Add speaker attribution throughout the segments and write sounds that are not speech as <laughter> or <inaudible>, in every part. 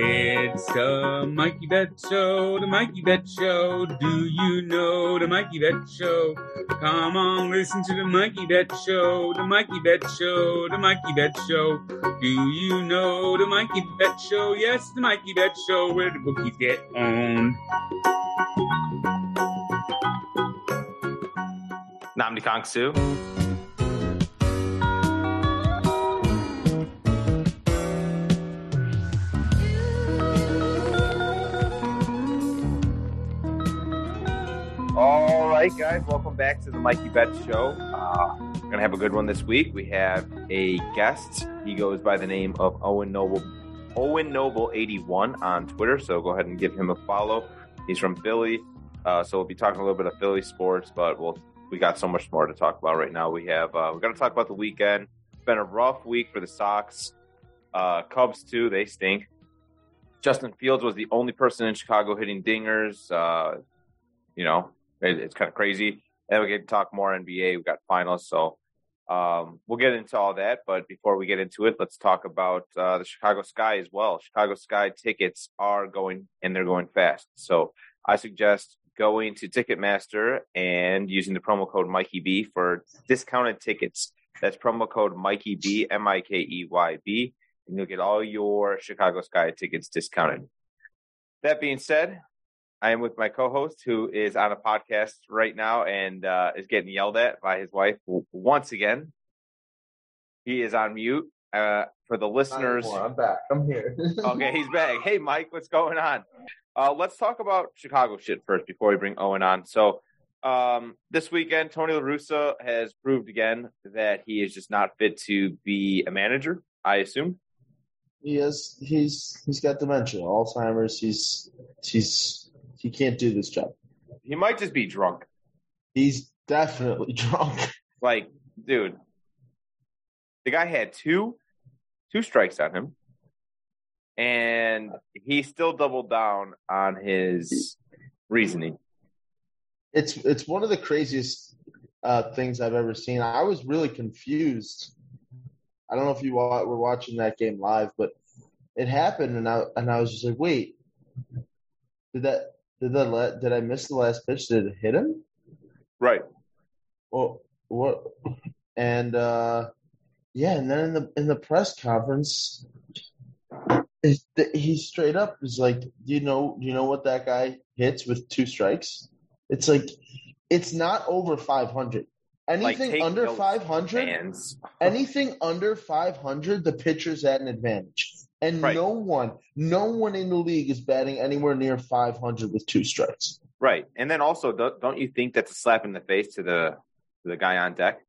Speaker 1: It's the Mikey Bet Show, the Mikey Bet Show. Do you know the Mikey Bet Show? Come on, listen to the Mikey Bet Show, the Mikey Bet Show, the Mikey Bet Show. Do you know the Mikey Bet Show? Yes, the Mikey Bet Show, where the bookies get owned.
Speaker 2: Namdi Kong Su. All right, guys, welcome back to the Mikey Bet Show. Uh, we're going to have a good one this week. We have a guest. He goes by the name of Owen Noble, Owen Noble 81 on Twitter. So go ahead and give him a follow. He's from Philly. Uh, so we'll be talking a little bit of Philly sports, but we'll we got so much more to talk about right now. We have uh, we're going to talk about the weekend. It's been a rough week for the Sox, uh, Cubs too. They stink. Justin Fields was the only person in Chicago hitting dingers. Uh, you know, it, it's kind of crazy. And we can talk more NBA. We got finals, so um, we'll get into all that. But before we get into it, let's talk about uh, the Chicago Sky as well. Chicago Sky tickets are going, and they're going fast. So I suggest going to Ticketmaster and using the promo code Mikey B for discounted tickets. That's promo code Mikey B M I K E Y B, and you'll get all your Chicago Sky tickets discounted. That being said, I am with my co-host who is on a podcast right now and uh, is getting yelled at by his wife w- once again. He is on mute. Uh, for the listeners,
Speaker 3: Not anymore. I'm back. I'm here.
Speaker 2: okay, he's back. Hey, Mike, what's going on? Uh, let's talk about Chicago shit first before we bring Owen on. So, um, this weekend, Tony La Russa has proved again that he is just not fit to be a manager. I assume.
Speaker 3: <laughs> He has he's he's got dementia, Alzheimer's. He's he's he can't do this job.
Speaker 2: He might just be drunk.
Speaker 3: He's definitely <laughs> drunk.
Speaker 2: Like, dude, the guy had two two strikes on him, and he still doubled down on his reasoning.
Speaker 3: It's it's one of the craziest uh, things I've ever seen. I was really confused. I don't know if you wa- were watching that game live, but it happened, and I and I was just like, wait, did that did that let did I miss the last pitch? Did it hit him?
Speaker 2: Right.
Speaker 3: Well, what? And uh, yeah, and then in the in the press conference, is th- he straight up is like, "Do you know? Do you know what that guy hits with two strikes?" It's like, it's not over five hundred.
Speaker 2: Like,
Speaker 3: Anything
Speaker 2: take
Speaker 3: under
Speaker 2: notes,
Speaker 3: five
Speaker 2: <laughs>
Speaker 3: hundred,
Speaker 2: Fans.
Speaker 3: anything under five hundred, the pitcher's at an advantage. And
Speaker 2: Right.
Speaker 3: no one, no one in the league is batting anywhere near five hundred with two strikes.
Speaker 2: Right, and then also, don't, don't you think that's a slap in the face to the to the guy on deck?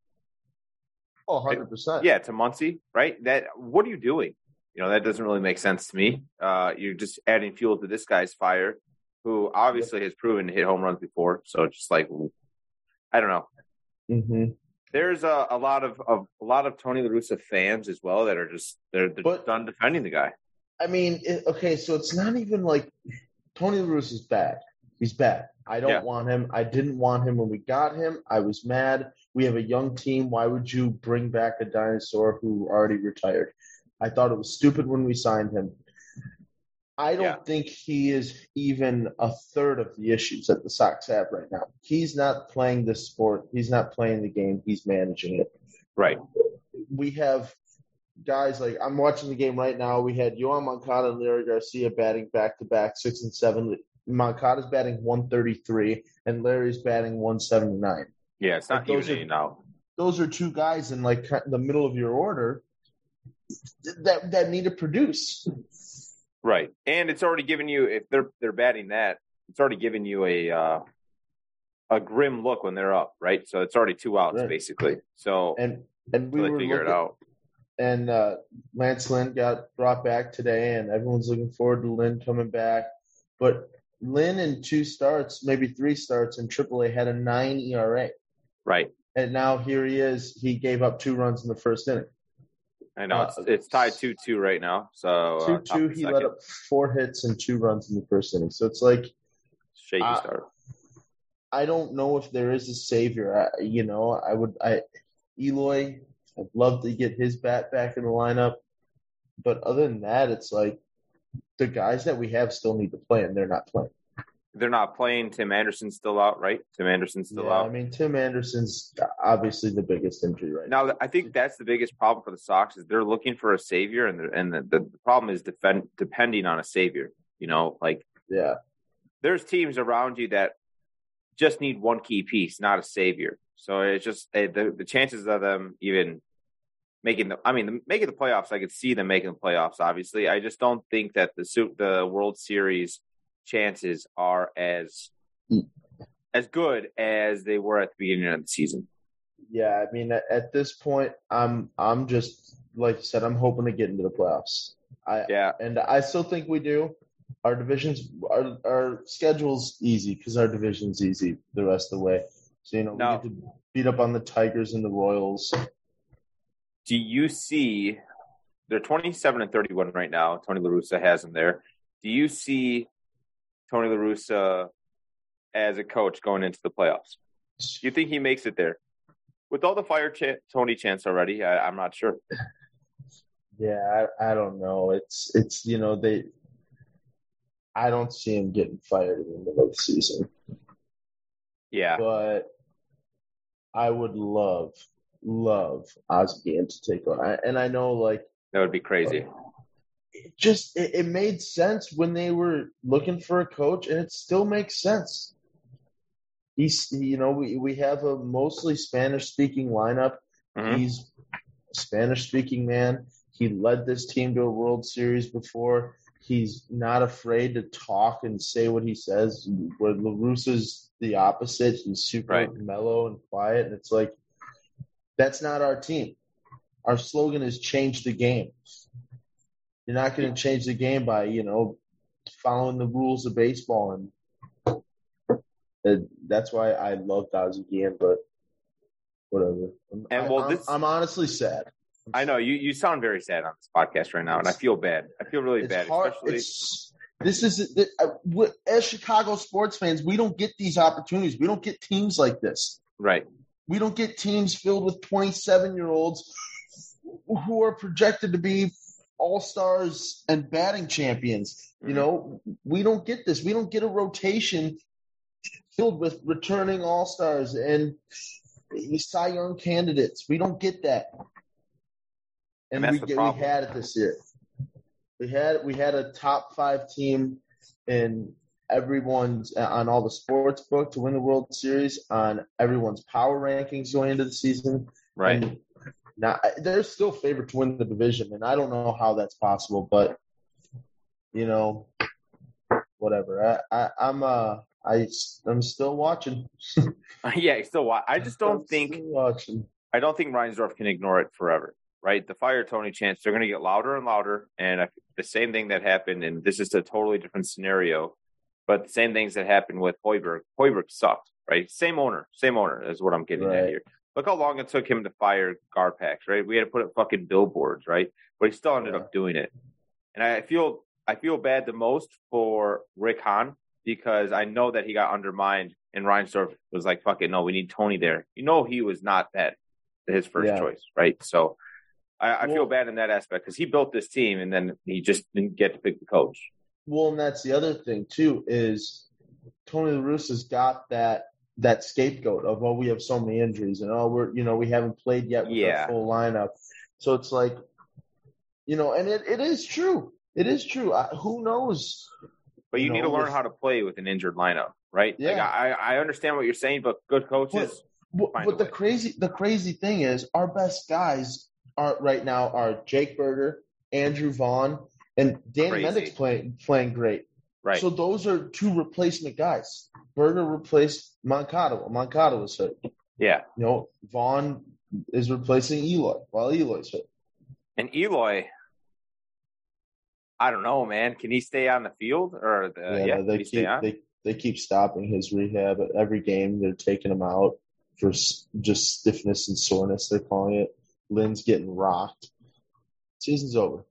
Speaker 3: Oh, 100 percent.
Speaker 2: Yeah, to Muncie, right? That what are you doing? You know, that doesn't really make sense to me. Uh, you're just adding fuel to this guy's fire, who obviously has proven to hit home runs before. So it's just like, I don't know.
Speaker 3: hmm
Speaker 2: There's a, a lot of, of a lot of Tony La Russa fans as well that are just they're, they're
Speaker 3: But-
Speaker 2: done defending the guy.
Speaker 3: I mean, it, okay, so it's not even like Tony La Russa is bad. He's bad. I don't
Speaker 2: Yeah.
Speaker 3: want him. I didn't want him when we got him. I was mad. We have a young team. Why would you bring back a dinosaur who already retired? I thought it was stupid when we signed him. I don't
Speaker 2: Yeah.
Speaker 3: think he is even a third of the issues that the Sox have right now. He's not playing this sport. He's not playing the game. He's managing it
Speaker 2: Right,
Speaker 3: we have guys like I'm watching the game right now. We had Yohan Moncada and Larry Garcia batting back to back, six and seven. Moncada's batting 133, and Larry's batting 179.
Speaker 2: yeah, it's not
Speaker 3: Like, those
Speaker 2: even
Speaker 3: are-
Speaker 2: now.
Speaker 3: Those are two guys in like kind- the middle of your order th- that that need to produce.
Speaker 2: Right, and it's already given you if they're they're batting that, it's already given you a uh, a grim look when they're up, right? So it's already two outs
Speaker 3: Right.
Speaker 2: basically. So
Speaker 3: And and we
Speaker 2: until
Speaker 3: were
Speaker 2: they figure it
Speaker 3: looking-
Speaker 2: out.
Speaker 3: and uh, Lance Lynn got brought back today, and everyone's looking forward to Lynn coming back. But Lynn in two starts, maybe three starts in AAA, had a nine ERA.
Speaker 2: Right,
Speaker 3: and now here he is. He gave up two runs in the first inning.
Speaker 2: I know
Speaker 3: Uh,
Speaker 2: it's, it's tied two two right now. So uh,
Speaker 3: Two
Speaker 2: top
Speaker 3: two.
Speaker 2: of the
Speaker 3: He
Speaker 2: second.
Speaker 3: let up four hits and two runs in the first inning. So it's like
Speaker 2: shaky
Speaker 3: uh,
Speaker 2: start.
Speaker 3: I don't know if there is a savior. I, you know, I would I Eloy. I'd love to get his bat back in the lineup, but other than that, it's like the guys that we have still need to play, and they're not playing.
Speaker 2: They're not playing. Tim Anderson's still out, right? Tim Anderson's still
Speaker 3: yeah,
Speaker 2: out.
Speaker 3: I mean, Tim Anderson's obviously the biggest injury right
Speaker 2: Now, I think that's the biggest problem for the Sox is they're looking for a savior, and the, and the, the problem is defend, depending on a savior. You know, like
Speaker 3: Yeah,
Speaker 2: there's teams around you that just need one key piece, not a savior. So it's just eh, the the chances of them even making the I mean the, making the playoffs. I could see them making the playoffs. Obviously, I just don't think that the Su- the World Series chances are as as good as they were at the beginning of the season.
Speaker 3: yeah. I mean, at, at this point, I'm I'm just like you said. I'm hoping to get into the playoffs. I
Speaker 2: Yeah,
Speaker 3: and I still think we do. Our divisions, our our schedule's easy because our division's easy the rest of the way. So you know,
Speaker 2: No.
Speaker 3: we get to beat up on the Tigers and the Royals.
Speaker 2: do you see they're 27 and 31 right now tony larussa has them there do you see tony larussa as a coach going into the playoffs do you think he makes it there with all the fire cha- tony chance already I, i'm not sure
Speaker 3: Yeah, I, I don't know. It's it's you know they. I don't see him getting fired in the middle of the season.
Speaker 2: yeah
Speaker 3: but I would love, love Ozzy to take on. I, and I know, like,
Speaker 2: that would be crazy
Speaker 3: it just it, it made sense when they were looking for a coach, and it still makes sense. He's, you know, we we have a mostly Spanish-speaking lineup.
Speaker 2: Mhm.
Speaker 3: He's a Spanish-speaking man. He led this team to a World Series before. He's not afraid to talk and say what he says. Where Larussa's the opposite. He's super
Speaker 2: Right.
Speaker 3: mellow and quiet. And it's like that's not our team. Our slogan is change the game. You're not going to change the game by you know following the rules of baseball, and and that's why I love Ozzie Guillen, but whatever. I'm-
Speaker 2: And,
Speaker 3: I-
Speaker 2: well,
Speaker 3: I'm,
Speaker 2: this-
Speaker 3: I'm honestly sad.
Speaker 2: i know you, you sound very sad on this podcast right now and i feel bad i feel really
Speaker 3: It's
Speaker 2: bad
Speaker 3: hard.
Speaker 2: especially
Speaker 3: It's, this is th- I- we- as Chicago sports fans, we don't get these opportunities. We don't get teams like this.
Speaker 2: right
Speaker 3: We don't get teams filled with 27 year olds who are projected to be all stars and batting champions. You
Speaker 2: Mhm.
Speaker 3: know, we don't get this. We don't get a rotation filled with returning all stars and Cy Young candidates. We don't get that.
Speaker 2: And
Speaker 3: And,
Speaker 2: that's
Speaker 3: we
Speaker 2: the
Speaker 3: get, we
Speaker 2: problem.
Speaker 3: had it this year. We had we had a top five team in everyone's uh, on all the sports book to win the World Series, on everyone's power rankings going into the season.
Speaker 2: right
Speaker 3: And now they're still favored to win the division, and I don't know how that's possible, but you know, whatever. I, I I'm uh I I'm still watching.
Speaker 2: <laughs> yeah still wa- i just don't
Speaker 3: I'm
Speaker 2: think
Speaker 3: still watching.
Speaker 2: I don't think Reinsdorf can ignore it forever, right? The fire Tony chance, they're going to get louder and louder. And I, the same thing that happened, and this is a totally different scenario, but the same things that happened with Hoiberg. Hoiberg sucked, right? Same owner, same owner is what I'm getting at
Speaker 3: Right.
Speaker 2: here. Look how long it took him to fire Garpax, right? We had to put up fucking billboards, right? But he still ended
Speaker 3: Yeah.
Speaker 2: up doing it. And I feel I feel bad the most for Rick Hahn because I know that he got undermined and Reinsdorf was like, fuck it, no, we need Tony there. You know he was not that his first
Speaker 3: Yeah.
Speaker 2: choice, right? So I, I feel
Speaker 3: Well-
Speaker 2: bad in that aspect because he built this team and then he just didn't get to pick the coach.
Speaker 3: Well, and that's the other thing too is Tony La Russa's got that that scapegoat of oh we have so many injuries and oh we're you know we haven't played yet with
Speaker 2: Yeah.
Speaker 3: our full lineup, so it's like you know and it, it is true it is true I, who knows
Speaker 2: But you,
Speaker 3: You
Speaker 2: need to
Speaker 3: know,
Speaker 2: learn
Speaker 3: with-
Speaker 2: how to play with an injured lineup, right?
Speaker 3: Yeah.
Speaker 2: Like I, I understand what you're saying, but good coaches,
Speaker 3: But,
Speaker 2: find a
Speaker 3: but the
Speaker 2: way.
Speaker 3: crazy the crazy thing is our best guys are right now are Jake Berger, Andrew Vaughn, and Danny
Speaker 2: Crazy.
Speaker 3: Mendick's playing playing great.
Speaker 2: right?
Speaker 3: So those are two replacement guys. Berger replaced Moncada. Moncada was hurt.
Speaker 2: yeah.
Speaker 3: You know, Vaughn is replacing Eloy while Eloy's hurt.
Speaker 2: And Eloy, I don't know, man. Can he stay on the field or the, Uh, yeah,
Speaker 3: they
Speaker 2: Can he stay
Speaker 3: keep
Speaker 2: on?
Speaker 3: they, they keep stopping his rehab at every game. They're taking him out for s- just stiffness and soreness. They're calling it. Lynn's getting rocked. Season's over.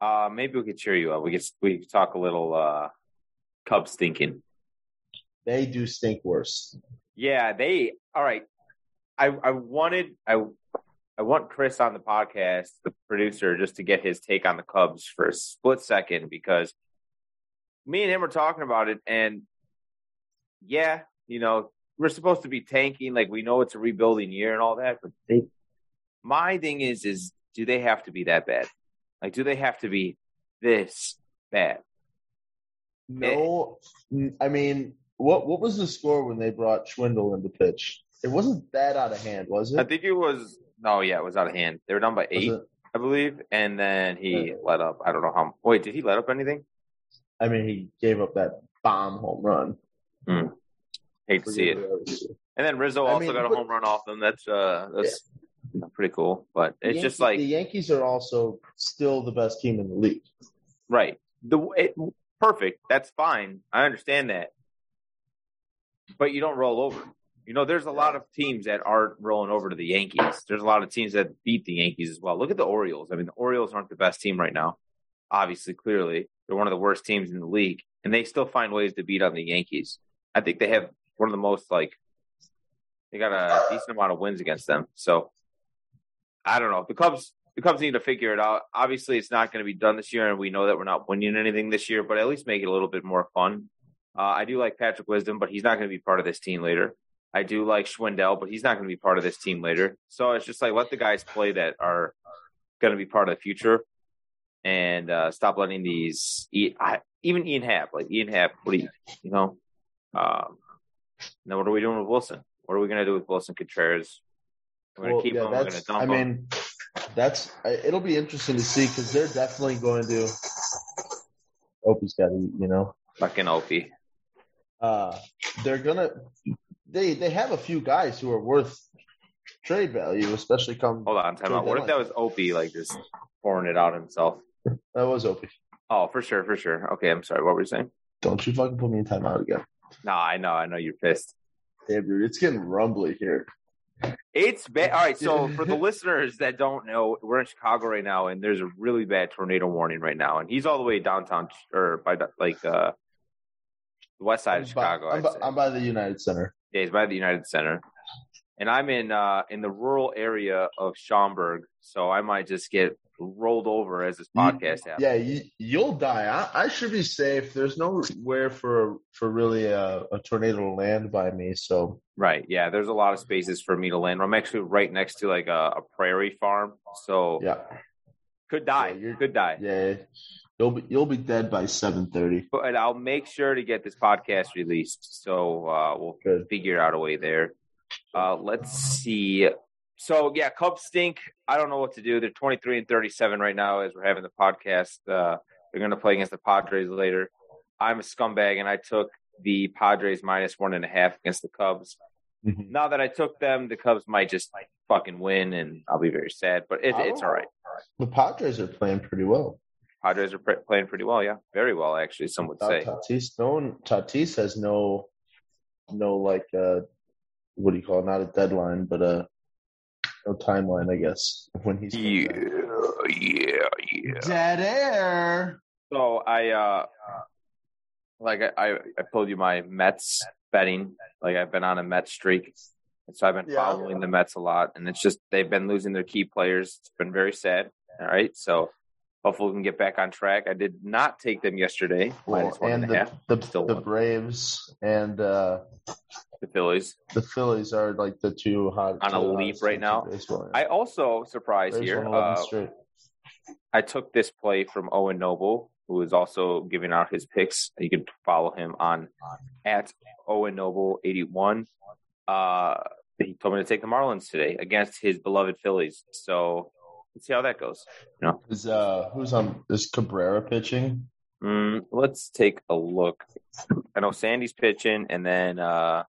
Speaker 2: Uh, maybe we could cheer you up. We could we could talk a little uh, Cubs thinking.
Speaker 3: They do stink worse.
Speaker 2: Yeah, they. All right. I I wanted I I want Chris on the podcast, the producer, just to get his take on the Cubs for a split second because me and him were talking about it, and yeah, you know, we're supposed to be tanking. Like we know it's a rebuilding year and all that, but they. My thing is, is do they have to be that bad? Like, do they have to be this bad?
Speaker 3: No, I mean, what what was the score when they brought Schwindel in to pitch? It wasn't that out of hand, was it?
Speaker 2: I think it was. No, yeah, it was out of hand. They were down by
Speaker 3: Was
Speaker 2: eight,
Speaker 3: it-
Speaker 2: I believe, and then he
Speaker 3: Yeah.
Speaker 2: let up. I don't know how. Wait, did he let up anything?
Speaker 3: I mean, he gave up that bomb home run.
Speaker 2: Hate to see it. And then Rizzo
Speaker 3: I
Speaker 2: also
Speaker 3: mean,
Speaker 2: got a
Speaker 3: but-
Speaker 2: home run off them. That's uh, that's pretty cool. But
Speaker 3: The
Speaker 2: it's just
Speaker 3: Yankees-
Speaker 2: like
Speaker 3: the Yankees are also still the best team in the league.
Speaker 2: right, the it, perfect. That's fine. I understand that, but you don't roll over. You know, there's a lot of teams that aren't rolling over to the Yankees. There's a lot of teams that beat the Yankees as well. Look at the Orioles. I mean, the Orioles aren't the best team right now. Obviously, clearly, they're one of the worst teams in the league, and they still find ways to beat on the Yankees. I think they have one of the most like they got a decent amount of wins against them. So I don't know. The Cubs the Cubs need to figure it out. Obviously it's not going to be done this year and we know that we're not winning anything this year, but at least make it a little bit more fun. Uh, I do like Patrick Wisdom, but he's not going to be part of this team later. I do like Schwindel, but he's not going to be part of this team later. So it's just like let the guys play that are going to be part of the future, and uh, stop letting these E- I- even Ian Happ, like Ian Happ, what do you you know? Um, now what are we doing with Wilson? What are we going to do with Wilson Contreras? We're going to
Speaker 3: Well,
Speaker 2: keep
Speaker 3: yeah,
Speaker 2: him. We're going to
Speaker 3: that's-
Speaker 2: dump
Speaker 3: I
Speaker 2: him.
Speaker 3: mean, that's I- it'll be interesting to see because they're definitely going to. Opie's got to eat, you know.
Speaker 2: Fucking Opie.
Speaker 3: Uh, they're gonna they they have a few guys who are worth trade value, especially come.
Speaker 2: Hold on, time
Speaker 3: Dude,
Speaker 2: out. What
Speaker 3: that
Speaker 2: if that
Speaker 3: might-
Speaker 2: was Opie like just pouring it out himself?
Speaker 3: That was Opie.
Speaker 2: Oh, for sure, for sure. Okay, I'm sorry. What were you saying?
Speaker 3: Don't you fucking put me in timeout again,
Speaker 2: No, I know, I know you're pissed.
Speaker 3: Damn, dude. It's getting rumbly here.
Speaker 2: It's bad. All right. So for the listeners that don't know, we're in Chicago right now, and there's a really bad tornado warning right now, and he's all the way downtown or by the, like uh, the west side
Speaker 3: I'm
Speaker 2: of
Speaker 3: by-
Speaker 2: Chicago.
Speaker 3: I'm
Speaker 2: I'd
Speaker 3: by,
Speaker 2: say.
Speaker 3: I'm by the United Center.
Speaker 2: Yeah, he's by the United Center, and I'm in uh, in the rural area of Schaumburg, so I might just get rolled over as this
Speaker 3: You-
Speaker 2: podcast happens.
Speaker 3: Yeah, you, you'll die. I, I should be safe. There's nowhere for for really a, a tornado to land by me, so
Speaker 2: Right. Yeah. There's a lot of spaces for me to land. I'm actually right next to like a, a prairie farm, so
Speaker 3: yeah,
Speaker 2: could die.
Speaker 3: Yeah, you're-
Speaker 2: could die.
Speaker 3: yeah. You'll be you'll be dead by seven thirty.
Speaker 2: But I'll make sure to get this podcast released, so uh, we'll
Speaker 3: Good.
Speaker 2: figure out a way there. Uh, let's see. So yeah, Cubs stink. I don't know what to do. They're 23 and 37 right now as we're having the podcast. Uh, they're going to play against the Padres later. I'm a scumbag and I took the Padres minus one and a half against the Cubs.
Speaker 3: Mhm.
Speaker 2: Now that I took them, the Cubs might just like, fucking win and I'll be very sad. But it, it's all right.
Speaker 3: The Padres are playing pretty well.
Speaker 2: Padres are pre- playing pretty well. Yeah, very well actually. Some would
Speaker 3: Without
Speaker 2: say.
Speaker 3: Tatis, no one, Tatis has no, no like, uh, what do you call it? Not a deadline, but a no timeline, I guess. <laughs> When he's
Speaker 2: Yeah, yeah, yeah.
Speaker 3: dead air.
Speaker 2: So I uh like I, I I told you my Mets betting. Like I've been on a Mets streak. And so I've been
Speaker 3: Yeah.
Speaker 2: following the Mets a lot and it's just they've been losing their key players. It's been very sad. All right. So hopefully we can get back on track. I did not take them yesterday. Minus one
Speaker 3: and
Speaker 2: and a half.
Speaker 3: the the,
Speaker 2: Still
Speaker 3: the
Speaker 2: one.
Speaker 3: Braves and uh,
Speaker 2: the Phillies.
Speaker 3: the Phillies are like the two hot
Speaker 2: On a
Speaker 3: two hottest
Speaker 2: leap right
Speaker 3: teams in
Speaker 2: now.
Speaker 3: baseball.
Speaker 2: I also surprised
Speaker 3: Braves
Speaker 2: here.
Speaker 3: won 11
Speaker 2: Uh,
Speaker 3: straight.
Speaker 2: I took this play from Owen Noble, who is also giving out his picks. You can follow him on at Owen Noble eighty one. Uh, he told me to take the Marlins today against his beloved Phillies. So let's see how that goes.
Speaker 3: Is uh, who's on? Is Cabrera pitching?
Speaker 2: Mm, let's take a look. I know Sandy's pitching, and then uh,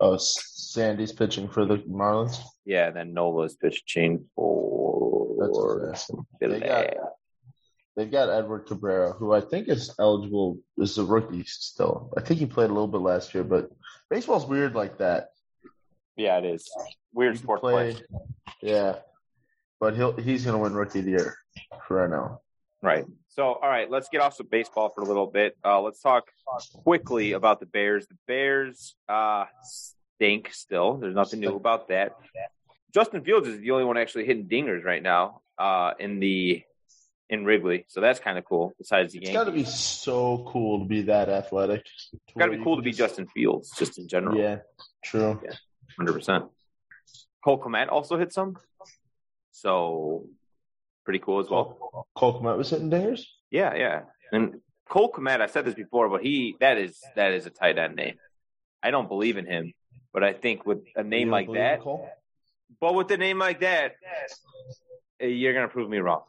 Speaker 3: Oh, S- Sandy's pitching for the Marlins.
Speaker 2: yeah, and then Nola's pitching
Speaker 3: That's what
Speaker 2: for
Speaker 3: I'm asking.
Speaker 2: Philly.
Speaker 3: They got- They've got Edward Cabrera, who I think is eligible as a rookie still. I think he played a little bit last year, but baseball's weird like that.
Speaker 2: Yeah, it is
Speaker 3: You
Speaker 2: weird
Speaker 3: can
Speaker 2: sport play.
Speaker 3: yeah. But he'll he's gonna win rookie of the year for right now.
Speaker 2: Right. So, all right, let's get off the baseball for a little bit. Uh, let's talk quickly about the Bears. The Bears uh, stink still. There's nothing new about that. Justin Fields is the only one actually hitting dingers right now uh, in the in Wrigley, so that's kind of cool. Besides the
Speaker 3: It's
Speaker 2: game,
Speaker 3: got to be so cool to be that athletic.
Speaker 2: it's got to be cool to be Justin Fields, just in general.
Speaker 3: Yeah, true.
Speaker 2: hundred percent. Cole Komet also hit some, so pretty cool as well.
Speaker 3: Cole, Cole Kmet was hitting dingers.
Speaker 2: Yeah, yeah. And Cole Komet, I've said this before, but he that is that is a tight end name. I don't believe in him, but I think with a
Speaker 3: You
Speaker 2: name
Speaker 3: don't
Speaker 2: like
Speaker 3: believe
Speaker 2: that,
Speaker 3: in Cole?
Speaker 2: but with a name like that, eh, you're gonna prove me wrong.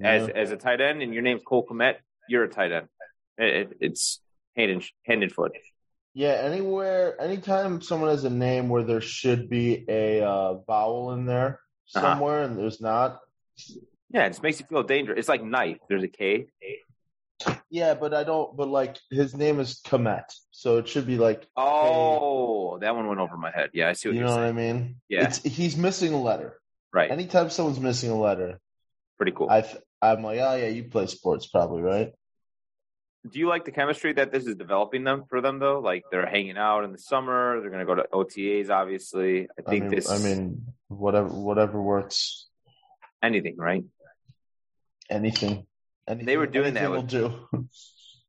Speaker 2: As
Speaker 3: Yeah.
Speaker 2: as a tight end, and your name's Cole Komet, you're a tight end. It, it- it's hand and hand and foot.
Speaker 3: Yeah, anywhere, anytime someone has a name where there should be a uh, vowel in there
Speaker 2: Uh-huh.
Speaker 3: somewhere and there's not.
Speaker 2: Yeah, it just makes you feel dangerous. It's like knife. There's a K.
Speaker 3: Yeah, but I don't. But like his name is Komet, so it should be like.
Speaker 2: Oh, that one went over my head. Yeah, I see what
Speaker 3: you
Speaker 2: you
Speaker 3: know
Speaker 2: are
Speaker 3: what
Speaker 2: saying.
Speaker 3: I mean?
Speaker 2: Yeah.
Speaker 3: It's, he's missing a letter.
Speaker 2: Right.
Speaker 3: Anytime someone's missing a letter,
Speaker 2: Pretty cool.
Speaker 3: I th- I'm like, oh yeah, you play sports probably, right?
Speaker 2: do you like the chemistry that this is developing them for them though? Like they're hanging out in the summer, they're gonna go to OTAs obviously. I
Speaker 3: I
Speaker 2: think
Speaker 3: mean,
Speaker 2: this
Speaker 3: I mean, whatever, whatever works.
Speaker 2: anything, right?
Speaker 3: Anything. anything
Speaker 2: They were doing that
Speaker 3: anything will do. <laughs>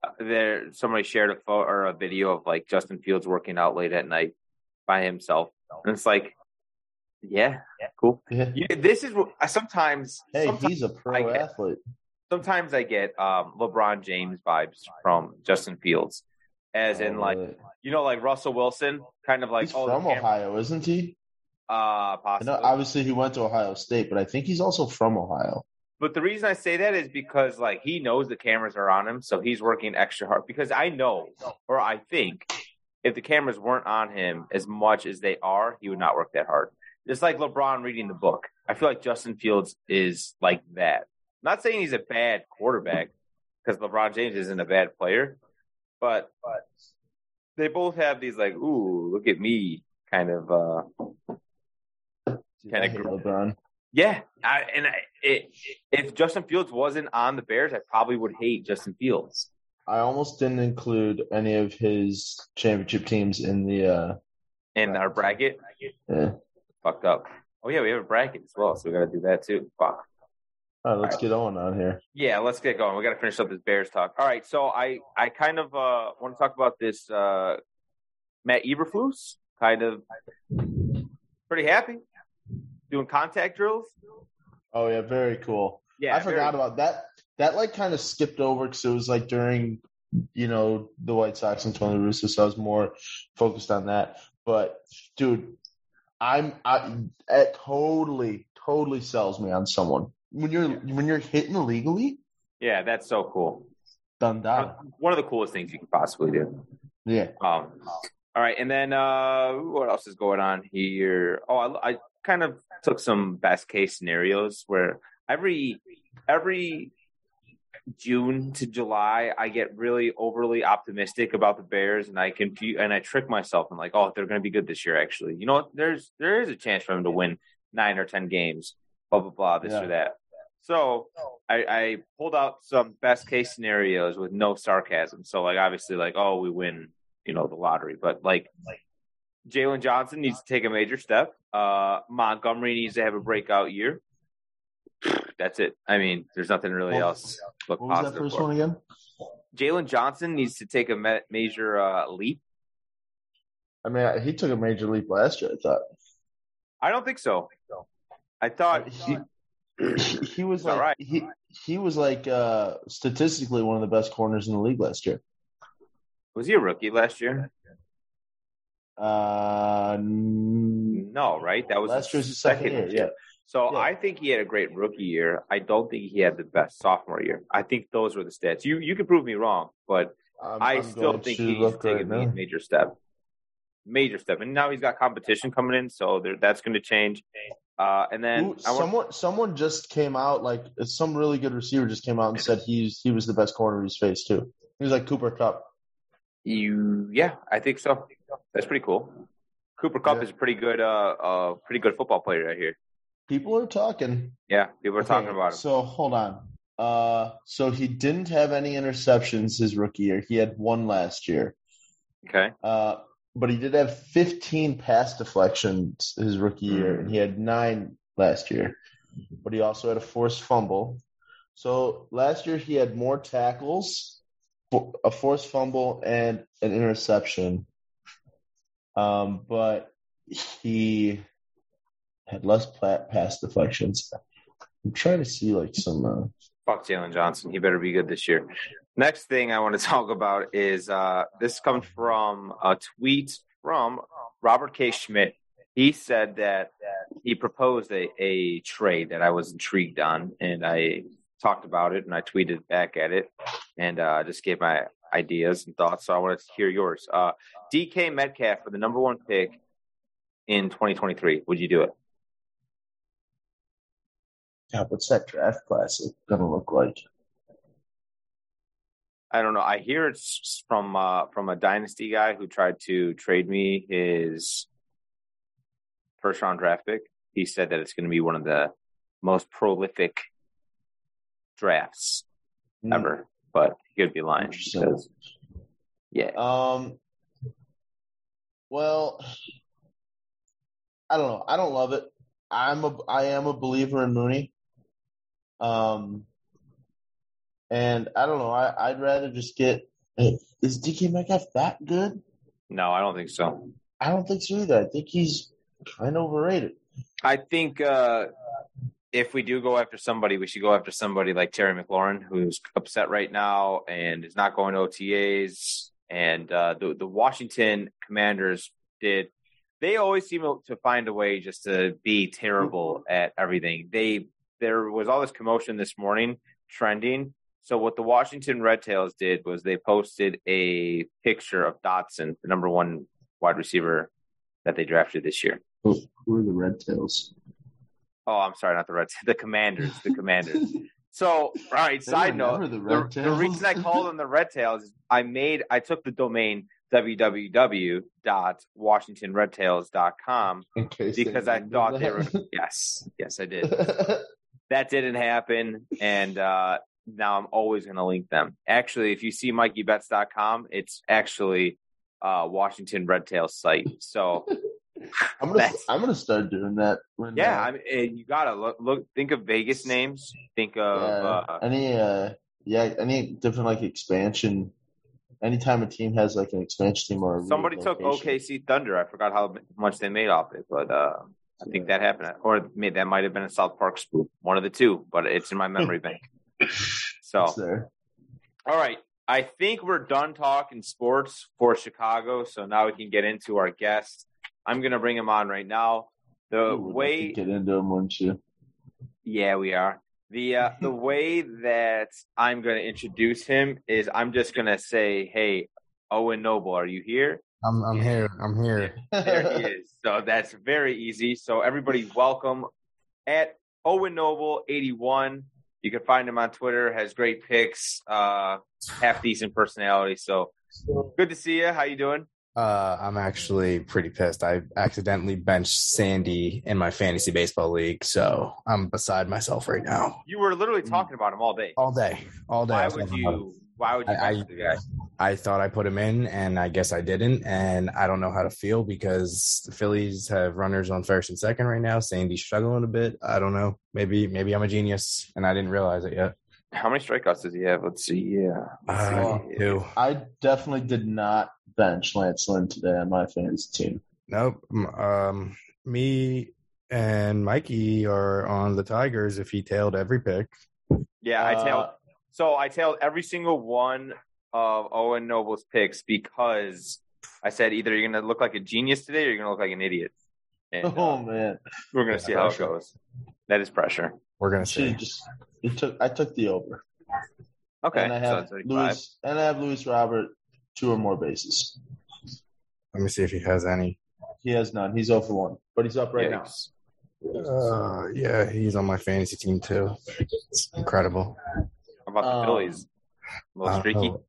Speaker 2: Uh, There somebody shared a photo or a video of like Justin Fields working out late at night by himself. And it's like yeah, cool.
Speaker 3: Yeah.
Speaker 2: You, this is what I sometimes
Speaker 3: Hey,
Speaker 2: sometimes,
Speaker 3: he's a pro
Speaker 2: I get-
Speaker 3: athlete.
Speaker 2: sometimes I get um LeBron James vibes from Justin Fields. As in like
Speaker 3: Uh,
Speaker 2: you know like Russell Wilson, kind of like
Speaker 3: he's
Speaker 2: oh the
Speaker 3: from
Speaker 2: camera-
Speaker 3: Ohio, isn't he?
Speaker 2: uh
Speaker 3: I know,
Speaker 2: possibly.
Speaker 3: obviously, he went to Ohio State, but I think he's also from Ohio.
Speaker 2: But the reason I say that is because like he knows the cameras are on him, so he's working extra hard. Because I know, or I think, if the cameras weren't on him as much as they are, he would not work that hard. It's like LeBron reading the book. I feel like Justin Fields is like that. not saying he's a bad quarterback, because LeBron James isn't a bad player, but but they both have these like, ooh, look at me kind of uh
Speaker 3: Dude,
Speaker 2: Kinda
Speaker 3: I hate
Speaker 2: gr-
Speaker 3: LeBron.
Speaker 2: yeah, I, and I, it, if Justin Fields wasn't on the Bears, I probably would hate Justin Fields.
Speaker 3: I almost didn't include any of his championship teams in the. Uh,
Speaker 2: And our bracket
Speaker 3: yeah.
Speaker 2: fucked up. Oh yeah, we have a bracket as well, so we got to do that too. Fuck.
Speaker 3: All right, let's get on on here.
Speaker 2: Yeah, let's get going. We got to finish up this Bears talk. All right, so I, I kind of uh, want to talk about this uh, Matt Eberflus. Kind of pretty happy doing contact drills.
Speaker 3: Oh yeah, very cool.
Speaker 2: Yeah,
Speaker 3: I forgot about that. That like kind of skipped over because it was like during, you know, the White Sox and Tony Russo. So I was more focused on that. But dude, I'm I it totally totally sells me on someone when you're when you're hitting illegally.
Speaker 2: Yeah, that's so cool.
Speaker 3: Done that.
Speaker 2: One of the coolest things you could possibly do.
Speaker 3: Yeah.
Speaker 2: Um, all right, and then uh, what else is going on here? Oh, I, I kind of took some best case scenarios where every every June to July, I get really overly optimistic about the Bears, and I confuse and I trick myself and like, oh, they're going to be good this year. Actually, you know what? There's there is a chance for them to win nine or ten games. Blah blah blah. This
Speaker 3: Yeah.
Speaker 2: or that. So I, I pulled out some best case scenarios with no sarcasm. So like obviously like oh we win you know the lottery, but like Jalen Johnson needs to take a major step. Uh, Montgomery needs to have
Speaker 3: Mm-hmm.
Speaker 2: a breakout year. <sighs> That's it. I mean, there's nothing really
Speaker 3: Well,
Speaker 2: else but
Speaker 3: What was that
Speaker 2: positive.
Speaker 3: first
Speaker 2: for it.
Speaker 3: one again?
Speaker 2: Jalen Johnson needs to take a ma- major uh, leap.
Speaker 3: I mean, he took a major leap last year. I thought.
Speaker 2: I don't think so. I thought
Speaker 3: he, he was
Speaker 2: It's all
Speaker 3: like
Speaker 2: right.
Speaker 3: he he was like uh, statistically one of the best corners in the league last year.
Speaker 2: was he a rookie last year?
Speaker 3: Uh, n-
Speaker 2: No, right? That was
Speaker 3: last
Speaker 2: his
Speaker 3: year's his second, year. Yeah.
Speaker 2: So
Speaker 3: Yeah.
Speaker 2: I think he had a great rookie year. I don't think he had the best sophomore year. I think those were the stats. You you can prove me wrong, but
Speaker 3: I'm,
Speaker 2: i
Speaker 3: I'm
Speaker 2: still
Speaker 3: going
Speaker 2: think
Speaker 3: to
Speaker 2: he's
Speaker 3: look
Speaker 2: taking
Speaker 3: right
Speaker 2: a
Speaker 3: now.
Speaker 2: major step. Major step. And now he's got competition coming in, so there, that's going to change. Uh, and then
Speaker 3: Who-
Speaker 2: I want,
Speaker 3: someone someone just came out like some really good receiver just came out and said he's he was the best corner he's faced too. He was like Cooper Cup.
Speaker 2: you, yeah, I think so. That's pretty cool. Cooper Cup
Speaker 3: Yeah.
Speaker 2: is a pretty good, uh, uh, pretty good football player right here.
Speaker 3: People are talking.
Speaker 2: Yeah, people are talking
Speaker 3: Okay,
Speaker 2: about him.
Speaker 3: So hold on. Uh, so he didn't have any interceptions his rookie year. He had one last year.
Speaker 2: Okay.
Speaker 3: Uh, but he did have 15 pass deflections his rookie year, and he had nine last year. But he also had a forced fumble. So last year he had more tackles, fo- a forced fumble, and an interception. Um, but he had less pla- pass deflections. I'm trying to see like some. Uh,
Speaker 2: Fuck Jalen Johnson. He better be good this year. Next thing I want to <laughs> talk about is uh, this comes from a tweet from Robert K. Schmidt. He said that he proposed a, a trade that I was intrigued on, and I talked about it and I tweeted back at it and uh, just gave my ideas and thoughts. So I wanted to hear yours. Uh, DK Metcalf for the number one pick in 2023. Would you do it?
Speaker 3: God, what's that draft class going to look like?
Speaker 2: I don't know. I hear it's from uh, from a dynasty guy who tried to trade me his first round draft pick. He said that it's going to be one of the most prolific drafts ever, but he could be lying.
Speaker 3: Interesting.
Speaker 2: Because, yeah,
Speaker 3: Um, well, I don't know. I don't love it. I'm a I am a believer in Mooney. Um, and I don't know. I I'd rather just get. Is DK Metcalf that good?
Speaker 2: no, I don't think so.
Speaker 3: I don't think so either. I think he's kind of overrated.
Speaker 2: I think uh, if we do go after somebody, we should go after somebody like Terry McLaurin, who's upset right now and is not going to OTAs. And uh, the the Washington Commanders did. They always seem to find a way just to be terrible at everything. They there was all this commotion this morning trending. So what the Washington Redtails did was they posted a picture of Dotson, the number one wide receiver that they drafted this year.
Speaker 3: Who are the
Speaker 2: <laughs>
Speaker 3: Red Tails?
Speaker 2: Oh, I'm sorry, not the Reds. <laughs> The Commanders. The
Speaker 3: <laughs>
Speaker 2: Commanders. so, all right. Side note:
Speaker 3: the,
Speaker 2: the, the reason
Speaker 3: <laughs>
Speaker 2: I called them the Red Tails is I made I took the domain www.washingtonredtails.com because I thought they were.
Speaker 3: <laughs>
Speaker 2: Yes, yes, I did. That didn't happen, and uh, now I'm always going to link them. Actually, if you see MikeyBets.com, it's actually uh, Washington Red Tails site. So.
Speaker 3: I'm gonna
Speaker 2: That's-
Speaker 3: I'm gonna start doing that. When,
Speaker 2: Yeah,
Speaker 3: uh,
Speaker 2: I mean, eh, you gotta look, look. Think of Vegas names. Think of
Speaker 3: Yeah.
Speaker 2: uh,
Speaker 3: any uh yeah, any different like expansion anytime a team has like an expansion team or a
Speaker 2: somebody took
Speaker 3: relocation.
Speaker 2: OKC Thunder. I forgot how much they made off it, but uh, I think that happened, or may that might have been a South Park spoof, one of the two. But it's in my memory
Speaker 3: <laughs>
Speaker 2: bank. So,
Speaker 3: It's there.
Speaker 2: all right, I think we're done talking sports for Chicago. So now we can get into our guest. I'm gonna bring him on right now. The
Speaker 3: You would
Speaker 2: way
Speaker 3: like to get into them, wouldn't you?
Speaker 2: Yeah, we are. The
Speaker 3: <laughs>
Speaker 2: uh, the way that I'm going to introduce him is I'm just going to say, "Hey, Owen Noble, are you here?"
Speaker 4: I'm I'm here. I'm here.
Speaker 3: <laughs>
Speaker 2: There he is. So that's very easy. So everybody, welcome at Owen Noble eighty one. You can find him on Twitter. Has great pics, uh, half decent personality. So good to see you. How you doing?
Speaker 4: Uh, I'm actually pretty pissed. I accidentally benched Sandy in my fantasy baseball league, so I'm beside myself right now.
Speaker 2: You were literally talking about him all day.
Speaker 4: All day, Mm. all day. I
Speaker 2: Why
Speaker 4: was
Speaker 2: would
Speaker 4: talking about
Speaker 2: you? Why would you?
Speaker 4: I- I-
Speaker 2: mess with the guy?
Speaker 4: I thought I put him in, and I guess I didn't. And I don't know how to feel because the Phillies have runners on first and second right now. Sandy's struggling a bit. I don't know. Maybe maybe I'm a genius, and I didn't realize it yet.
Speaker 2: How many strikeouts does he have? Let's see. Yeah. Let's
Speaker 4: Uh,
Speaker 2: see.
Speaker 4: ew.
Speaker 3: I definitely did not bench Lance Lynn today on my fantasy team.
Speaker 4: Nope. M- Um, me and Mikey are on the Tigers. If he tailed every pick,
Speaker 2: Yeah, I tailed
Speaker 3: Uh,
Speaker 2: So I tailed every single one of Owen Noble's picks because I said either you're going to look like a genius today or you're going to look like an idiot.
Speaker 4: <laughs>
Speaker 2: And uh,
Speaker 3: <laughs> oh man.
Speaker 2: we're going to
Speaker 4: that's
Speaker 2: see how it
Speaker 4: pressure.
Speaker 2: goes. That is pressure.
Speaker 4: we're gonna
Speaker 3: Should
Speaker 4: see.
Speaker 3: have just you took I took the over.
Speaker 2: Okay.
Speaker 3: and I
Speaker 2: so
Speaker 3: have
Speaker 2: it's 35.
Speaker 3: Louis and I have Louis Robert two or more bases.
Speaker 4: Let me see if he has any.
Speaker 3: He has none. He's 0 for one. But he's up right now.
Speaker 2: Yikes.
Speaker 4: Uh, yeah, he's on my fantasy team too. It's incredible.
Speaker 2: How about the
Speaker 3: Um,
Speaker 2: Phillies? A
Speaker 4: I
Speaker 2: little
Speaker 5: uh,
Speaker 4: don't
Speaker 2: streaky.
Speaker 5: oh.
Speaker 4: know.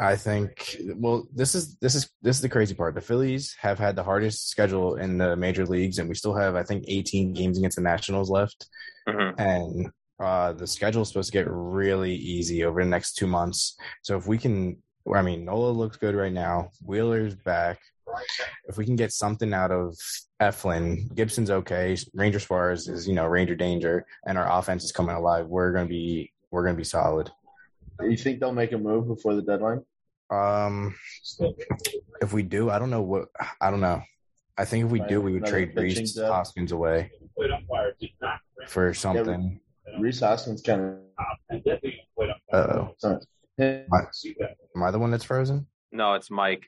Speaker 4: I think. Well, this is this is this is the crazy part. The Phillies have had the hardest schedule in the major leagues, and we still have I think 18 games against the Nationals left.
Speaker 2: Mhm.
Speaker 4: And uh, the schedule is supposed to get really easy over the next two months. So if we can, I mean, Nola looks good right now. Wheeler's back. If we can get something out of Eflin, Gibson's okay. Ranger Suarez is, you know, Ranger danger, and our offense is coming alive. We're gonna be, we're gonna be solid.
Speaker 5: You think they'll make a move before the deadline?
Speaker 4: Um, if we do, I don't know what, I don't know. I think if we do, we would
Speaker 5: Another
Speaker 4: trade
Speaker 5: pitching
Speaker 4: Reese
Speaker 5: depth.
Speaker 4: Hoskins away for something.
Speaker 5: Reese Hoskins kind
Speaker 4: Uh
Speaker 5: of. Him,
Speaker 4: oh, am I the one that's frozen?
Speaker 2: No, it's Mike.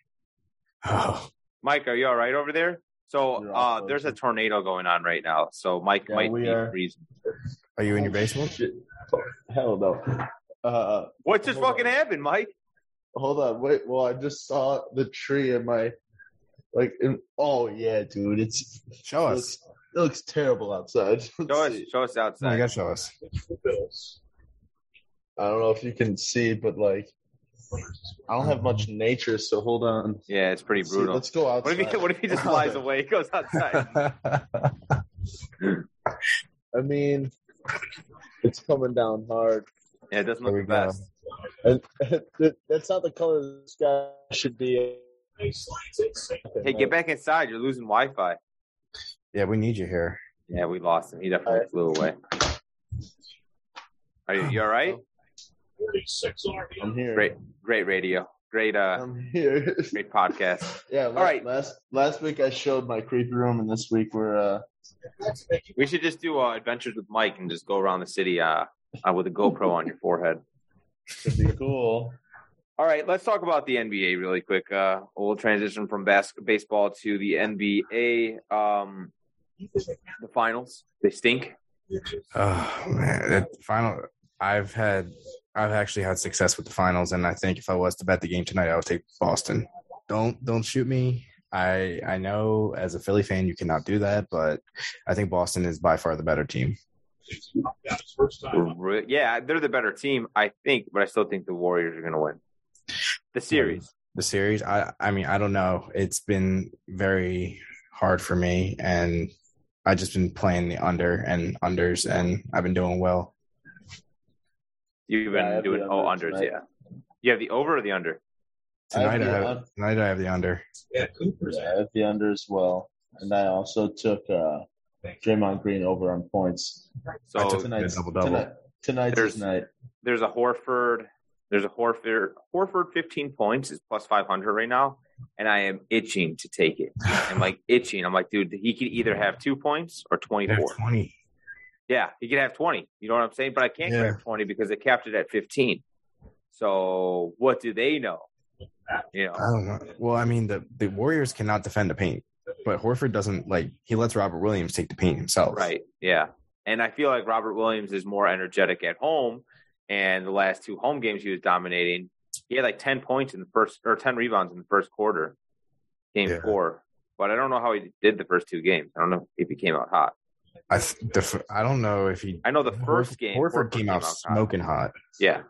Speaker 4: Oh,
Speaker 2: Mike, are you all right over there? So
Speaker 5: You're all
Speaker 2: uh, there's a
Speaker 5: frozen.
Speaker 2: tornado going on right now. So Mike
Speaker 5: Yeah,
Speaker 2: might
Speaker 5: we
Speaker 2: be
Speaker 5: are.
Speaker 2: freezing.
Speaker 4: are you in your basement?
Speaker 5: Shit. Hell no. Uh,
Speaker 2: What just
Speaker 5: Hold
Speaker 2: fucking
Speaker 5: on.
Speaker 2: happened, Mike?
Speaker 5: Hold on, wait. Well, I just saw the tree in my, like, in, oh yeah, dude, it's
Speaker 4: Show
Speaker 5: it
Speaker 4: us.
Speaker 5: looks, it looks terrible outside. <laughs> Let's
Speaker 2: Show us,
Speaker 5: see.
Speaker 2: show us
Speaker 4: Oh, you
Speaker 2: outside.
Speaker 4: gotta show us.
Speaker 5: I don't know if you can see, but like, I don't have much nature, so hold on.
Speaker 2: yeah, it's pretty
Speaker 5: Let's see,
Speaker 2: brutal.
Speaker 5: let's go
Speaker 2: What
Speaker 5: outside.
Speaker 2: if he what if he
Speaker 5: <laughs>
Speaker 2: just flies away? He goes outside.
Speaker 5: I mean, it's coming down hard.
Speaker 2: Yeah, it doesn't
Speaker 4: There
Speaker 2: look
Speaker 4: we
Speaker 2: the best.
Speaker 5: And <laughs> that's not the color the sky should be.
Speaker 2: Hey, get back inside. You're losing Wi-Fi.
Speaker 4: <laughs> yeah, we need you here.
Speaker 2: Yeah, we lost him. He definitely
Speaker 5: Alright.
Speaker 2: flew away. Are you, you all right?
Speaker 5: I'm here.
Speaker 2: Great, great radio, great, uh,
Speaker 5: I'm here. <laughs>
Speaker 2: great podcast.
Speaker 5: yeah. All
Speaker 2: right.
Speaker 5: Last last week I showed my creepy room, and this week we're uh,
Speaker 2: We should just do uh, adventures with Mike and just go around the city uh, uh, with a GoPro on your forehead.
Speaker 5: should be cool.
Speaker 2: All right, let's talk about the NBA really quick. Uh, we'll transition from bas- baseball to the NBA. Um, the finals, they stink.
Speaker 4: Oh man, that final. I've had, I've actually had success with the finals, and I think if I was to bet the game tonight, I would take Boston. Don't don't shoot me. I I know as a Philly fan, you cannot do that, but I think Boston is by far the better team.
Speaker 2: Re- Yeah, they're the better team, I think, but I still think the Warriors are going to win the series.
Speaker 4: the series. I I mean, I don't know. It's been very hard for me and I just been playing the under and unders and I've been doing well.
Speaker 2: You've
Speaker 5: Yeah, I
Speaker 2: been
Speaker 5: have the
Speaker 2: doing oh
Speaker 5: under
Speaker 2: unders,
Speaker 5: tonight.
Speaker 2: yeah. You have the over or the under?
Speaker 4: Tonight I
Speaker 5: the
Speaker 4: have,
Speaker 5: un-
Speaker 4: tonight I have the under.
Speaker 5: yeah, I have the under as well, and I also took uh, Draymond Green over on points.
Speaker 4: I
Speaker 2: So
Speaker 4: took the
Speaker 5: Tonight's
Speaker 4: double-double.
Speaker 5: Tonight, tonight's
Speaker 2: There's-
Speaker 5: his night.
Speaker 2: there's a Horford, there's a Horford, Horford 15 points is plus 500 right now, and I am itching to take it. I'm like itching. I'm like, dude, he could either have two points or
Speaker 4: They're
Speaker 2: 24.
Speaker 4: 20.
Speaker 2: Yeah, he could have 20. You know what I'm saying? But I can't
Speaker 4: Yeah.
Speaker 2: grab 20 because they capped it at 15. So what do they know? You know,
Speaker 4: I don't know. Well, I mean the, the Warriors cannot defend the paint. But Horford doesn't like he lets Robert Williams take the paint himself.
Speaker 2: Right. Yeah. And I feel like Robert Williams is more energetic at home. And the last two home games he was dominating, he had like 10 points in the first or 10 rebounds in the first quarter, game
Speaker 4: Yeah.
Speaker 2: four. But I don't know how he did the first two games. I don't know if he came out hot.
Speaker 4: I th- the, f- I don't know if he
Speaker 2: I know the first game
Speaker 4: Horford came out smoking hot.
Speaker 2: Yeah.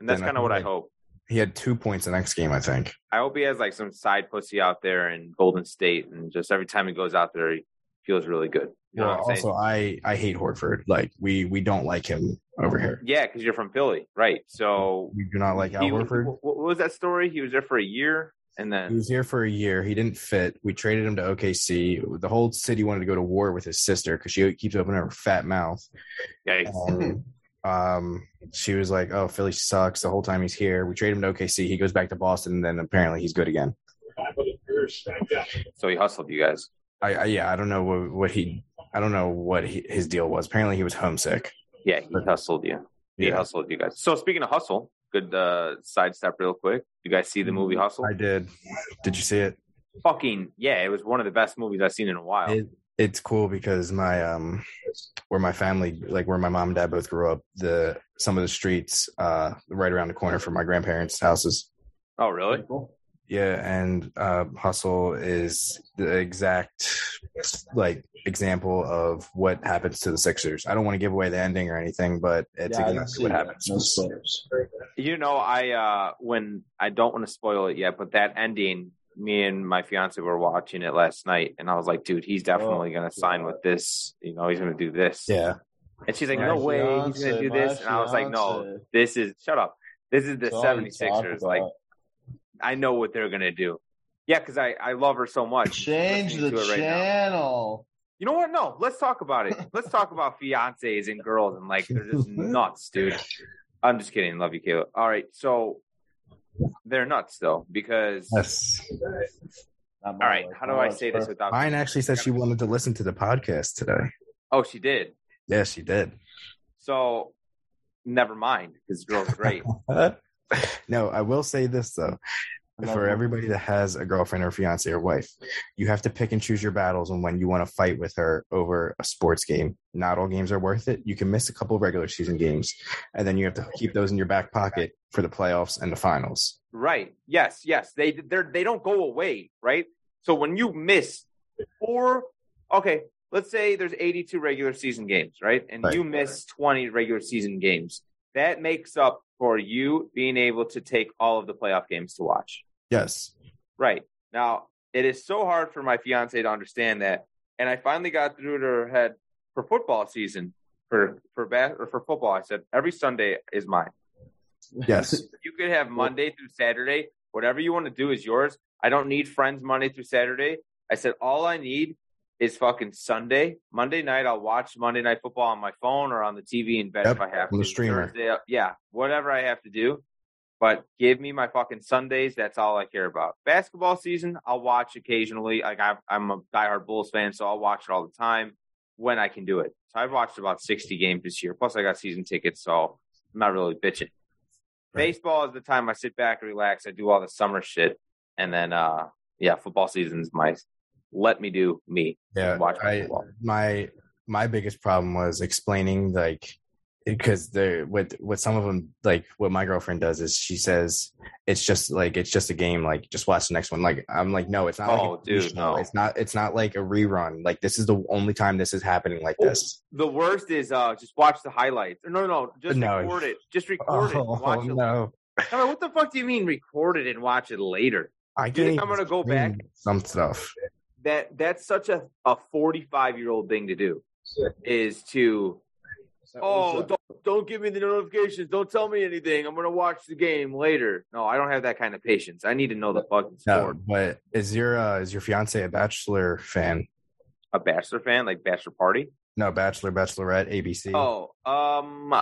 Speaker 2: And that's
Speaker 4: Then I
Speaker 2: kind of what I
Speaker 4: think-
Speaker 2: hope.
Speaker 4: He had two points the next game, I think.
Speaker 2: I hope he has like some side pussy out there in Golden State. And just every time he goes out there, he feels really good. You know
Speaker 4: Well,
Speaker 2: what I'm saying?
Speaker 4: also, I I hate Horford. Like we we don't like him over here.
Speaker 2: Yeah, because you're from Philly. Right. So
Speaker 4: We do not like Al
Speaker 2: he,
Speaker 4: Horford.
Speaker 2: wh- wh- What was that story? He was there for a year, and
Speaker 4: He
Speaker 2: then
Speaker 4: was here for a year. He didn't fit. We traded him to OKC. The whole city wanted to go to war with his sister because she keeps opening her fat mouth.
Speaker 2: yikes.
Speaker 4: And, um, she was like, "Oh, Philly sucks." The whole time he's here, we trade him to OKC. He goes back to Boston, and then apparently he's good again.
Speaker 2: So he hustled you guys.
Speaker 4: I, I yeah, I don't know what, what he. I don't know what he, his deal was. Apparently, he was homesick.
Speaker 2: Yeah, he hustled you. He
Speaker 4: Yeah,
Speaker 2: hustled you guys. So speaking of hustle, good uh, sidestep real quick. You guys see the movie Hustle?
Speaker 4: Mm-hmm. I did. Did you see it?
Speaker 2: Fucking yeah, it was one of the best movies I've seen in a while.
Speaker 4: It, it's cool because my um where my family like where my mom and dad both grew up the some of the streets uh right around the corner from my grandparents houses
Speaker 2: oh really?
Speaker 4: yeah and uh hustle is the exact like example of what happens to the sixers i don't want to give away the ending or anything but it's
Speaker 5: Yeah, I didn't
Speaker 4: exactly
Speaker 5: see
Speaker 4: what
Speaker 5: that.
Speaker 4: happens
Speaker 5: No spoilers.
Speaker 2: You know, I uh when I don't want to spoil it yet, but that ending, me and my fiance were watching it last night, and I was like, dude, he's definitely gonna sign with this. You know, he's gonna do this.
Speaker 4: Oh, yeah
Speaker 2: And she's like,
Speaker 3: My
Speaker 2: no way, he's going to
Speaker 3: fiancé,
Speaker 2: do
Speaker 3: my
Speaker 2: this. And I was like, no,
Speaker 3: fiancé.
Speaker 2: this is, shut up. This is the
Speaker 3: That's all you talk
Speaker 2: 76ers. Like,
Speaker 3: about.
Speaker 2: I know what they're going to do. Yeah, because I, I love her so much.
Speaker 3: change the
Speaker 2: Listening to it right now.
Speaker 3: channel.
Speaker 2: You know what? No, let's talk about it. Let's talk
Speaker 3: <laughs>
Speaker 2: about fiancés and girls and like they're just nuts, dude. I'm just kidding. Love you, Caleb. All right, so they're nuts though because
Speaker 4: Yes.
Speaker 3: Not
Speaker 2: all
Speaker 3: my
Speaker 2: right.
Speaker 3: wife,
Speaker 2: How do
Speaker 3: my
Speaker 2: I
Speaker 3: wife's
Speaker 2: say this
Speaker 3: <laughs> perfect.
Speaker 2: without?
Speaker 4: Mine actually said
Speaker 2: <laughs>
Speaker 4: she wanted to listen to the podcast today.
Speaker 2: Oh, she did.
Speaker 4: Yes, she did.
Speaker 2: So never mind because girls are great.
Speaker 4: no, I will say this though. For everybody that has a girlfriend or fiance or wife, you have to pick and choose your battles and when you want to fight with her over a sports game. Not all games are worth it. You can miss a couple of regular season games, and then you have to keep those in your back pocket for the playoffs and the finals.
Speaker 2: right? Yes. Yes. They they're they don't go away. Right. So when you miss four, okay, let's say there's 82 regular season games, right? And
Speaker 4: Right.
Speaker 2: you miss 20 regular season games. That makes up for you being able to take all of the playoff games to watch.
Speaker 4: Yes.
Speaker 2: Right. Now, it is so hard for my fiance to understand that. And I finally got through to her head for football season, for for bas- or for football. I said, every Sunday is mine.
Speaker 4: Yes.
Speaker 2: You could have Monday through Saturday. Whatever you want to do is yours. I don't need friends Monday through Saturday. I said, all I need is fucking Sunday. Monday night, I'll watch Monday Night Football on my phone or on the TV in bed
Speaker 4: Yep,
Speaker 2: if I have to.
Speaker 4: on the streamer.
Speaker 2: Thursday, uh, yeah, whatever I have to do. But give me my fucking Sundays. That's all I care about. Basketball season, I'll watch occasionally. Like I've, I'm a diehard Bulls fan, so I'll watch it all the time when I can do it. So I've watched about 60 games this year. Plus, I got season tickets, so I'm not really bitching.
Speaker 4: Right.
Speaker 2: Baseball is the time I sit back, relax. I do all the summer shit, and then uh, yeah, football season's my let me do me.
Speaker 4: Yeah.
Speaker 2: watch my
Speaker 4: I,
Speaker 2: football.
Speaker 4: my my biggest problem was explaining like because they're with with some of them like what my girlfriend does is she says it's just like it's just a game like just watch the next one like i'm like no it's not like
Speaker 2: Oh,
Speaker 4: a TV
Speaker 2: dude,
Speaker 4: show.
Speaker 2: no.
Speaker 4: it's not it's not like a rerun like this is the only time this is happening like
Speaker 2: Oh,
Speaker 4: this
Speaker 2: The worst is uh, just watch the highlights. No, no, just
Speaker 4: No.
Speaker 2: record it. Just record it.
Speaker 4: <laughs> Oh,
Speaker 2: Watch it.
Speaker 4: no
Speaker 2: I'm like, what the fuck do you mean record it and watch it later?
Speaker 4: i
Speaker 2: Dude,
Speaker 4: can't even
Speaker 2: I'm gonna go
Speaker 4: stream
Speaker 2: back.
Speaker 4: some stuff
Speaker 2: That that's such a a 45 year old thing to do is to oh don't don't give me the notifications. Don't tell me anything. I'm gonna watch the game later. No, I don't have that kind of patience. I need to know the fucking
Speaker 4: no
Speaker 2: score.
Speaker 4: but is your uh is your fiance a bachelor fan
Speaker 2: A bachelor fan like Bachelor Party.
Speaker 4: no bachelor bachelorette abc
Speaker 2: Oh, um,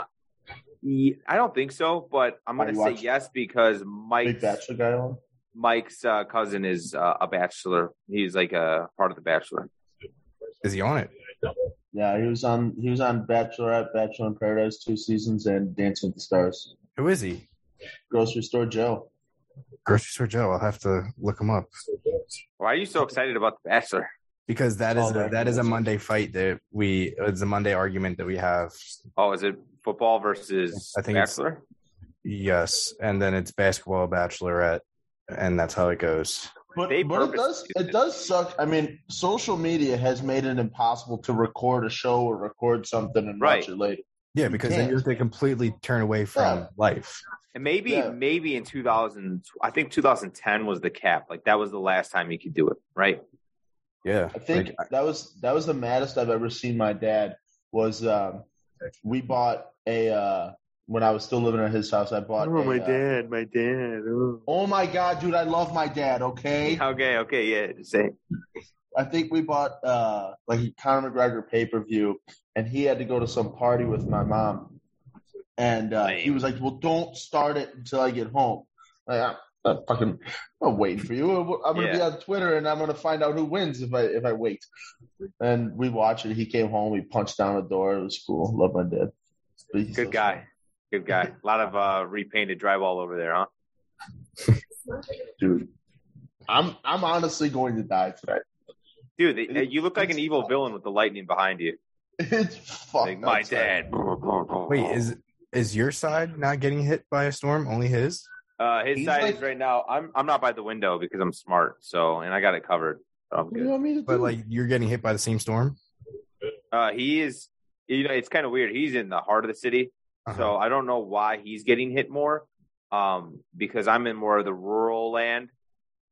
Speaker 2: ye- I don't think so, but I'm
Speaker 3: Are
Speaker 2: gonna
Speaker 3: you
Speaker 2: say
Speaker 3: watching-
Speaker 2: yes because
Speaker 3: Big
Speaker 2: Mike's
Speaker 3: bachelor guy on.
Speaker 2: Mike's uh, cousin is uh, a bachelor. He's like a part of the bachelor.
Speaker 4: is he on it
Speaker 3: Yeah, he was on. He was on Bachelorette, Bachelor in Paradise, two seasons, and Dancing with the Stars.
Speaker 4: who is he
Speaker 3: Grocery Store Joe.
Speaker 4: grocery store joe i'll have to look him up
Speaker 2: Why are you so excited about the bachelor?
Speaker 4: because that is
Speaker 3: Oh,
Speaker 4: a,
Speaker 3: right.
Speaker 4: that is a monday fight that we it's a monday argument that we have
Speaker 2: Oh, is it football versus
Speaker 4: I think it's-
Speaker 2: bachelor?
Speaker 4: yes and then it's basketball bachelorette and that's how it goes
Speaker 3: But,
Speaker 2: They
Speaker 3: but it
Speaker 2: purposely
Speaker 3: does
Speaker 2: do
Speaker 3: it
Speaker 2: this.
Speaker 3: does suck. I mean, social media has made it impossible to record a show or record something and
Speaker 2: Right.
Speaker 3: watch it later.
Speaker 4: yeah because then you have to completely turn away from
Speaker 3: Yeah.
Speaker 4: life
Speaker 2: And maybe
Speaker 3: Yeah.
Speaker 2: maybe in 2000, I think 2010 was the cap. Like that was the last time you could do it, right?
Speaker 4: yeah
Speaker 3: I think
Speaker 4: Like,
Speaker 3: that was that was the maddest I've ever seen my dad was um we bought a uh when I was still living at his house I bought a, uh,
Speaker 2: dad, my dad.
Speaker 3: Oh my god, dude, I love my dad, okay?
Speaker 2: Okay, okay, yeah, same.
Speaker 3: I think we bought uh like a Conor McGregor pay-per-view and he had to go to some party with my mom. And uh, he
Speaker 2: Lame.
Speaker 3: was like, "Well, don't start it until I get home." Like, I'm, I'm fucking I'm waiting for you. I'm gonna be
Speaker 2: Yeah.
Speaker 3: on Twitter and I'm gonna find out who wins if I if I wait. And we watched it. He came home. We punched down the door. It was cool. Love my dad. But he's so
Speaker 2: Good guy, good
Speaker 3: <laughs>
Speaker 2: guy. A lot of uh, repainted drywall over there, huh?
Speaker 3: smart, dude. I'm I'm honestly going to die tonight. <laughs>
Speaker 2: Dude, they, you look like an evil villain with the lightning behind you.
Speaker 3: It's fucked.
Speaker 2: Like my dad.
Speaker 3: outside.
Speaker 4: wait
Speaker 3: uh,
Speaker 4: is is your side not getting hit by a storm only his
Speaker 2: Uh, his
Speaker 3: He's
Speaker 2: side
Speaker 3: like-
Speaker 2: is right now. I'm I'm not by the window because I'm smart. So and I got it covered. So I'm
Speaker 3: What do you
Speaker 2: good.
Speaker 3: want me to do?
Speaker 4: but like you're getting hit by the same storm
Speaker 2: Uh, he is. You know, it's kind of weird. He's in the heart of the city,
Speaker 4: Uh-huh.
Speaker 3: Uh-huh.
Speaker 2: so I don't know why he's getting hit more. Um, because I'm in more of the rural land,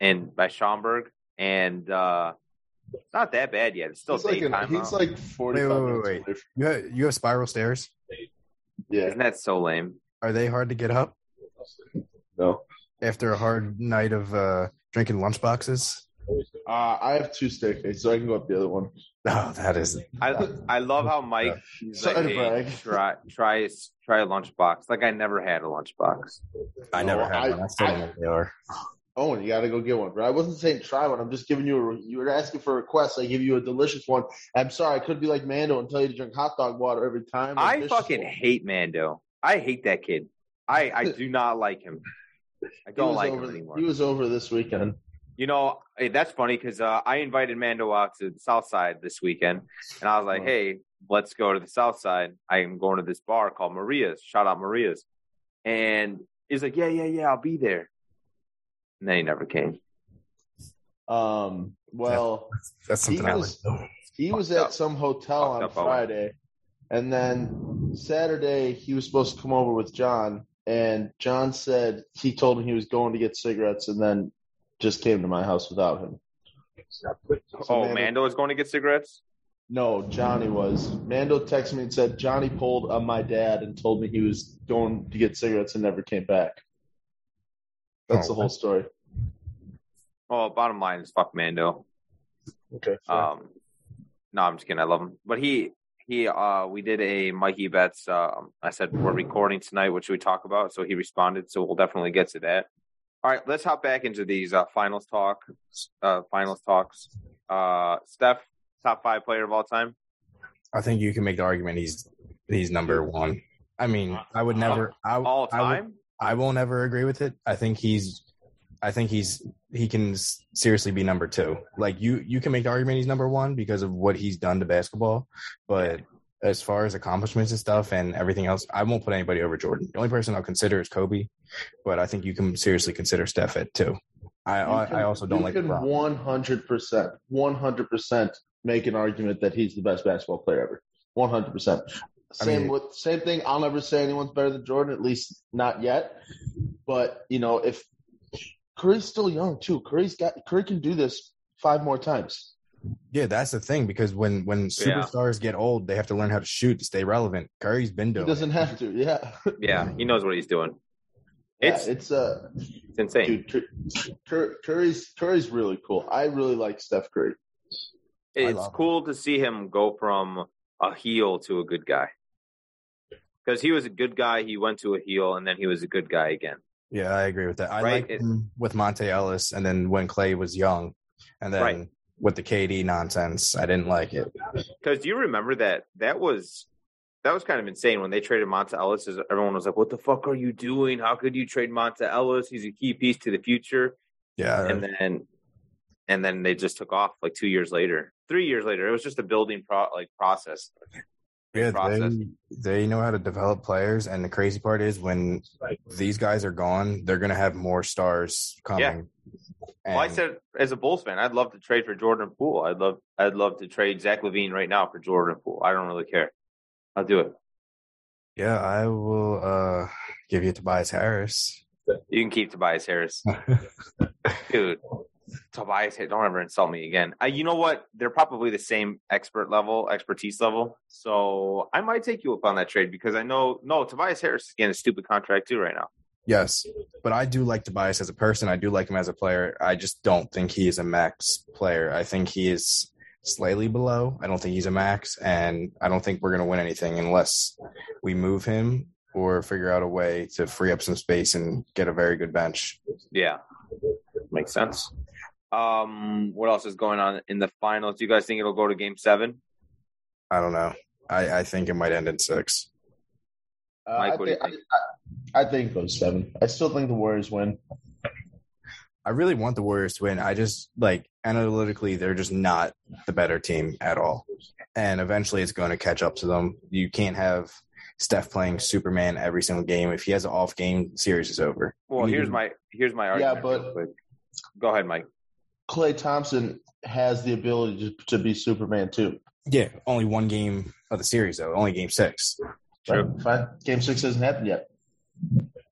Speaker 2: and by Schaumburg, and uh, It's not that bad yet. It's still
Speaker 3: he's like, an,
Speaker 2: daytime.
Speaker 3: he's
Speaker 2: out.
Speaker 3: like 45
Speaker 4: Wait, wait,
Speaker 3: minutes
Speaker 4: wait, wait.
Speaker 3: away from-
Speaker 4: You have, you have spiral stairs.
Speaker 3: Yeah,
Speaker 2: Isn't that so lame?
Speaker 4: Are they hard to get up
Speaker 3: no.
Speaker 4: after a hard night of uh, drinking lunchboxes?
Speaker 3: Uh, I have two staircases, so I can go up the other one.
Speaker 4: Oh, that is
Speaker 2: I I love how Mike he's like,
Speaker 3: Sorry to
Speaker 2: "Hey,
Speaker 3: brag.
Speaker 2: try try a s- try a lunchbox. Like I never had a lunchbox.
Speaker 4: I
Speaker 3: No,
Speaker 4: never had
Speaker 3: I-
Speaker 4: one. I still don't know what they are.
Speaker 3: Owen, you got to go get one. But I wasn't saying try one. I'm just giving you a. re- You were asking for a request. I give you a delicious one. I'm sorry. I could be like Mando and tell you to drink hot dog water every time. or
Speaker 2: I
Speaker 3: fish
Speaker 2: fucking
Speaker 3: bowl.
Speaker 2: hate Mando. I hate that kid. I
Speaker 3: <laughs>
Speaker 2: I do not like him. I
Speaker 3: He
Speaker 2: don't
Speaker 3: was
Speaker 2: like
Speaker 3: over-
Speaker 2: him anymore.
Speaker 3: He was over this weekend.
Speaker 2: You know, hey, that's funny because uh, I invited Mando out to the South Side this weekend, and I was like,
Speaker 3: Right.
Speaker 2: "Hey, let's go to the South Side. I am going to this bar called Maria's. Shout out Maria's." And he's like, "Yeah, yeah, yeah, I'll be there." And then he never came.
Speaker 3: Um. Well,
Speaker 4: That's something
Speaker 3: He
Speaker 4: I
Speaker 3: was-
Speaker 4: would know.
Speaker 3: he was
Speaker 2: Fucked
Speaker 3: at
Speaker 2: up.
Speaker 3: some hotel
Speaker 2: Fucked
Speaker 3: on
Speaker 2: up, Owen.
Speaker 3: Friday, and then Saturday he was supposed to come over with John, and John said he told him he was going to get cigarettes, and then just came to my house without him.
Speaker 2: oh,
Speaker 3: Mando-
Speaker 2: Mando is going to get cigarettes.
Speaker 3: No, Johnny was. Mando texted me and said Johnny pulled on my dad and told me he was going to get cigarettes and never came back. That's the
Speaker 4: Oh.
Speaker 3: whole story.
Speaker 2: Well, bottom line is fuck Mando.
Speaker 3: Okay.
Speaker 2: Um, no, I'm just kidding. I love him, but he he uh we did a Mikey Betts. Um, I said we're recording tonight. What should we talk about? So he responded. So we'll definitely get to that. All right, let's hop back into these uh, finals talk. Uh, finals talks. Uh, Steph, top five player of all time.
Speaker 4: I think you can make the argument he's he's number one. I mean, I would never. I,
Speaker 2: All
Speaker 4: I would-
Speaker 2: time.
Speaker 4: I won't ever agree with it. I think he's, I think he's, he can s- seriously be number two. Like you, you can make the argument he's number one because of what he's done to basketball, but as far as accomplishments and stuff and everything else, I won't put anybody over Jordan. The only person I'll consider is Kobe, but I think you can seriously consider Steph at two. I, I, I also don't like
Speaker 3: You can
Speaker 4: LeBron.
Speaker 3: one hundred percent, one hundred percent make an argument that he's the best basketball player ever. One hundred percent.
Speaker 4: I
Speaker 3: Same
Speaker 4: mean-
Speaker 3: with same thing. I'll never say anyone's better than Jordan, at least not yet. But you know, if Curry's still young too, Curry's got Curry can do this five more times.
Speaker 4: Yeah, that's the thing because when when
Speaker 2: Yeah.
Speaker 4: superstars get old, they have to learn how to shoot to stay relevant. Curry's been
Speaker 3: He
Speaker 4: doing. it.
Speaker 3: doesn't have to. Yeah. <laughs>
Speaker 2: Yeah, he knows what he's doing. It's
Speaker 3: It's it's uh
Speaker 2: it's insane.
Speaker 3: dude Cur- Cur- Curry's Curry's really cool. I really like Steph Curry.
Speaker 4: I
Speaker 2: it's
Speaker 4: love it.
Speaker 2: cool to see him go from a heel to a good guy because he was a good guy he went to a heel and then he was a good guy again
Speaker 4: Yeah, I agree with that. I
Speaker 2: Right,
Speaker 4: liked
Speaker 2: it-
Speaker 4: him with Monte Ellis, and then when Clay was young, and then
Speaker 2: Right.
Speaker 4: with the KD nonsense, I didn't like it.
Speaker 2: because you remember that that was that was kind of insane when they traded Monta Ellis. is- Everyone was like, "What the fuck are you doing? How could you trade Monta Ellis? He's a key piece to the future."
Speaker 4: Yeah,
Speaker 2: And then, and then they just took off like two years later, three years later. It was just a building pro- like process.
Speaker 4: yeah,
Speaker 2: process.
Speaker 4: they, they know how to develop players, and the crazy part is when these guys are gone, they're gonna have more stars coming.
Speaker 2: Yeah. Well, I
Speaker 4: And-
Speaker 2: said as a Bulls fan, I'd love to trade for Jordan Poole. I'd love I'd love to trade Zach Levine right now for Jordan Poole. I don't really care. I'll do it.
Speaker 4: yeah, I will uh, give you Tobias Harris.
Speaker 2: You can keep Tobias Harris. Dude. Tobias Harris, don't ever insult me again. I, you know what? They're probably the same expert level, expertise level. So I might take you up on that trade because I know no Tobias Harris is getting a stupid contract too right now.
Speaker 4: yes, but I do like Tobias as a person. I do like him as a player. I just don't think he is a max player. I think he is slightly below. I don't think he's a max, and I don't think we're going to win anything unless we move him or figure out a way to free up some space and get a very good bench.
Speaker 2: Yeah. Makes sense. Um, what else is going on in the finals? Do you guys think it'll go to game seven?
Speaker 4: I don't know. I, I think it might end in six.
Speaker 3: Uh,
Speaker 2: Mike,
Speaker 3: I,
Speaker 2: what do you
Speaker 3: think, I, I, I think it goes seven. I still think the Warriors win.
Speaker 4: I really want the Warriors to win. I just like analytically, they're just not the better team at all. And eventually it's going to catch up to them. You can't have Steph playing Superman every single game. If he has an off game, series is over.
Speaker 2: Well,
Speaker 4: You
Speaker 2: here's
Speaker 4: need-
Speaker 2: my here's my
Speaker 3: Yeah,
Speaker 2: argument.
Speaker 3: but-
Speaker 2: real quick. go ahead, Mike.
Speaker 3: Clay Thompson has the ability to, to be Superman too.
Speaker 4: Yeah, only one game of the series though, only game six.
Speaker 2: True.
Speaker 3: Fine. Game six hasn't happened yet.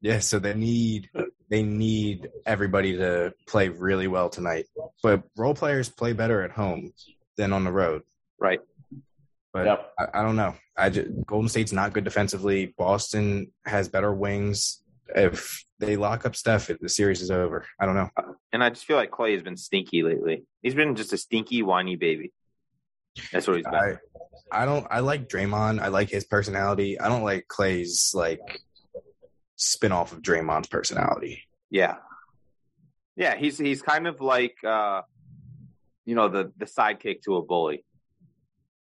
Speaker 4: Yeah, so they need they need everybody to play really well tonight. But role players play better at home than on the road.
Speaker 2: Right.
Speaker 4: But
Speaker 5: Yep.
Speaker 4: I, I don't know. I ju- Golden State's not good defensively. Boston has better wings. If they lock up Steph, the series is over. I don't know.
Speaker 2: And I just feel like Clay has been stinky lately. He's been just a stinky, whiny baby. That's what he's been.
Speaker 4: I, I don't. I like Draymond. I like his personality. I don't like Clay's like spin off of Draymond's personality.
Speaker 2: Yeah. Yeah, he's he's kind of like uh you know, the the sidekick to a bully.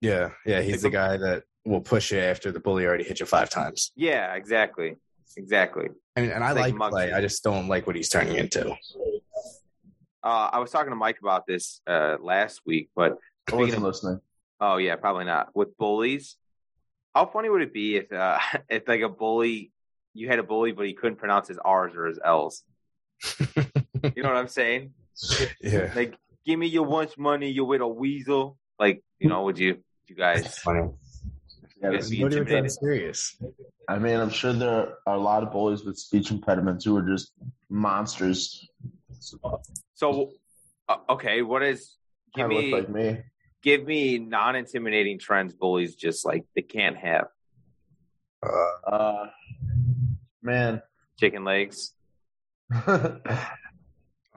Speaker 4: Yeah, yeah. He's the guy that will push you after the bully already hit you five times.
Speaker 2: Yeah, exactly. Exactly.
Speaker 4: I mean, and I
Speaker 2: Like
Speaker 4: like
Speaker 2: Muggsy.
Speaker 4: Clay. I just don't like what he's turning into.
Speaker 2: Uh I was talking to Mike about this uh last week, but
Speaker 5: I wasn't listening.
Speaker 2: oh yeah, probably not. With bullies, how funny would it be if uh <laughs> if like a bully you had a bully but he couldn't pronounce his R's or his L's? You know what I'm saying?
Speaker 4: yeah,
Speaker 2: Like, give me your lunch money, you little weasel. Like, you know, would you you guys
Speaker 4: <laughs> it's funny.
Speaker 5: Yeah, it's-
Speaker 2: Yes. be
Speaker 4: Nobody was that
Speaker 2: intimidated.
Speaker 4: serious.
Speaker 5: I mean, I'm sure there are a lot of bullies with speech impediments who are just monsters.
Speaker 2: so uh, okay, what is give
Speaker 5: Kind of
Speaker 2: me
Speaker 5: look like me.
Speaker 2: give me non-intimidating trends bullies just like they can't have
Speaker 4: Uh,
Speaker 5: Uh,
Speaker 2: <laughs>
Speaker 5: man,
Speaker 2: chicken legs
Speaker 5: yeah,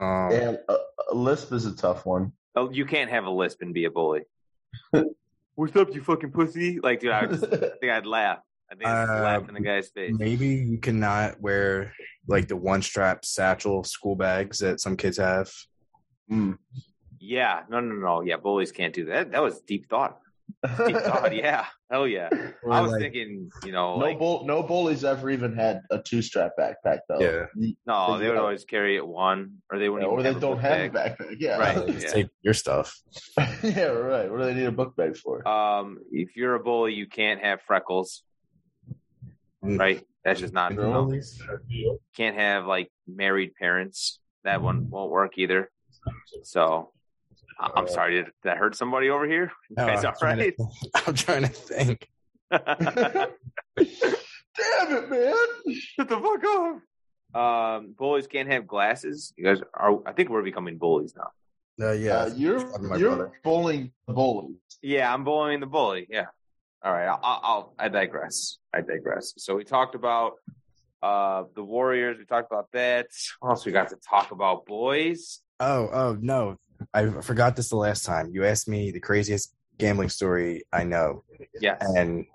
Speaker 5: a,
Speaker 4: um,
Speaker 5: a uh, lisp is a tough one.
Speaker 2: oh you can't have a lisp and be a bully <laughs> what's up you fucking pussy like dude
Speaker 5: <laughs>
Speaker 2: i would just think i'd laugh i think i'd
Speaker 4: Uh,
Speaker 2: laugh in the guy's face
Speaker 4: Maybe you cannot wear like the one strap satchel school bags that some kids have.
Speaker 2: Hmm.
Speaker 5: Mm.
Speaker 2: yeah no no no yeah bullies can't do that that was deep thought deep
Speaker 4: <laughs>
Speaker 2: thought yeah hell yeah
Speaker 4: Or,
Speaker 2: i was
Speaker 4: like,
Speaker 2: thinking you
Speaker 5: <laughs>
Speaker 2: know
Speaker 5: No,
Speaker 2: like
Speaker 5: bull, no bullies ever even had a two strap backpack though.
Speaker 4: Yeah.
Speaker 5: Y-
Speaker 2: no
Speaker 5: they
Speaker 2: they would
Speaker 5: don't.
Speaker 2: always carry it one or they
Speaker 5: yeah,
Speaker 2: wouldn't
Speaker 5: or
Speaker 2: even
Speaker 5: they
Speaker 2: a
Speaker 5: don't
Speaker 2: book
Speaker 5: have
Speaker 2: bag.
Speaker 5: a backpack. Yeah,
Speaker 2: Right.
Speaker 4: just
Speaker 2: yeah.
Speaker 4: take your stuff.
Speaker 5: <laughs> yeah, right. What do they need a book bag
Speaker 2: <laughs>
Speaker 5: for?
Speaker 2: um if you're a bully you can't have freckles
Speaker 4: Mm.
Speaker 2: right that's just not
Speaker 5: True.
Speaker 2: no. can't have like married parents. That one won't work either. So I- I'm
Speaker 4: Uh,
Speaker 2: sorry, did that hurt somebody over here? You
Speaker 4: No,
Speaker 2: guys
Speaker 4: I'm,
Speaker 2: all
Speaker 4: trying
Speaker 2: right?
Speaker 4: to, <laughs> I'm trying to think.
Speaker 2: <laughs> Shut
Speaker 5: Damn it, man!
Speaker 2: the fuck up. Um, bullies can't have glasses. You guys are. I think we're becoming bullies now.
Speaker 4: Uh, yeah,
Speaker 5: Uh,
Speaker 4: I'm my
Speaker 5: you're you're
Speaker 4: brother.
Speaker 5: bullying the bullies.
Speaker 2: Yeah, I'm bullying the bully. Yeah. All right. I'll, I'll, I'll I digress. I digress. So we talked about uh the Warriors. We talked about that. What else we got to talk about, boys?
Speaker 4: Oh, oh no, I forgot this the last time you asked me the craziest gambling story I know,
Speaker 2: Yes.
Speaker 4: and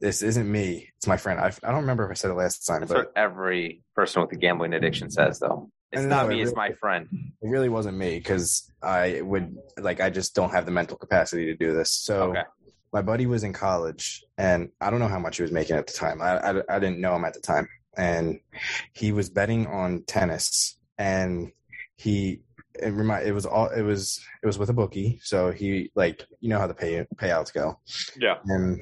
Speaker 4: this isn't me; it's my friend. I, I don't remember if I said it last time,
Speaker 2: That's
Speaker 4: but
Speaker 2: what every person with a gambling addiction says, though. It's
Speaker 4: No,
Speaker 2: not
Speaker 4: no,
Speaker 2: me,
Speaker 4: it
Speaker 2: it's
Speaker 4: really-
Speaker 2: my friend.
Speaker 4: it really wasn't me because I would like I just don't have the mental capacity to do this. So
Speaker 2: Okay.
Speaker 4: my buddy was in college, and I don't know how much he was making at the time. I I, I didn't know him at the time, and he was betting on tennis, and he it remind it was all it was it was with a bookie, so he like you know how the pay payouts go.
Speaker 2: Yeah.
Speaker 4: And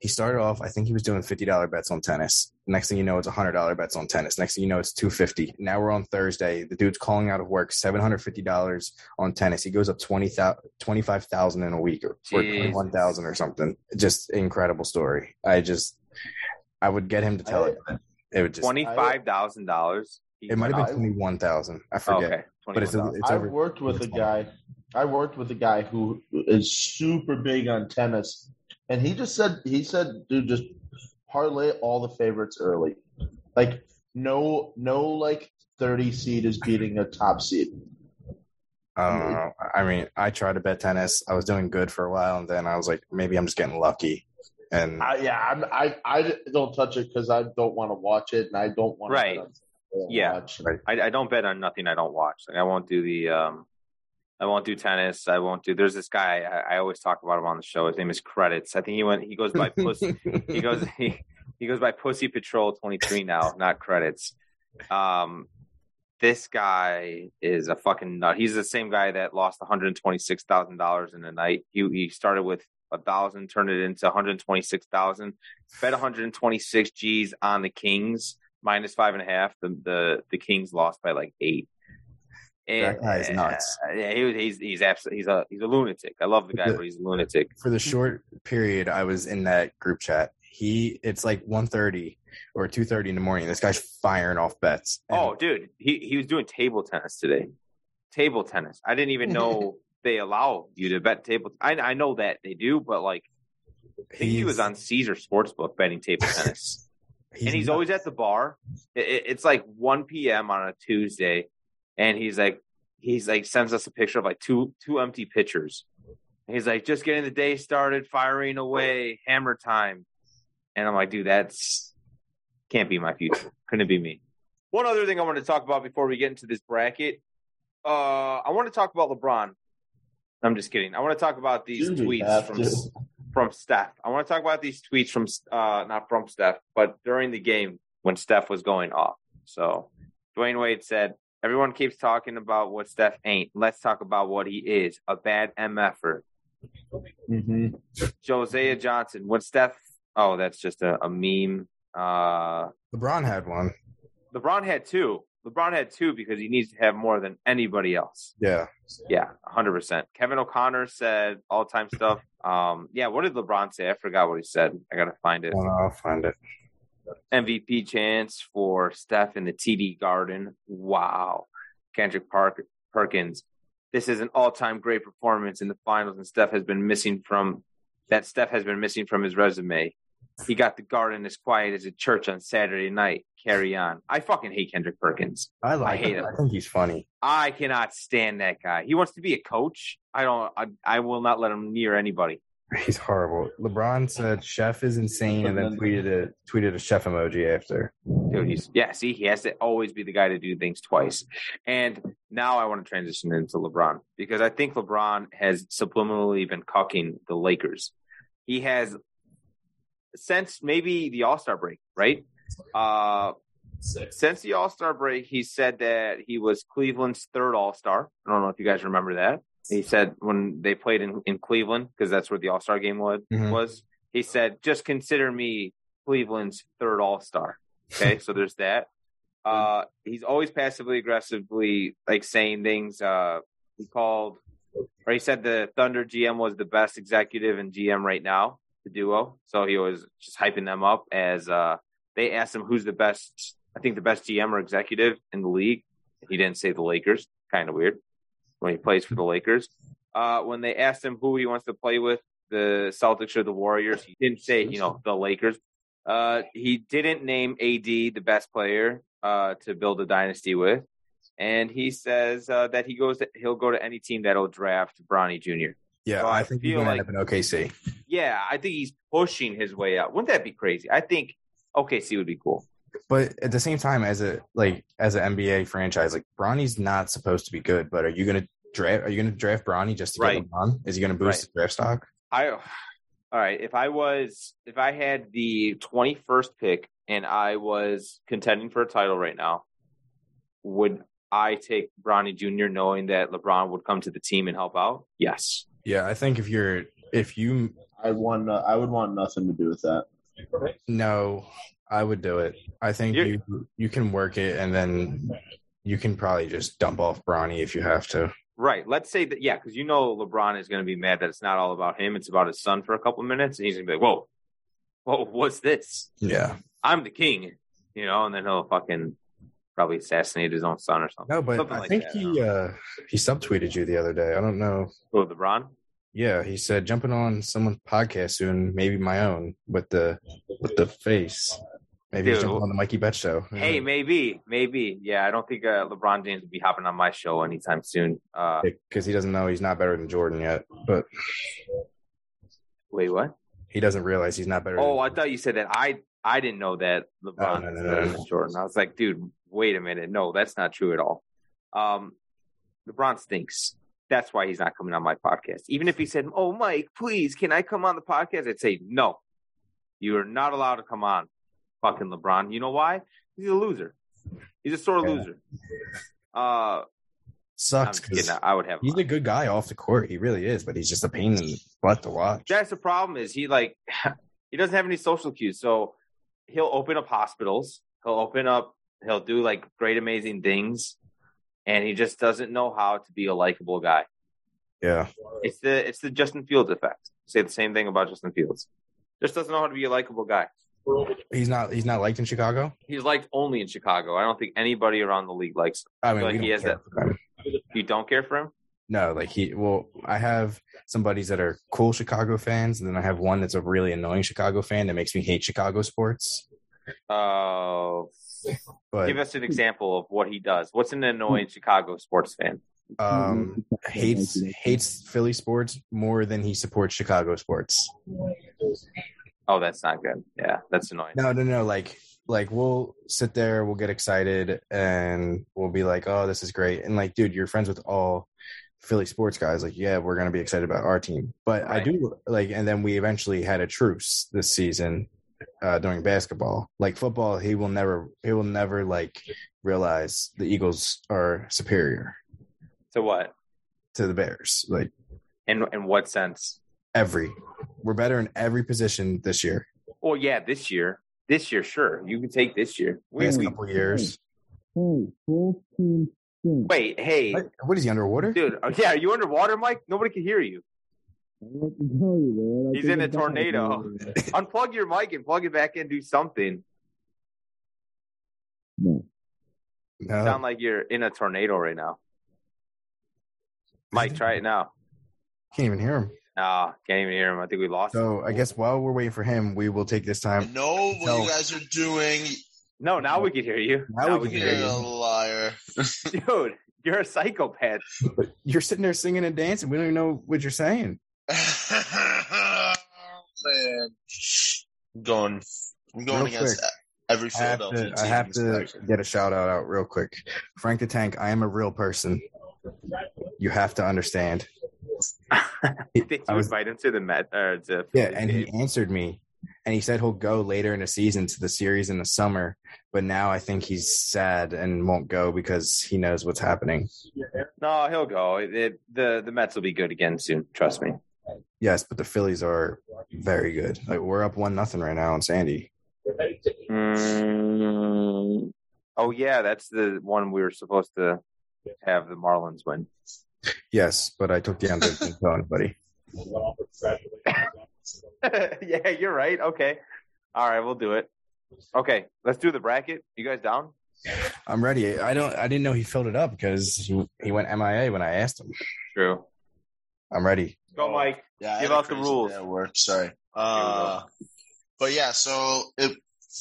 Speaker 4: he started off, I think he was doing fifty dollar bets on tennis. Next thing you know, it's hundred dollar bets on tennis. Next thing you know, it's two fifty. Now we're on Thursday. The dude's calling out of work seven hundred fifty dollars on tennis. He goes up 20,000 25,000 in a week or, or
Speaker 2: Jesus.
Speaker 4: twenty one thousand or something. Just incredible story. I just I would get him to tell it. but It would just
Speaker 2: $25,000.
Speaker 4: it might have
Speaker 5: I-
Speaker 4: been twenty one thousand. I forget.
Speaker 2: Oh, Okay.
Speaker 4: But it's a,
Speaker 2: $21,000.
Speaker 4: it's
Speaker 5: I
Speaker 4: over.
Speaker 5: worked with a
Speaker 4: it's
Speaker 5: guy. I worked with a guy who is super big on tennis, and he just said he said, "Dude, just parlay all the favorites early. Like no, no, like thirty seed is beating a top seed.
Speaker 4: I don't know. I mean, I tried to bet tennis. I was doing good for a while, and then I was like, maybe I'm just getting lucky. And
Speaker 5: I, yeah, I'm, I I don't touch it because I don't want to watch it, and I don't want
Speaker 2: Right.
Speaker 5: To
Speaker 2: Yeah.
Speaker 5: Watch.
Speaker 4: Right.
Speaker 2: I, I don't bet on nothing I don't watch. Like, I won't do the, um, I won't do tennis. I won't do, there's this guy, I, I always talk about him on the show. His name is Credits. I think he went, he goes
Speaker 4: <laughs>
Speaker 2: by Pussy. he goes he, he goes by Pussy Patrol 23 now, not credits. Um this guy is a fucking nut. He's the same guy that lost $126,000 in a night. He he started with a thousand, turned it into 126,000, bet 126 G's on the Kings minus five and a half. The the the Kings lost by like eight.
Speaker 4: That guy is
Speaker 2: And- uh,
Speaker 4: nuts.
Speaker 2: Yeah, he, was- he's he's absolutely he's a he's a lunatic. I love the guy, but he's a lunatic.
Speaker 4: for the short period I was in that group chat, He it's like 1.30 or two thirty in the morning. This guy's firing off bets. And
Speaker 2: Oh, dude, he, he was doing table tennis today. Table tennis. I didn't even
Speaker 4: <laughs>
Speaker 2: know they allow you to bet table. I I know that they do, but like I think he
Speaker 4: he's-
Speaker 2: was on Caesar Sportsbook betting table
Speaker 4: <laughs>
Speaker 2: tennis, and he's
Speaker 4: nuts.
Speaker 2: always at the bar. It- it- it's like one p.m. on a Tuesday, and he's like he's like sends us a picture of like two two empty pitchers. He's like just getting the day started, firing away, hammer time, and I'm like, dude, that's can't be my future. Couldn't be me. One other thing I want to talk about before we get into this bracket, uh, I want to talk about LeBron. I'm just kidding. I want to talk about these
Speaker 5: Do we
Speaker 2: tweets
Speaker 5: have
Speaker 2: from
Speaker 5: to?
Speaker 2: from Steph. I want to talk about these tweets from uh, not from Steph, but during the game when Steph was going off. So Dwayne Wade said, "Everyone keeps talking about what Steph ain't. Let's talk about what he is. A bad mf'er."
Speaker 4: Mm-hmm.
Speaker 5: Mhm.
Speaker 2: Josiah Johnson, what Steph? Oh, that's just a, a meme. Uh,
Speaker 4: LeBron had one.
Speaker 2: LeBron had two. LeBron had two because he needs to have more than anybody else.
Speaker 4: Yeah.
Speaker 2: Yeah, hundred percent. Kevin O'Connor said all time stuff. Um, yeah, what did LeBron say? I forgot what he said. I gotta find
Speaker 4: I
Speaker 2: it.
Speaker 4: don't know, I'll find it.
Speaker 2: MVP chance for Steph in the TD Garden. Wow, Kendrick Park- Perkins. This is an all time great performance in the finals, and Steph has been missing from that. Steph has been missing from his resume. He got the garden as quiet as a church on Saturday night. Carry on. I fucking hate Kendrick Perkins.
Speaker 4: I like
Speaker 2: hate
Speaker 4: him.
Speaker 2: him.
Speaker 4: I think he's funny. <laughs>
Speaker 2: I cannot stand that guy. He wants to be a coach. I don't. I, I will not let him near anybody.
Speaker 4: He's horrible. LeBron said chef is insane and then tweeted a tweeted a chef emoji after.
Speaker 2: Dude, he's yeah. See, he has to always be the guy to do things twice. And now I want to transition into LeBron because I think LeBron has subliminally been cucking the Lakers. He has since maybe the All Star break, right? Uh, since the All Star break, he said that he was Cleveland's third All Star. I don't know if you guys remember that. He said when they played in, in Cleveland because that's where the All Star game was
Speaker 4: Mhm.
Speaker 2: was he said, just consider me Cleveland's third All Star. Okay, so there's that. Uh, he's always passively aggressively like saying things. Uh, he called or he said the Thunder GM was the best executive and GM right now, the duo. So he was just hyping them up as uh, they asked him who's the best. I think the best GM or executive in the league. He didn't say the Lakers. Kind of weird when he plays for the Lakers. Uh, when they asked him who he wants to play with, the Celtics or the Warriors, he didn't say you know the Lakers. Uh, he didn't name AD the best player uh, to build a dynasty with, and he says uh, that he goes to, he'll go to any team that'll draft Bronny Jr.
Speaker 4: Yeah,
Speaker 2: Well, I
Speaker 4: I think he's
Speaker 2: feel
Speaker 4: gonna
Speaker 2: like-
Speaker 4: end up in OKC.
Speaker 2: Yeah, I think he's pushing his way out. Wouldn't that be crazy? I think OKC would be cool.
Speaker 4: But at the same time, as a like as an NBA franchise, like Bronny's not supposed to be good. But are you gonna draft? Are you gonna draft Bronny just to
Speaker 2: Right.
Speaker 4: get LeBron? Is he gonna boost his draft stock?
Speaker 2: I <sighs> all right. If I was if I had the twenty first pick and I was contending for a title right now, would I take Bronny Jr. knowing that LeBron would come to the team and help out? Yes.
Speaker 4: Yeah, I think if you're if you
Speaker 5: I want. no- I would want nothing to do with that.
Speaker 4: know, I would do it. I think
Speaker 2: You're-
Speaker 4: you you can work it, and then you can probably just dump off Bronny if you have to.
Speaker 2: Right. Let's say that yeah, because you know LeBron is going to be mad that it's not all about him; it's about his son for a couple minutes, and he's going to be like, "Whoa, whoa, what's this?
Speaker 4: Yeah.
Speaker 2: I'm the king," you know, and then he'll fucking probably assassinate his own son or something.
Speaker 4: No, but
Speaker 2: Something
Speaker 4: I
Speaker 2: like
Speaker 4: think
Speaker 2: that,
Speaker 4: he uh he subtweeted you the other day. I don't know.
Speaker 2: Who, LeBron?
Speaker 4: Yeah, he said jumping on someone's podcast soon, maybe my own, with the with the face. Maybe he's
Speaker 2: Dude.
Speaker 4: jumping on the Mikey Bet show.
Speaker 2: Hey, maybe, maybe. Yeah, I don't think uh, LeBron James would be hopping on my show anytime soon. Uh,
Speaker 4: because he doesn't know he's not better than Jordan yet, but
Speaker 2: wait, what?
Speaker 4: he doesn't realize he's not better.
Speaker 2: Oh,
Speaker 4: than
Speaker 2: I thought you said that. I I didn't know that LeBron
Speaker 4: Oh, no, no,
Speaker 2: is
Speaker 4: no,
Speaker 2: better
Speaker 4: no.
Speaker 2: than Jordan. I was like, dude, wait a minute. No, that's not true at all. Um, LeBron stinks. That's why he's not coming on my podcast. Even if he said, "Oh, Mike, please, can I come on the podcast?" I'd say, "No, you are not allowed to come on." Fucking LeBron. You know why? He's a loser. He's a sore
Speaker 4: Yeah.
Speaker 2: loser. Uh, I'm
Speaker 4: sucks
Speaker 2: just kidding.
Speaker 4: because
Speaker 2: I would have. him
Speaker 4: he's
Speaker 2: on.
Speaker 4: a good guy off the court. He really is, but he's just a pain in the butt to watch.
Speaker 2: That's the problem is he like <laughs> he doesn't have any social cues. So he'll open up hospitals. He'll open up. He'll do like great, amazing things, and he just doesn't know how to be a likable guy.
Speaker 4: Yeah,
Speaker 2: It's the it's the Justin Fields effect. Say the same thing about Justin Fields. Just doesn't know how to be a likable guy.
Speaker 4: He's not. He's not liked in Chicago.
Speaker 2: He's liked only in Chicago. I don't think anybody around the league likes him.
Speaker 4: I mean,
Speaker 2: Like,
Speaker 4: we
Speaker 2: he
Speaker 4: don't
Speaker 2: has
Speaker 4: care about him.
Speaker 2: You don't care for him?
Speaker 4: No, like he. Well, I have some buddies that are cool Chicago fans, and then I have one that's a really annoying Chicago fan that makes me hate Chicago sports.
Speaker 2: Oh,
Speaker 4: But
Speaker 2: give us an example of what he does. What's an annoying Chicago sports fan?
Speaker 4: um, hates hates Philly sports more than he supports Chicago sports.
Speaker 2: Oh, that's not good. Yeah, that's annoying.
Speaker 4: No, no, no. Like, like we'll sit there, we'll get excited, and we'll be like, "Oh, this is great!" And like, dude, you're friends with all Philly sports guys. Like, yeah, we're gonna be excited about our team. But I
Speaker 2: Right.
Speaker 4: do like, and then we eventually had a truce this season uh, during basketball. Like football, he will never, he will never like realize the Eagles are superior
Speaker 2: To what?
Speaker 4: to the Bears. Like
Speaker 2: In in what sense?
Speaker 4: every, we're better in every position this year.
Speaker 2: Well, yeah, this year. This year, sure. You can take this year. We,
Speaker 4: Last
Speaker 2: we-
Speaker 4: couple years.
Speaker 6: Hey, both teams stink.
Speaker 2: wait, hey,
Speaker 4: What- what is he underwater?
Speaker 2: dude. oh, Yeah, are you underwater, Mike? Nobody can hear you.
Speaker 6: I don't can tell you, man. I
Speaker 2: He's
Speaker 6: think
Speaker 2: in a
Speaker 6: I died, <laughs>
Speaker 2: tornado.
Speaker 6: man.
Speaker 2: Unplug your mic and plug it back in. Do something.
Speaker 6: No.
Speaker 4: No.
Speaker 2: Sound like you're in a tornado right now. Mike, try it now.
Speaker 4: Can't even hear him.
Speaker 2: No, can't even hear him. I think we lost. him.
Speaker 4: So I guess while we're waiting for him, we will take this
Speaker 3: I
Speaker 4: time.
Speaker 3: know what
Speaker 4: No.
Speaker 3: you guys are doing.
Speaker 2: No, now we can hear you.
Speaker 4: Now we can
Speaker 3: You're
Speaker 4: hear
Speaker 3: a
Speaker 4: <laughs>
Speaker 3: liar.
Speaker 2: you. <laughs> Dude, you're a psychopath.
Speaker 4: You're sitting there singing and dancing. We don't even know what you're saying.
Speaker 3: Man. I'm going, I'm going
Speaker 4: Real
Speaker 3: against
Speaker 4: quick.
Speaker 3: every
Speaker 4: I have
Speaker 3: Philadelphia
Speaker 4: to,
Speaker 3: team.
Speaker 4: I have to
Speaker 3: this
Speaker 4: get a shout out out real quick. Frank the Tank, I am a real person. You have
Speaker 2: <laughs>
Speaker 4: to understand.
Speaker 2: Did you
Speaker 4: I was-
Speaker 2: invite him to the Met or to
Speaker 4: Yeah, and he answered me, and he said he'll go later in the season to the series in the summer. But now I think he's sad and won't go because he knows what's happening.
Speaker 2: no, he'll go. It- it- the the Mets will be good again soon. Trust me.
Speaker 4: Yes, but the Phillies are very good. Like we're up one nothing right now on Sandy.
Speaker 2: Mm. Oh yeah, that's the one we were supposed to have the Marlins win.
Speaker 4: Yes, but I took the under. Don't tell anybody.
Speaker 2: <laughs> yeah, you're right. Okay, all right, we'll do it. Okay, let's do the bracket. You guys down?
Speaker 4: <laughs> I'm ready. I don't. I didn't know he filled it up because he, he went MIA when I asked him.
Speaker 2: True.
Speaker 4: I'm ready.
Speaker 2: Go, Mike.
Speaker 3: Yeah, I
Speaker 2: Give
Speaker 3: had a
Speaker 2: out the
Speaker 3: crazy
Speaker 2: rules.
Speaker 3: day at work. Sorry. Uh, but yeah, so if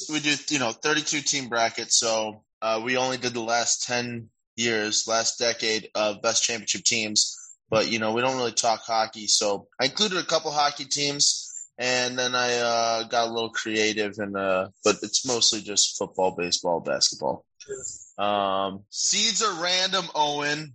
Speaker 3: we do, you know, 32 team bracket. So uh, we only did the last 10 years, last decade of best championship teams. But, you know, we don't really talk hockey. So I included a couple hockey teams. And then I uh, got a little creative, and uh, but it's mostly just football, baseball, basketball. Um, seeds are random, Owen.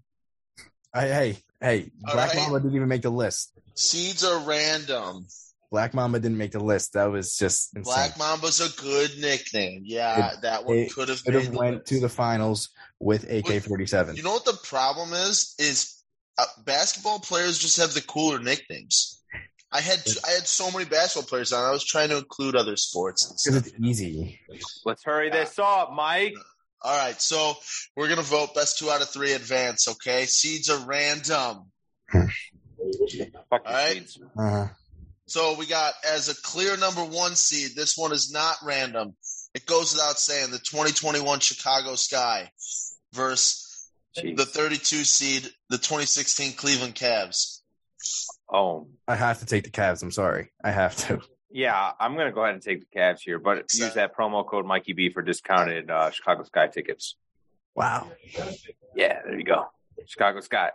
Speaker 4: Hey, hey, hey!
Speaker 3: All
Speaker 4: Black
Speaker 3: right.
Speaker 4: Mama didn't even make the list.
Speaker 3: Seeds are random.
Speaker 4: Black Mama didn't make the list. That was just insane.
Speaker 3: Black Mamba's a good nickname. Yeah, that one
Speaker 4: it
Speaker 3: could have
Speaker 4: Could have
Speaker 3: been.
Speaker 4: went to the finals with
Speaker 3: You
Speaker 4: AK-47.
Speaker 3: know what the problem is? Is uh, basketball players just have the cooler nicknames. I had I had so many basketball players on. I was trying to include other sports. And
Speaker 4: 'Cause
Speaker 3: stuff.
Speaker 4: it's easy.
Speaker 2: Let's hurry this up, Mike.
Speaker 3: All right, so we're gonna vote best two out of three advance. Okay, seeds are random.
Speaker 2: Fuck
Speaker 3: All right.
Speaker 2: your seeds.
Speaker 4: Uh,
Speaker 3: So we got as a clear number one seed. This one is not random. It goes without saying the 2021 Chicago Sky versus
Speaker 2: Jeez.
Speaker 3: the 32 seed, the 2016 Cleveland Cavs.
Speaker 2: Oh.
Speaker 4: I have to take the Cavs. I'm sorry. I have to.
Speaker 2: Yeah, I'm gonna go ahead and take the Cavs here, but use that promo code Mikey B for discounted uh, Chicago Sky tickets.
Speaker 4: Wow.
Speaker 2: Yeah, there you go, Chicago Sky.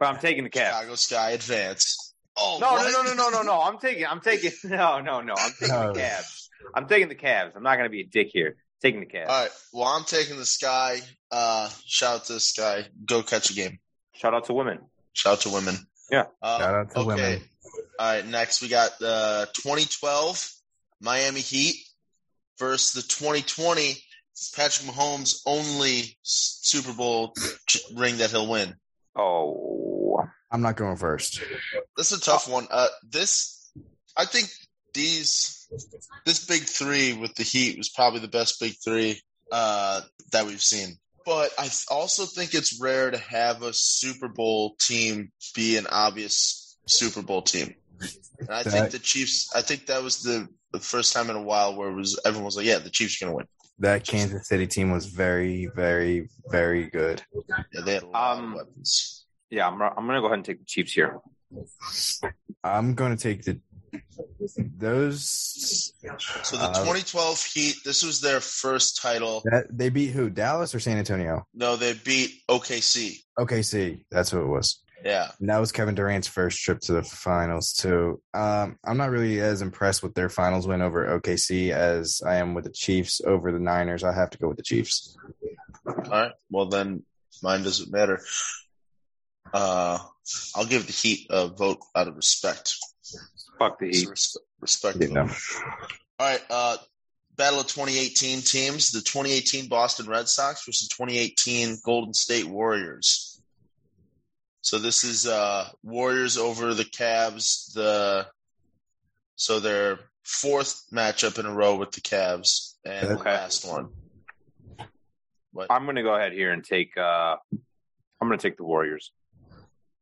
Speaker 2: But I'm taking the Cavs.
Speaker 3: Chicago Sky advance. Oh,
Speaker 2: No, no,
Speaker 3: what?
Speaker 2: no, no, no, no, no. I'm taking. I'm taking. <laughs> No, no, no. I'm taking
Speaker 4: No.
Speaker 2: the Cavs. I'm taking the Cavs. I'm not gonna be a dick here. Taking the Cavs.
Speaker 3: <laughs> All right. Well, I'm taking the Sky. Uh, shout out to the Sky. Go catch a game.
Speaker 2: Shout out to women.
Speaker 3: Shout out to women.
Speaker 2: Yeah.
Speaker 3: Uh,
Speaker 4: Shout out to
Speaker 3: okay.
Speaker 4: women.
Speaker 3: All right. Next, we got the 2012 Miami Heat versus the 2020 Patrick Mahomes' only S- Super Bowl ch- ring that he'll win.
Speaker 2: Oh,
Speaker 4: I'm not going first.
Speaker 3: This
Speaker 4: Oh.
Speaker 3: is a tough one. Uh, this, I think these, this big three with the Heat was probably the best big three uh, that we've seen. But I th- also think it's rare to have a Super Bowl team be an obvious Super Bowl team. And I think
Speaker 4: That-
Speaker 3: the Chiefs. I think that was the the first time in a while where it was everyone was like, "Yeah, the Chiefs are going to win."
Speaker 4: That Kansas City team was very, very, very good.
Speaker 3: Yeah, they had a lot
Speaker 2: Um,
Speaker 3: of weapons.
Speaker 2: Yeah, I'm, I'm going to go ahead and take the Chiefs here.
Speaker 4: I'm gonna take the those.
Speaker 3: So the
Speaker 4: uh,
Speaker 3: 2012 Heat, this was their first title.
Speaker 4: that, they beat who? Dallas or San Antonio?
Speaker 3: No, they beat OKC.
Speaker 4: OKC. That's what it was.
Speaker 3: Yeah,
Speaker 4: And that was Kevin Durant's first trip to the finals too. Um, I'm not really as impressed with their finals win over OKC as I am with the Chiefs over the Niners. I have to go with the Chiefs.
Speaker 3: All right. Well, then mine doesn't matter. Uh, I'll give the Heat a vote out of respect.
Speaker 2: Fuck the
Speaker 3: It's a
Speaker 2: Heat.
Speaker 3: res- respect
Speaker 4: You know.
Speaker 3: vote. All right. Uh, Battle of 2018 teams: the 2018 Boston Red Sox versus 2018 Golden State Warriors. So this is uh, Warriors over the Cavs. The so their fourth matchup in a row with the Cavs and the
Speaker 2: Okay.
Speaker 3: last one. What?
Speaker 2: I'm going to go ahead here and take. Uh, I'm going to take the Warriors.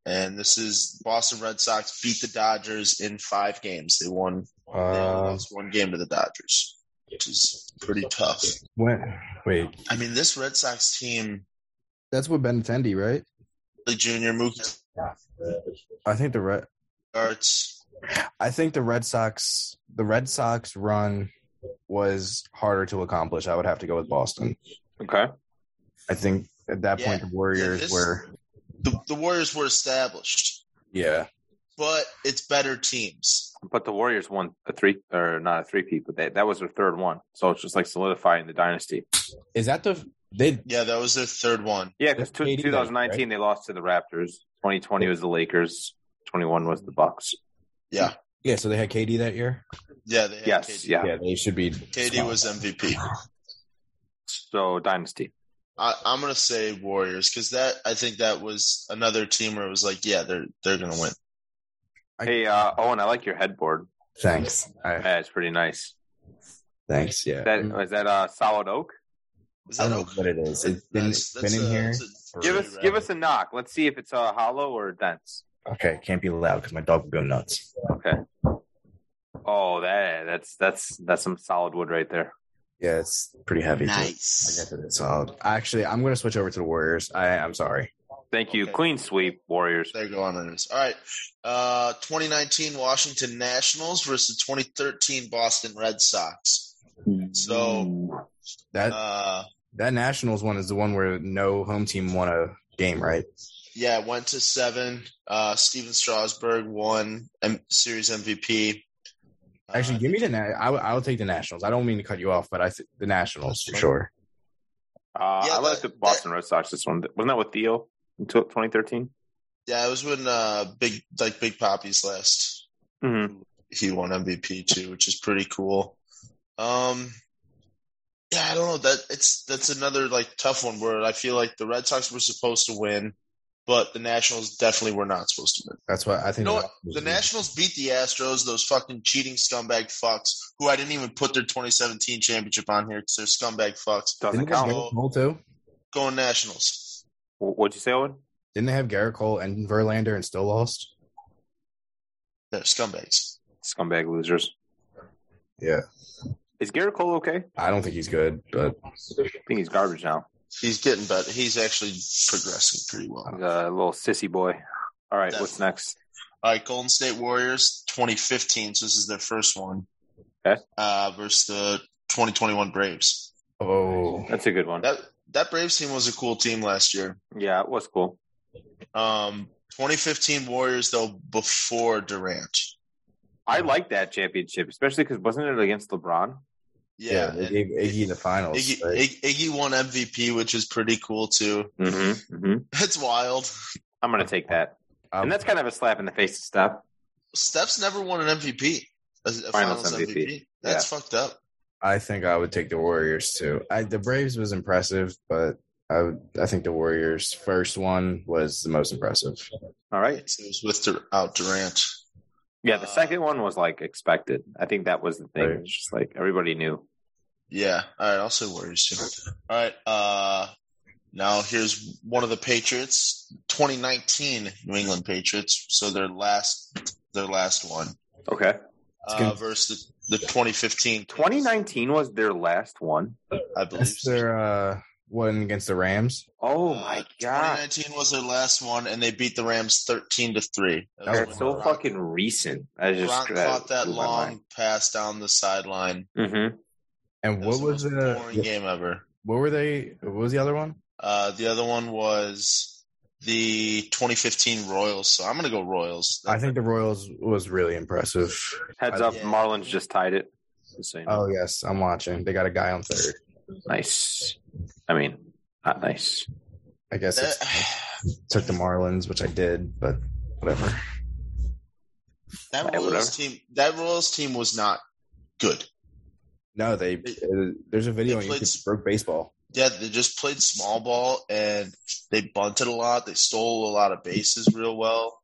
Speaker 3: And this is Boston Red Sox beat the Dodgers in five games. They won. They only
Speaker 4: Uh,
Speaker 3: lost one game to the Dodgers, which is pretty tough.
Speaker 4: when, wait,
Speaker 3: I mean, this Red Sox team,
Speaker 4: that's what Ben Tendi, right?
Speaker 3: the junior Mookie
Speaker 4: I think the Red.
Speaker 3: starts.
Speaker 4: I think the Red Sox. The Red Sox run was harder to accomplish. I would have to go with Boston.
Speaker 2: Okay.
Speaker 4: I think at that point the Warriors
Speaker 3: this-
Speaker 4: were.
Speaker 3: The, the Warriors were established,
Speaker 4: Yeah.
Speaker 3: but it's better teams.
Speaker 2: But the Warriors won a three or not a three peat, but they, that was their third one. So it's just like solidifying the dynasty.
Speaker 4: Is that the they?
Speaker 3: Yeah, that was their third one.
Speaker 2: Yeah, because
Speaker 4: That's 80,
Speaker 2: 2019 they lost to the Raptors. 2020 was the Lakers. 21 was the Bucks.
Speaker 3: Yeah,
Speaker 4: Yeah. So they had KD that year.
Speaker 3: yeah, they had
Speaker 2: Yes,
Speaker 3: KD.
Speaker 2: yeah.
Speaker 4: Yeah, they should be.
Speaker 3: KD was MVP.
Speaker 2: So dynasty.
Speaker 3: I, I'm gonna say Warriors because that I think that was another team where it was like, yeah, they're they're gonna win.
Speaker 4: I-
Speaker 2: Hey, uh, Owen, I like your headboard.
Speaker 4: Thanks. I,
Speaker 2: Yeah, it's pretty nice.
Speaker 4: thanks. Yeah.
Speaker 2: Is that is that uh, solid oak?
Speaker 3: Is
Speaker 4: I
Speaker 3: that
Speaker 4: don't know
Speaker 3: okay?
Speaker 4: what it is. It's been,
Speaker 3: That's- that's
Speaker 4: been in
Speaker 3: a-
Speaker 4: here.
Speaker 3: that's a
Speaker 4: for-
Speaker 2: Give us give
Speaker 3: Rabbit.
Speaker 2: us a knock. Let's see if it's uh, hollow or dense.
Speaker 4: okay, can't be loud because my dog will go nuts.
Speaker 2: Okay. Oh, that that's that's that's some solid wood right there.
Speaker 4: Yeah, it's pretty heavy. too. I
Speaker 3: Nice.
Speaker 4: guess it is solid. Actually, I'm going to switch over to the Warriors. I, I'm sorry.
Speaker 2: Thank you.
Speaker 3: Okay.
Speaker 2: Clean sweep, Warriors. Uh,
Speaker 3: There you go on Ernest. All right. Uh, 2019 Washington Nationals versus 2013 Boston Red Sox.
Speaker 4: Mm.
Speaker 3: So,
Speaker 4: That
Speaker 3: Uh,
Speaker 4: that Nationals one is the one where no home team won a game, right?
Speaker 3: yeah, it went to seven. Uh, Steven Strasburg won M- Series MVP.
Speaker 4: Actually,
Speaker 3: Uh,
Speaker 4: give me the. Na- I, will- I will take the Nationals. I don't mean to cut you off, but I th- the Nationals for sure.
Speaker 2: Uh,
Speaker 3: Yeah,
Speaker 2: I like
Speaker 3: that-
Speaker 2: the Boston Red Sox. This one wasn't that with Theo in 2013.
Speaker 3: yeah, it was when uh, big like Big Poppy's last.
Speaker 2: Mm-hmm.
Speaker 3: He won MVP too, which is pretty cool. Um, yeah, I don't know that it's that's another like tough one where I feel like the Red Sox were supposed to win, but the Nationals definitely were not supposed to win.
Speaker 4: That's what I think.
Speaker 3: You know
Speaker 4: the
Speaker 3: what? The Nationals beat the Astros, those fucking cheating scumbag fucks, who I didn't even put their 2017 championship on here because they're scumbag fucks.
Speaker 2: Doesn't
Speaker 4: Didn't they have
Speaker 2: count.
Speaker 4: Garrett Cole too?
Speaker 3: Going Nationals.
Speaker 2: Wh- What'd you say, Owen?
Speaker 4: Didn't they have Garrett Cole and Verlander and still lost?
Speaker 3: They're scumbags.
Speaker 2: Scumbag losers.
Speaker 4: Yeah,
Speaker 2: Is Garrett Cole okay?
Speaker 4: I don't think he's good, but
Speaker 2: I think he's garbage now.
Speaker 3: He's getting better. He's actually progressing pretty well.
Speaker 2: He's a little sissy boy. All right, what's next?
Speaker 3: All right, Golden State Warriors 2015. So this is their first one.
Speaker 2: Okay.
Speaker 3: Uh, versus the 2021 Braves.
Speaker 4: oh,
Speaker 2: That's a good one.
Speaker 3: That that Braves team was a cool team last year.
Speaker 2: Yeah, it was cool.
Speaker 3: Um, 2015 Warriors though before Durant.
Speaker 2: I like that championship, especially because wasn't it against LeBron?
Speaker 4: yeah,
Speaker 3: and-
Speaker 4: they gave Iggy the finals.
Speaker 3: Iggy,
Speaker 4: right?
Speaker 3: Ig- Iggy won MVP, which is pretty cool too. <laughs>
Speaker 2: Mm-hmm. mm-hmm.
Speaker 3: That's wild.
Speaker 2: I'm going to take that.
Speaker 4: Um,
Speaker 2: and that's kind of a slap in the face to stop.
Speaker 3: Steph's never won an MVP, a, a
Speaker 2: Finals
Speaker 3: finals,
Speaker 2: MVP.
Speaker 3: MVP. That's fucked up.
Speaker 4: I think I would take the Warriors too. I, the Braves was impressive, but I would, I think the Warriors first one was the most impressive.
Speaker 2: All right.
Speaker 3: It was with Dur- out Durant.
Speaker 2: Yeah, the
Speaker 3: Uh,
Speaker 2: second one was like expected. I think that was the thing.
Speaker 4: Right.
Speaker 2: It's just like everybody knew.
Speaker 3: Yeah. All right. I'll say Warriors too. All right. Uh, now here's one of the Patriots, 2019 New England Patriots. So their last, their last one
Speaker 2: Okay.
Speaker 3: uh,
Speaker 4: good.
Speaker 3: versus the 2015.
Speaker 2: 2019 was their last one.
Speaker 3: I believe.
Speaker 4: That's their uh, one against the Rams.
Speaker 2: Oh
Speaker 3: Uh,
Speaker 2: my god,
Speaker 3: 2019 was their last one, and they beat the Rams 13 to three. That was
Speaker 2: that's
Speaker 3: when
Speaker 2: so
Speaker 3: Gronk-
Speaker 2: fucking recent. I just
Speaker 3: Gronk caught that long pass down the sideline.
Speaker 2: Mm-hmm.
Speaker 4: And
Speaker 3: That
Speaker 4: what
Speaker 3: the
Speaker 4: was
Speaker 3: most boring
Speaker 4: the
Speaker 3: game ever?
Speaker 4: what were they? What was the other one?
Speaker 3: Uh, the other one was the 2015 Royals. So I'm gonna go Royals.
Speaker 4: I think the Royals was really impressive.
Speaker 2: Heads
Speaker 4: I-
Speaker 2: up,
Speaker 3: Yeah.
Speaker 2: Marlins just tied it. Just so you know.
Speaker 4: Oh yes, I'm watching. They got a guy on third.
Speaker 2: Nice. I mean, not nice.
Speaker 4: I guess
Speaker 3: That-
Speaker 4: it's took the Marlins, which I did, but whatever.
Speaker 3: <sighs> That
Speaker 2: Yeah,
Speaker 3: Royals
Speaker 2: whatever.
Speaker 3: team, that Royals team was not good.
Speaker 4: No, they. uh, there's a video on
Speaker 3: They played
Speaker 4: YouTube.
Speaker 3: s-
Speaker 4: for baseball.
Speaker 3: Yeah, they just played small ball and they bunted a lot. They stole a lot of bases real well.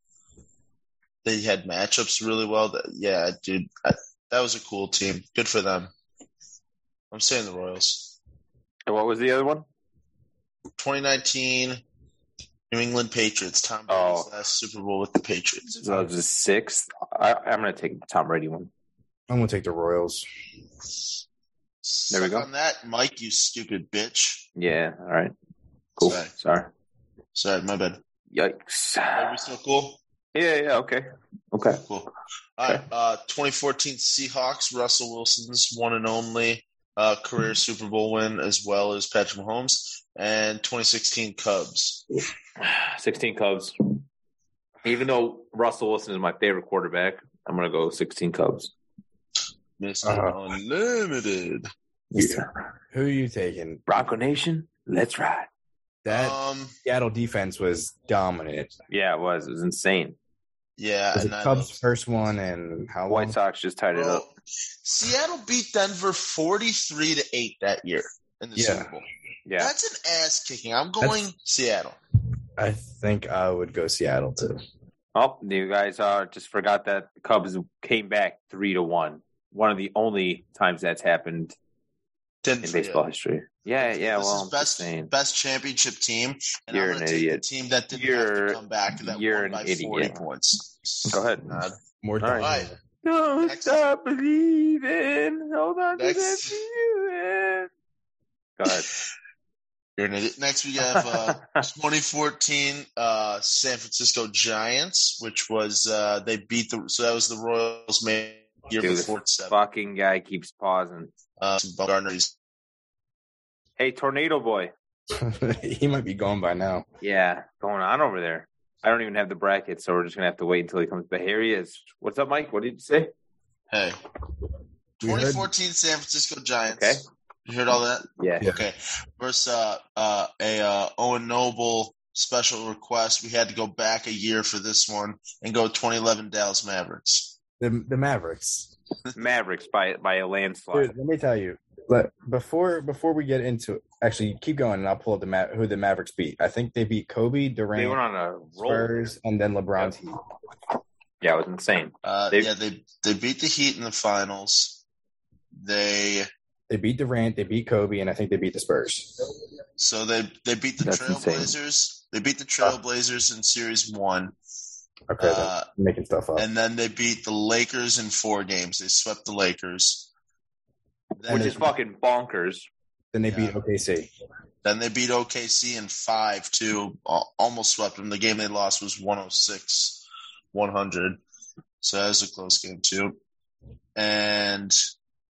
Speaker 3: They had matchups really well. That- Yeah, dude, I, that was a cool team. Good for them. I'm saying the Royals.
Speaker 2: And what was the other one?
Speaker 3: 2019 New England Patriots. Tom Brady's
Speaker 2: Oh.
Speaker 3: last Super Bowl with the Patriots.
Speaker 2: So that was uh, the sixth. I, I'm going to take the Tom Brady one.
Speaker 4: I'm gonna take the Royals.
Speaker 2: There we
Speaker 3: Suck
Speaker 2: go.
Speaker 3: On that, Mike, you stupid bitch.
Speaker 2: Yeah. All right. Cool.
Speaker 3: Sorry.
Speaker 2: Sorry.
Speaker 3: Sorry, my bad.
Speaker 2: Yikes.
Speaker 3: Are we still cool?
Speaker 2: Yeah. Yeah. Okay. <sighs> Okay.
Speaker 3: Cool. All right. Uh, 2014 Seahawks, Russell Wilson's one and only uh, career Super Bowl win, as well as Patrick Mahomes, and 2016 Cubs.
Speaker 2: 16 Cubs. Even though Russell Wilson is my favorite quarterback, I'm going to go 16 Cubs.
Speaker 3: Mr.
Speaker 4: Uh-huh.
Speaker 3: Unlimited.
Speaker 2: Yeah.
Speaker 4: Who are you taking?
Speaker 2: Bronco Nation, let's ride.
Speaker 4: That
Speaker 3: um,
Speaker 4: Seattle defense was dominant.
Speaker 2: Yeah, it was. It was insane.
Speaker 3: yeah.
Speaker 4: It was the
Speaker 3: and I
Speaker 4: Cubs'
Speaker 3: love-
Speaker 4: first one, and how long?
Speaker 2: White Sox just tied it
Speaker 3: Bro,
Speaker 2: up.
Speaker 3: Seattle beat Denver 43 to 8 that year in the
Speaker 4: Yeah.
Speaker 3: Super Bowl.
Speaker 2: Yeah.
Speaker 3: That's an ass kicking. I'm going Seattle.
Speaker 4: I think I would go Seattle too.
Speaker 2: Oh, you guys uh, just forgot that the Cubs came back three to one. One of the only times that's happened
Speaker 3: Denver.
Speaker 2: in
Speaker 3: yeah.
Speaker 2: baseball history. Yeah, yeah.
Speaker 3: this
Speaker 2: well,
Speaker 3: is
Speaker 2: I'm
Speaker 3: best
Speaker 2: just saying.
Speaker 3: best championship team, and
Speaker 2: You're
Speaker 3: I'm
Speaker 2: an
Speaker 3: going to take
Speaker 2: idiot.
Speaker 3: the team that didn't have
Speaker 2: You're-
Speaker 3: to come back that
Speaker 2: you're
Speaker 3: won
Speaker 2: an
Speaker 3: by
Speaker 2: idiot.
Speaker 3: 40 points.
Speaker 2: Go
Speaker 3: <laughs>
Speaker 2: ahead.
Speaker 3: God.
Speaker 4: More
Speaker 2: All
Speaker 3: All
Speaker 4: dominant.
Speaker 3: right,
Speaker 2: Don't
Speaker 3: Next-
Speaker 2: stop believing. Hold on to
Speaker 3: Next-
Speaker 2: that feeling. Go
Speaker 3: <laughs>
Speaker 2: ahead.
Speaker 3: you're an idiot. Next we have uh,
Speaker 2: <laughs>
Speaker 3: 2014 uh, San Francisco Giants, which was uh, they beat the so that was the Royals' main year
Speaker 2: Dude,
Speaker 3: before seven.
Speaker 2: Fucking guy keeps pausing.
Speaker 3: Uh, some Gardner, he's-
Speaker 2: Hey, tornado boy.
Speaker 4: <laughs> he might be gone by now.
Speaker 2: Yeah, going on over there. I don't even have the bracket, so we're just gonna have to wait until he comes. But here he is. What's up, Mike? What did you say?
Speaker 3: hey,
Speaker 4: We heard-
Speaker 3: 2014 San Francisco Giants.
Speaker 2: Okay.
Speaker 3: you heard all that?
Speaker 2: Yeah.
Speaker 4: Yeah.
Speaker 3: Okay. Versus uh, uh, a uh, Owen Noble special request. We had to go back a year for this one and go 2011 Dallas Mavericks.
Speaker 4: the the Mavericks.
Speaker 2: Mavericks by by a landslide.
Speaker 4: Dude, let me tell you. Let, before before we get into actually keep going, and I'll pull up the Ma- who the Mavericks beat. I think they beat Kobe
Speaker 2: They went on
Speaker 4: Durant,
Speaker 2: a roll.
Speaker 4: Spurs, and then LeBron's Heat.
Speaker 2: Yeah, it was insane.
Speaker 3: Uh,
Speaker 2: They-
Speaker 3: yeah, they they beat the Heat in the finals. They
Speaker 4: They beat Durant, they beat Kobe, and I think they beat the Spurs.
Speaker 3: so they they beat the
Speaker 2: That's Ah.
Speaker 3: Trailblazers. They beat the Trailblazers in Series One,
Speaker 4: Okay, then
Speaker 3: uh,
Speaker 4: I'm making stuff up.
Speaker 3: and then they beat the Lakers in four games. They swept the Lakers. Then
Speaker 2: Which
Speaker 3: they-
Speaker 2: is fucking bonkers.
Speaker 4: then they beat
Speaker 3: yeah.
Speaker 4: OKC.
Speaker 3: Then they beat OKC in five too, al- almost swept them. The game they lost was 106 100. So that was a close game too. And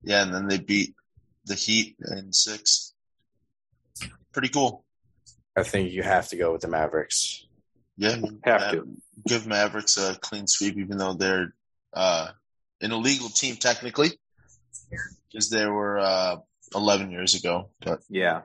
Speaker 3: yeah, and then they beat the Heat in six. Pretty cool.
Speaker 4: I think you have to go with the Mavericks.
Speaker 3: Yeah.
Speaker 2: Have
Speaker 3: Ma-
Speaker 2: to.
Speaker 3: Give Mavericks a clean sweep, even though they're uh, an illegal team technically, because they were uh, 11 years ago. But
Speaker 2: Yeah.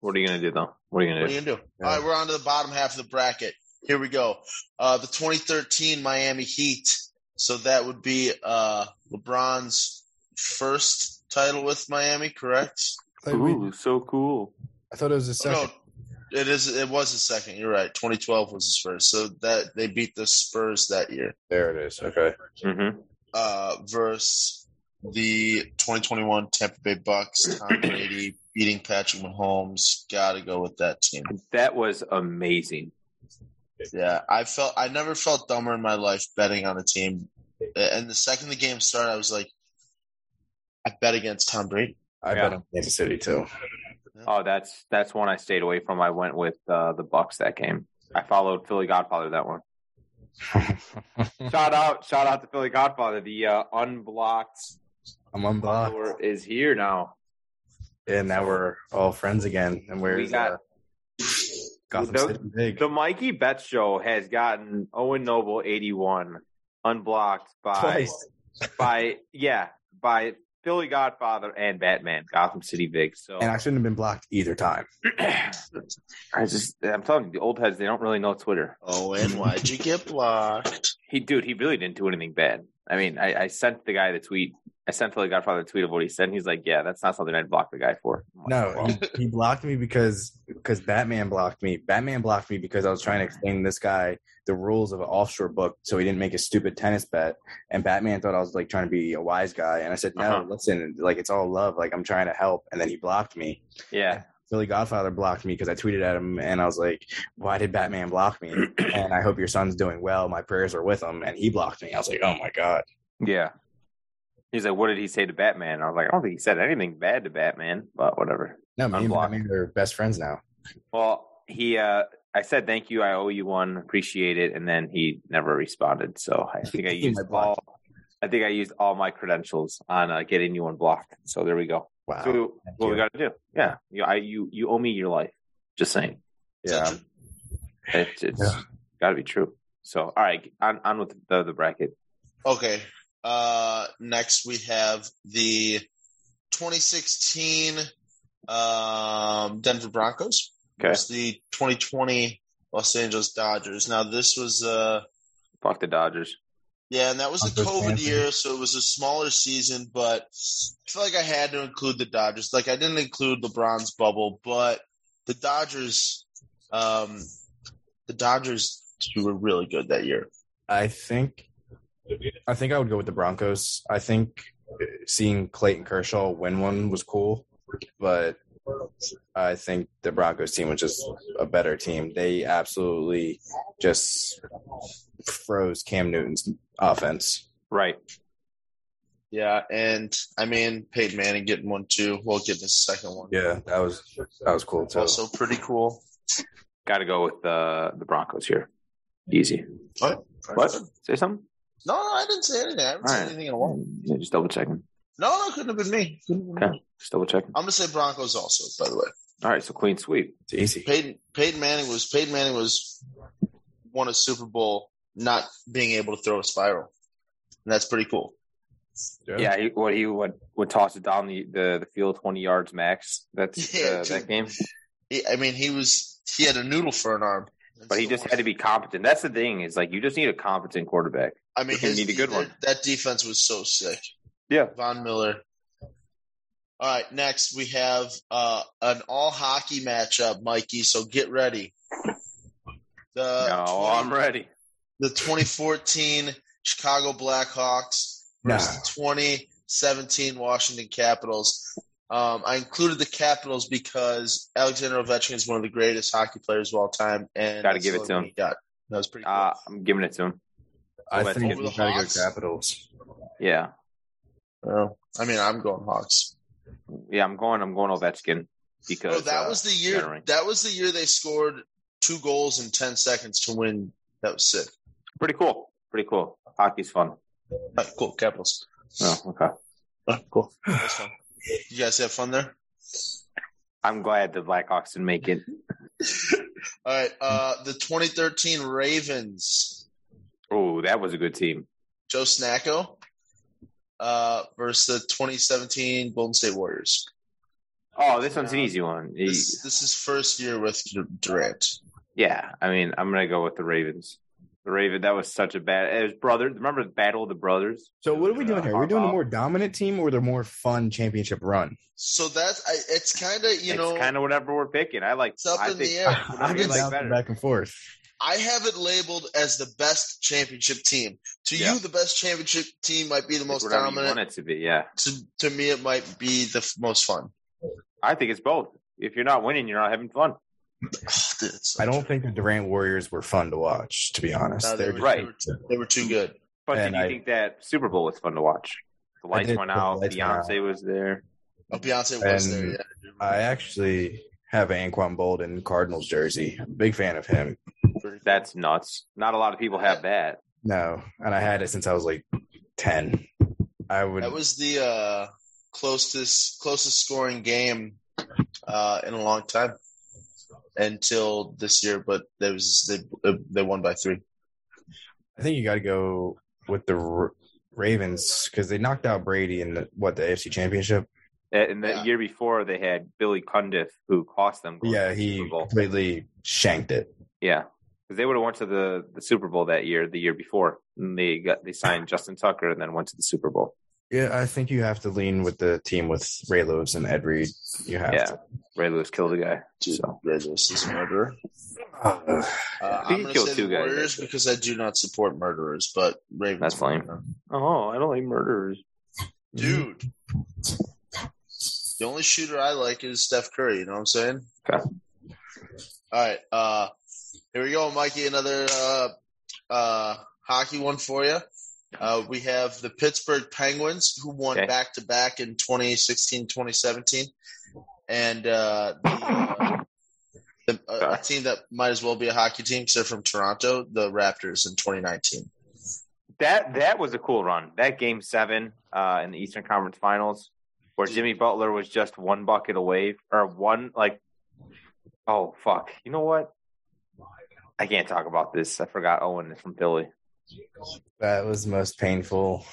Speaker 2: What are you gonna do though? What are you gonna
Speaker 3: What are
Speaker 2: do?
Speaker 3: you gonna do? All right, we're on to the bottom half of the bracket. Here we go. Uh, the 2013 Miami Heat. So that would be uh, LeBron's first title with Miami, correct?
Speaker 4: I thought, we-
Speaker 2: Ooh, so cool.
Speaker 4: I thought it was the
Speaker 3: Oh,
Speaker 4: second.
Speaker 3: no, it is. It was his second. You're right. 2012 was his first. So that they beat the Spurs that year.
Speaker 4: There it is. Okay.
Speaker 2: Mm-hmm.
Speaker 3: Uh, versus the 2021 Tampa Bay Bucks. Tom Brady beating Patrick Mahomes. Got to go with that team.
Speaker 2: That was amazing.
Speaker 3: Yeah, I felt I never felt dumber in my life betting on a team. And the second the game started, I was like, I bet against Tom Brady.
Speaker 4: I
Speaker 2: Yeah.
Speaker 4: bet on Kansas City <laughs> too.
Speaker 2: Oh, that's that's one I stayed away from. I went with uh, the Bucks that game. I followed Philly Godfather that one. Shout out, shout out to Philly Godfather. The uh, unblocked
Speaker 4: I'm unblocked,
Speaker 2: follower is here now.
Speaker 4: and now we're all friends again. And
Speaker 2: We
Speaker 4: where's
Speaker 2: got
Speaker 4: uh, Gotham
Speaker 2: Those-
Speaker 4: City big?
Speaker 2: the Mikey Bet Show has gotten Owen Noble eighty one unblocked by
Speaker 4: Twice.
Speaker 2: by yeah by Philly Godfather and Batman Gotham City Vig. So
Speaker 4: And I shouldn't have been blocked either time.
Speaker 2: <clears throat> I just I'm telling you, the old heads they don't really know Twitter.
Speaker 3: Oh, and why'd you get blocked?
Speaker 2: he dude, he really didn't do anything bad. I mean, I, I sent the guy the tweet. I sent Philly Godfather the tweet of what he said. And he's like, "Yeah, that's not something I'd block the guy for." I'm like,
Speaker 4: No,
Speaker 2: well,
Speaker 4: he, he blocked me because because Batman blocked me. Batman blocked me because I was trying to explain to this guy the rules of an offshore book, so he didn't make a stupid tennis bet. And Batman thought I was like trying to be a wise guy, and I said, "No,
Speaker 2: Uh-huh.
Speaker 4: listen, like it's all love. Like I'm trying to help." And then he blocked me.
Speaker 2: yeah,
Speaker 4: Philly Godfather blocked me because I tweeted at him, and I was like, "Why did Batman block me?" and I hope your son's doing well. My prayers are with him, and he blocked me. I was like, "Oh my god."
Speaker 2: yeah. He's like, "What did he say to Batman?" I was like, "I don't think he said anything bad to Batman, but whatever."
Speaker 4: No, me and
Speaker 2: Unblocked.
Speaker 4: Batman are best friends now.
Speaker 2: Well, he, uh I said, "Thank you, I owe you one, appreciate it," and then he never responded. So I think I
Speaker 4: <laughs> He
Speaker 2: used
Speaker 4: might block
Speaker 2: all. I think I used all my credentials on uh, getting you unblocked. So there we go.
Speaker 4: Wow.
Speaker 2: so
Speaker 4: thank
Speaker 2: what we
Speaker 4: you.
Speaker 2: got to do? Yeah, you, I, you, you owe me your life. Just saying.
Speaker 4: yeah.
Speaker 2: It's, it's
Speaker 4: Yeah.
Speaker 2: got to be true. So, all right, on, on with the, the bracket.
Speaker 3: Okay. Uh, next we have the 2016 um, Denver Broncos.
Speaker 2: Okay.
Speaker 3: versus the 2020 Los Angeles Dodgers. Now this was uh
Speaker 2: Fuck the Dodgers.
Speaker 3: yeah, and that was the
Speaker 4: Dodgers
Speaker 3: COVID
Speaker 4: fans.
Speaker 3: year, so it was a smaller season, but I feel like I had to include the Dodgers. Like I didn't include LeBron's bubble, but the Dodgers um the Dodgers were really good that year.
Speaker 4: I think I think I would go with the Broncos. I think seeing Clayton Kershaw win one was cool, but I think the Broncos team was just a better team. They absolutely just froze Cam Newton's offense.
Speaker 2: Right.
Speaker 3: Yeah, and I mean Peyton Manning getting one too. We'll get this second one.
Speaker 4: Yeah, that was that was cool too.
Speaker 3: Also pretty cool.
Speaker 2: Got to go with the the Broncos here. Easy. What? Say something.
Speaker 3: No, no, I didn't say anything. I haven't said
Speaker 2: Alright.
Speaker 3: anything in a while.
Speaker 2: Yeah, just double checking.
Speaker 3: No, no, it couldn't have been me. Couldn't have been
Speaker 2: Okay.
Speaker 3: me.
Speaker 2: Just double checking.
Speaker 3: I'm gonna say Broncos also. By the way,
Speaker 2: All right. So clean sweep.
Speaker 4: It's easy.
Speaker 3: Peyton Peyton Manning was Peyton Manning was won a Super Bowl not being able to throw a spiral, and that's pretty cool.
Speaker 2: Yeah. He, what he would would toss it down the, the, the field twenty yards max. That's
Speaker 3: Yeah,
Speaker 2: uh,
Speaker 3: dude.
Speaker 2: that game.
Speaker 3: He, I mean, he was he had a noodle for an arm,
Speaker 2: But he just had to be competent. That's the thing is like you just need a competent quarterback.
Speaker 3: I mean,
Speaker 2: he
Speaker 3: his,
Speaker 2: need a good one.
Speaker 3: That defense was so sick.
Speaker 2: Yeah.
Speaker 3: Von Miller. All right, next we have uh, an all hockey matchup, Mikey. So get ready. The
Speaker 2: no,
Speaker 3: 20
Speaker 2: I'm ready.
Speaker 3: the 2014 Chicago Blackhawks versus
Speaker 4: No.
Speaker 2: Ah.
Speaker 3: the 2017 Washington Capitals. Um, I included the Capitals because Alexander Ovechkin is one of the greatest hockey players of all time, and
Speaker 2: Gotta
Speaker 3: that's
Speaker 2: give it
Speaker 3: the
Speaker 2: to
Speaker 3: one
Speaker 2: him.
Speaker 3: He got. That was pretty cool.
Speaker 2: Uh, I'm giving it to him.
Speaker 4: I
Speaker 2: Let's
Speaker 4: think
Speaker 3: go
Speaker 4: we
Speaker 3: with the
Speaker 4: gotta
Speaker 3: Hawks.
Speaker 4: go Capitals.
Speaker 2: Yeah.
Speaker 3: Well, I mean, I'm going Hawks.
Speaker 2: Yeah. I'm going. I'm going Ovechkin because
Speaker 3: Bro, Oh, that
Speaker 2: uh,
Speaker 3: was the year.
Speaker 2: gotta ring.
Speaker 3: That was the year they scored two goals in 10 seconds to win. That was sick.
Speaker 2: pretty cool. Pretty cool. Hockey's fun.
Speaker 3: All right, cool, Capitals.
Speaker 2: Oh, okay.
Speaker 3: All right, cool. That's fun. You guys have fun there.
Speaker 2: I'm glad the Blackhawks didn't make
Speaker 3: <laughs>
Speaker 2: it.
Speaker 3: All right, uh, the 2013 Ravens
Speaker 2: Oh, that was a good team.
Speaker 3: Joe Snacko uh, versus the 2017 Golden State Warriors.
Speaker 2: Oh, this one's an easy one. E
Speaker 3: This, this is first year with Durant.
Speaker 2: Yeah, I mean, I'm gonna go with the Ravens. The Raven that was such a bad. It was brother. Remember the Battle of the Brothers? Uh,
Speaker 4: So what are we doing here? Are we doing the
Speaker 2: Harbaugh.
Speaker 4: more dominant team or the more fun championship run?
Speaker 3: So that's I, it's kind of you
Speaker 2: it's
Speaker 3: know
Speaker 2: kind of whatever we're picking. I like.
Speaker 3: It's up
Speaker 2: I
Speaker 3: in
Speaker 2: think,
Speaker 3: the air.
Speaker 2: whatever
Speaker 4: I've
Speaker 2: you
Speaker 4: been
Speaker 2: like
Speaker 4: bouncing
Speaker 2: better.
Speaker 4: back and forth.
Speaker 3: I have it labeled as the best championship team. To
Speaker 2: Yeah.
Speaker 3: you, the best championship team might be the
Speaker 2: It's
Speaker 3: most
Speaker 2: whatever you want
Speaker 3: dominant.
Speaker 2: it to be. Yeah,
Speaker 3: To, to me, it might be the f- most
Speaker 4: <sighs>
Speaker 3: fun.
Speaker 2: I think it's both. If you're not winning, you're not having fun.
Speaker 3: Dude, it's so
Speaker 4: I don't
Speaker 3: true.
Speaker 4: think the Durant Warriors were fun to watch, to be honest.
Speaker 3: No, they
Speaker 4: They're
Speaker 3: were-
Speaker 4: just-
Speaker 2: right.
Speaker 3: They were, too, they were too good.
Speaker 2: But
Speaker 4: And
Speaker 2: did you
Speaker 4: I-
Speaker 2: think that Super Bowl was fun to watch? The
Speaker 4: I
Speaker 2: lights
Speaker 4: did
Speaker 2: went
Speaker 4: put the
Speaker 2: out.
Speaker 4: lights went
Speaker 2: Beyonce was there.
Speaker 3: Oh, Beyonce was there.
Speaker 4: And
Speaker 3: Yeah.
Speaker 4: I actually have an Anquan Bolden Cardinals jersey. I'm a big fan of him.
Speaker 3: Pretty cool.
Speaker 2: That's nuts. Not a lot of people have that.
Speaker 4: No, and I had it since I was like ten. I would.
Speaker 3: that was the uh, closest closest scoring game uh, in a long time until this year. But there was they uh, they won by three.
Speaker 4: I think you got to go with the R- Ravens because they knocked out Brady in the, what the AFC Championship.
Speaker 2: And the
Speaker 3: Yeah.
Speaker 2: year before, they had Billy Cundiff, who cost them. going to
Speaker 4: Yeah,
Speaker 2: the
Speaker 4: he
Speaker 2: Super Bowl.
Speaker 4: completely shanked it.
Speaker 2: Yeah, because they would have went to the, the Super Bowl that year, the year before. And they got they signed Justin Tucker and then went to the Super Bowl.
Speaker 4: Yeah, I think you have to lean with the team with Ray Lewis and Ed Reed. You have
Speaker 2: Yeah.
Speaker 4: to.
Speaker 2: Ray Lewis killed a guy. So
Speaker 3: Congratulations, murderer.
Speaker 4: Uh,
Speaker 3: Uh,
Speaker 2: He
Speaker 3: I'm going to
Speaker 2: killed
Speaker 3: say
Speaker 2: two
Speaker 3: the
Speaker 2: guys,
Speaker 3: Warriors
Speaker 2: actually.
Speaker 3: because I do not support murderers, but Ravens.
Speaker 2: That's lame. oh, I don't like murderers.
Speaker 3: Dude. The only shooter I like is Steph Curry, you know what I'm saying?
Speaker 2: Okay.
Speaker 3: All right. Uh here we go, Mikey, another uh uh hockey one for you. Uh we have the Pittsburgh Penguins who won
Speaker 2: Okay.
Speaker 3: back to back in 2016, 2017. And uh the, uh, the uh, a- a team that might as well be a hockey team because they're from Toronto, the Raptors in <laughs> 2019.
Speaker 2: That that was a cool run. That game seven uh, in the Eastern Conference Finals, where Jimmy Butler was just one bucket away or one like, oh fuck, you know what? I can't talk about this. I forgot Owen is from Philly.
Speaker 4: that was the most painful.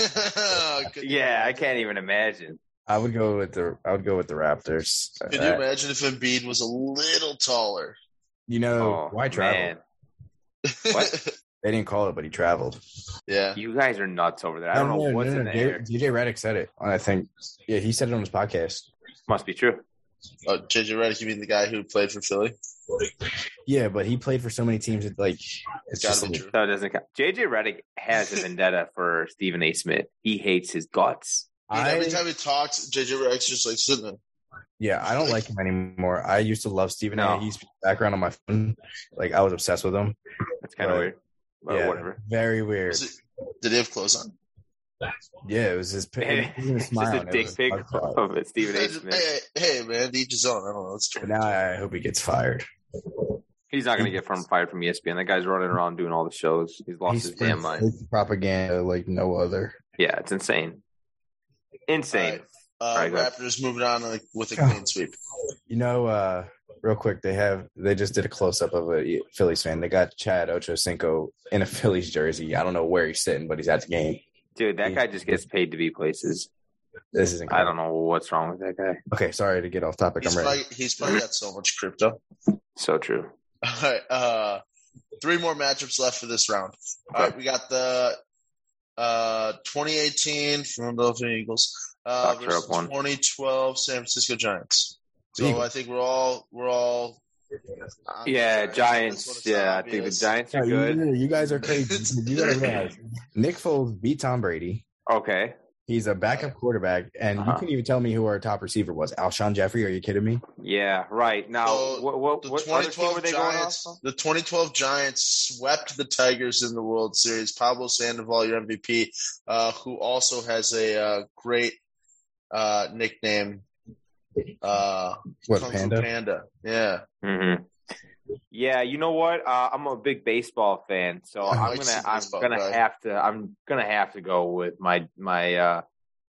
Speaker 3: Could you
Speaker 2: Yeah, I
Speaker 3: imagine?
Speaker 2: can't even imagine.
Speaker 4: I would go with the. I would go with the Raptors.
Speaker 3: Could you
Speaker 4: Uh,
Speaker 3: imagine if Embiid was a little taller?
Speaker 4: you know
Speaker 2: Oh,
Speaker 4: why travel?
Speaker 2: man. What?
Speaker 4: They didn't call it, but he traveled.
Speaker 3: <laughs> yeah.
Speaker 2: You guys are nuts over there. I don't know what's in the air.
Speaker 4: DJ Redick said it. I think. Yeah, he said it on his podcast.
Speaker 2: Must be true.
Speaker 3: Oh, JJ Redick, you mean the guy who played for Philly?
Speaker 4: Yeah, but he played for so many teams that like
Speaker 3: Gotta
Speaker 4: it's just
Speaker 3: be
Speaker 4: like,
Speaker 3: true.
Speaker 2: No, it doesn't count. JJ Redick has a vendetta for Stephen A. Smith. He hates his guts.
Speaker 3: Dude, every
Speaker 4: I
Speaker 3: time he talks, JJ Redick's just like sitting there.
Speaker 4: yeah, I don't like him anymore. I used to love Stephen
Speaker 2: No.
Speaker 4: A. He's background on my phone. Like I was obsessed with him.
Speaker 2: That's kind of
Speaker 4: Right.
Speaker 2: weird. But
Speaker 4: yeah,
Speaker 2: whatever.
Speaker 4: Very weird.
Speaker 3: Is it- Did he have clothes on?
Speaker 4: Yeah, it was his
Speaker 2: <laughs>
Speaker 4: pic. it wasn't even
Speaker 2: Just
Speaker 4: smile,
Speaker 2: a
Speaker 4: it
Speaker 2: dick
Speaker 4: was
Speaker 2: pic
Speaker 4: hug shot.
Speaker 2: of it, Stephen A.
Speaker 3: Just-
Speaker 2: Smith.
Speaker 3: Hey, hey, man, each his own. I don't know. It's
Speaker 4: But
Speaker 3: true.
Speaker 4: now I hope he gets fired.
Speaker 2: He's not going to get from fired from E ESPN. That guy's running around doing all the shows. He's lost
Speaker 4: He's
Speaker 2: his damn
Speaker 4: spreads
Speaker 2: mind.
Speaker 4: fake propaganda like no other.
Speaker 2: Yeah, it's insane.
Speaker 3: All
Speaker 2: Insane.
Speaker 3: right. Uh,
Speaker 2: Sorry, go ahead.
Speaker 3: Raptors moving on like, with a clean sweep.
Speaker 4: You know, uh, real quick, they have they just did a close up of a Phillies fan. They got Chad Ochocinco in a <laughs> Phillies jersey. I don't know where he's sitting, but he's at the game.
Speaker 2: Dude, that guy just gets paid to be places.
Speaker 4: This is
Speaker 2: I
Speaker 4: incredible.
Speaker 2: don't know what's wrong with that guy.
Speaker 4: Okay, sorry to get off topic.
Speaker 3: He's
Speaker 4: I'm ready.
Speaker 3: probably, he's probably got so much crypto.
Speaker 2: So true.
Speaker 3: <laughs> All right, uh, three more matchups left for this round. All right, we got the uh, 2018 Philadelphia Eagles uh,
Speaker 2: Doctor
Speaker 3: versus
Speaker 2: up one.
Speaker 3: 2012 San Francisco Giants. So
Speaker 4: Eagles.
Speaker 3: I think we're all we're all. I'm
Speaker 2: Yeah,
Speaker 3: sorry, this one
Speaker 2: Giants.
Speaker 3: is
Speaker 2: Yeah, I think the
Speaker 3: obvious.
Speaker 2: Giants are
Speaker 4: Yeah, you-
Speaker 2: good.
Speaker 4: You, guys are crazy. you gotta realize Nick Foles beat Tom Brady.
Speaker 2: Okay.
Speaker 4: He's a backup quarterback, and
Speaker 2: Uh-huh.
Speaker 4: you couldn't even tell me who our top receiver was. Alshon Jeffrey? Are you kidding me?
Speaker 2: Yeah, right. Now,
Speaker 3: So,
Speaker 2: what, what,
Speaker 3: The
Speaker 2: what other team were
Speaker 3: 2012
Speaker 2: they going off
Speaker 3: Giants.
Speaker 2: of?
Speaker 3: The 2012 Giants swept the Tigers in the World Series. Pablo Sandoval, your MVP, uh, who also has a uh, great uh, nickname. Uh,
Speaker 4: What
Speaker 3: Kung Fu
Speaker 4: Panda?
Speaker 3: Panda. Yeah.
Speaker 2: Mm-hmm. Yeah, you know what? Uh, I'm a big baseball fan,
Speaker 3: <laughs>
Speaker 2: so
Speaker 4: I
Speaker 2: I'm
Speaker 3: like
Speaker 2: gonna
Speaker 3: some
Speaker 2: I'm
Speaker 3: baseball,
Speaker 2: gonna
Speaker 3: right?
Speaker 2: have to I'm gonna have to go with my my uh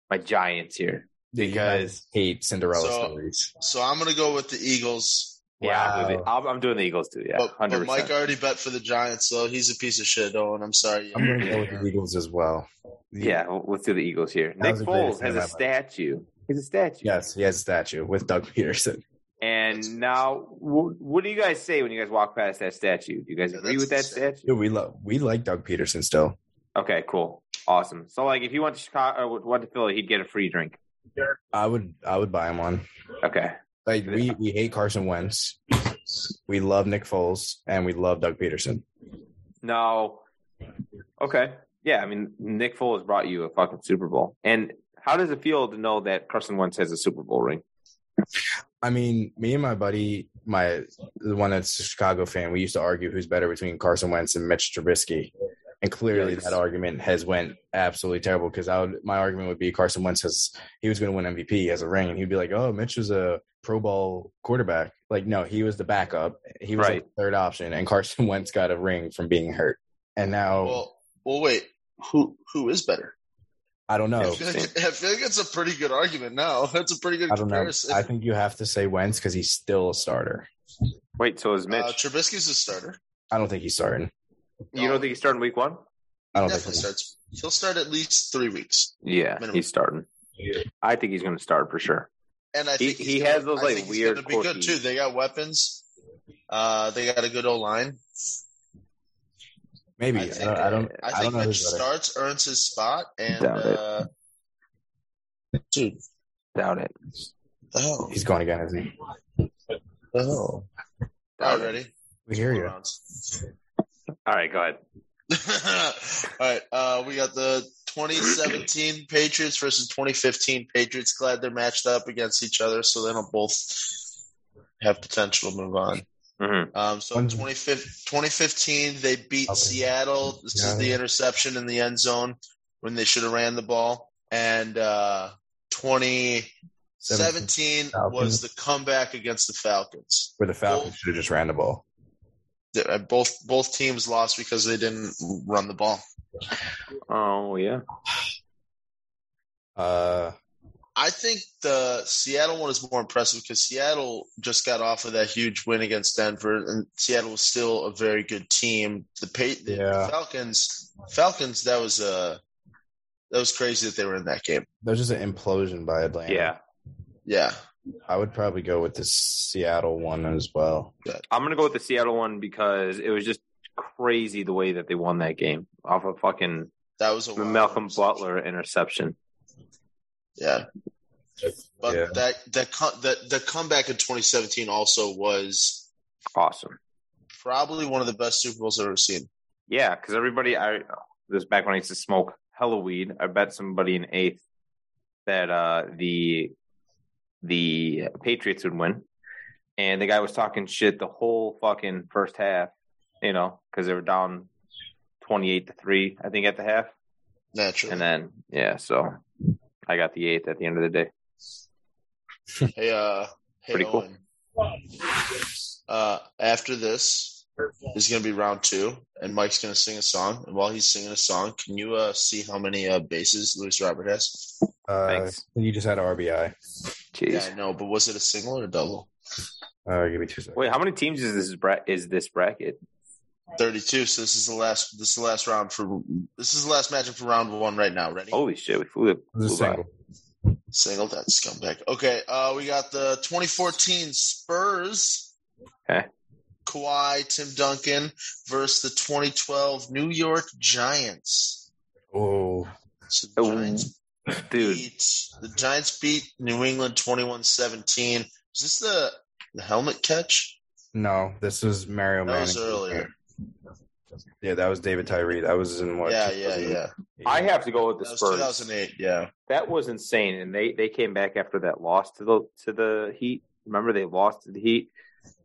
Speaker 2: my Giants here.
Speaker 4: Dude, you guys hate Cinderella
Speaker 3: So- <clears throat>
Speaker 4: stories.
Speaker 3: So I'm going to go with the Eagles.
Speaker 2: Yeah, I'm doing,
Speaker 4: Wow.
Speaker 2: the, I'm, I'm doing the Eagles too. Yeah,
Speaker 3: but, but
Speaker 2: hundred
Speaker 3: Mike
Speaker 2: percent.
Speaker 3: already bet for the Giants, so he's a piece of shit, Owen. I'm sorry.
Speaker 4: I'm gonna go with the Eagles as well. The-
Speaker 2: Yeah, well, let's do the Eagles here. Nick
Speaker 4: was the greatest
Speaker 2: Foles
Speaker 4: thing
Speaker 2: has
Speaker 4: in my
Speaker 2: a
Speaker 4: life.
Speaker 2: statue. He's a statue.
Speaker 4: Yes, he has a statue with Doug Peterson.
Speaker 2: And now, wh- what do you guys say when you guys walk past that statue? Do you guys
Speaker 3: Yeah,
Speaker 2: agree
Speaker 3: that's
Speaker 2: with that
Speaker 3: insane.
Speaker 2: statue?
Speaker 4: Dude, we love we like Doug Peterson still.
Speaker 2: Okay, cool, awesome. So, like, if he went to Chicago, or went to Philly, he'd get a free drink.
Speaker 4: I would I would buy him one.
Speaker 2: Okay,
Speaker 4: Like we we hate Carson Wentz. We love Nick Foles and we love Doug Peterson.
Speaker 2: No. Okay. Yeah, I mean, Nick Foles brought you a fucking Super Bowl. And how does it feel to know that Carson Wentz has a Super Bowl ring?
Speaker 4: I mean, me and my buddy, my the one that's a Chicago fan, we used to argue who's better between Carson Wentz and Mitch Trubisky. And clearly,
Speaker 2: Yes.
Speaker 4: that argument has went absolutely terrible because I would my argument would be Carson Wentz has he was going to win MVP as a ring, and he'd be like, "Oh, Mitch was a Pro Bowl quarterback." Like, no, he was the backup. He was
Speaker 2: Right.
Speaker 4: the third option, and Carson <laughs> Wentz got a ring from being hurt. And now
Speaker 3: Well, well, wait. Who who is better?
Speaker 4: I don't
Speaker 3: <laughs> I
Speaker 2: Oh,
Speaker 4: know.
Speaker 3: feel, like, I feel like it's a pretty good argument. Now <laughs> that's a pretty good
Speaker 4: I don't know.
Speaker 3: comparison. Uh,
Speaker 4: I think you have to say Wentz because he's still a starter.
Speaker 2: Wait, so is Mitch?
Speaker 3: uh, Trubisky's a starter.
Speaker 4: I don't think he's starting.
Speaker 2: you don't think he's starting week one?
Speaker 4: I don't
Speaker 3: Definitely
Speaker 4: think so.
Speaker 3: starts. He'll start at least three weeks,
Speaker 2: Yeah,
Speaker 3: Minimum.
Speaker 2: he's starting. I think he's going to start for sure.
Speaker 3: and I
Speaker 2: He-
Speaker 3: think he's
Speaker 2: he
Speaker 3: gonna-
Speaker 2: has those,
Speaker 3: I
Speaker 2: like,
Speaker 3: think he's
Speaker 2: weird
Speaker 3: gonna be good
Speaker 2: quirky-
Speaker 3: too. They got weapons. Uh, they got a good O line.
Speaker 4: Maybe
Speaker 3: I
Speaker 4: I,
Speaker 3: think-
Speaker 4: don't. I don't,
Speaker 3: I
Speaker 4: I
Speaker 3: think
Speaker 4: don't know
Speaker 3: Mitch
Speaker 4: who's better.
Speaker 3: starts, earns his spot, and
Speaker 2: Doubt it.
Speaker 3: uh, dude,
Speaker 2: Doubt it.
Speaker 3: oh,
Speaker 4: He's going again, isn't he?
Speaker 3: oh, all
Speaker 2: Doubt
Speaker 3: right,
Speaker 2: it.
Speaker 3: ready?
Speaker 4: We hear you.
Speaker 2: All right, go ahead.
Speaker 3: <laughs> All right, uh, we got the
Speaker 4: <clears throat>
Speaker 3: 2017 Patriots versus 2015 Patriots. Glad they're matched up against each other, so they don't both have potential to move on.
Speaker 2: Mhm.
Speaker 3: Um, so
Speaker 4: One-
Speaker 3: 25 2015, they beat
Speaker 4: Okay.
Speaker 3: Seattle. This is the
Speaker 4: Yeah.
Speaker 3: interception in the end zone when they should have ran the ball. And uh, 2017 was
Speaker 4: Falcons.
Speaker 3: the comeback against the Falcons.
Speaker 4: Where the Falcons should have just ran the ball.
Speaker 3: They- uh, Both both teams lost because they didn't run the ball.
Speaker 2: Oh yeah.
Speaker 4: Uh,
Speaker 3: I think the Seattle one is more impressive because Seattle just got off of that huge win against Denver, and Seattle was still a very good team. The, pa- the
Speaker 4: Yeah.
Speaker 3: Falcons, Falcons, that was uh, that was crazy that they were in that game.
Speaker 4: there's just an implosion by Atlanta.
Speaker 2: Yeah.
Speaker 3: Yeah,
Speaker 4: I would probably go with the Seattle one as well.
Speaker 2: I'm going to go with the Seattle one because it was just crazy the way that they won that game off of fucking
Speaker 3: that was a wild
Speaker 2: Malcolm
Speaker 3: interception.
Speaker 2: Butler interception.
Speaker 3: Yeah, but
Speaker 4: Yeah.
Speaker 3: that that com- that the comeback in 2017 also was
Speaker 2: Awesome.
Speaker 3: probably one of the best Super Bowls I've ever seen.
Speaker 2: Yeah, because everybody, I this is back when I used to smoke hella weed. I bet somebody in eighth that uh, the the Patriots would win, and the guy was talking shit the whole fucking first half. You know, because they were down twenty eight to three, I think, at the half,
Speaker 3: Naturally,
Speaker 2: and then yeah, so I got the eighth at the end of the day.
Speaker 3: Hey, uh, hey,
Speaker 2: Pretty cool.
Speaker 3: Owen. Uh, after this is going to be round two, and Mike's going to sing a song. And while he's singing a song, can you uh, see how many uh, bases Luis Robert has?
Speaker 4: Uh,
Speaker 2: Thanks.
Speaker 4: You just had RBI.
Speaker 3: Yeah,
Speaker 2: Jeez.
Speaker 3: I know, but was it a single or a double?
Speaker 4: Uh, give me two seconds.
Speaker 2: Wait, how many teams is this bra- is this bracket?
Speaker 3: Thirty-two. So this is the last. This is the last round for. This is the last matchup for round one right now. Ready?
Speaker 2: Holy shit, we flew,
Speaker 4: It was a
Speaker 2: flew by.
Speaker 4: single.
Speaker 3: Single that scumbag. Okay, uh, we got the 2014 Spurs.
Speaker 2: Okay.
Speaker 3: Kawhi, Tim Duncan versus the 2012 New York Giants.
Speaker 4: Oh,
Speaker 3: So the
Speaker 2: Oh,
Speaker 3: Giants
Speaker 2: dude.
Speaker 3: beat the Giants beat New England 21-17. Is this the the helmet catch?
Speaker 4: no. This was Mario
Speaker 3: That was
Speaker 4: Manning.
Speaker 3: earlier.
Speaker 4: Yeah, that was David Tyree. That was in what?
Speaker 3: yeah, yeah,
Speaker 4: 2000?
Speaker 3: yeah.
Speaker 2: I have to go with the
Speaker 3: That was
Speaker 2: Spurs.
Speaker 3: 2008. Yeah.
Speaker 2: that was insane. And they they came back after that loss to the to the Heat. Remember they lost to the Heat,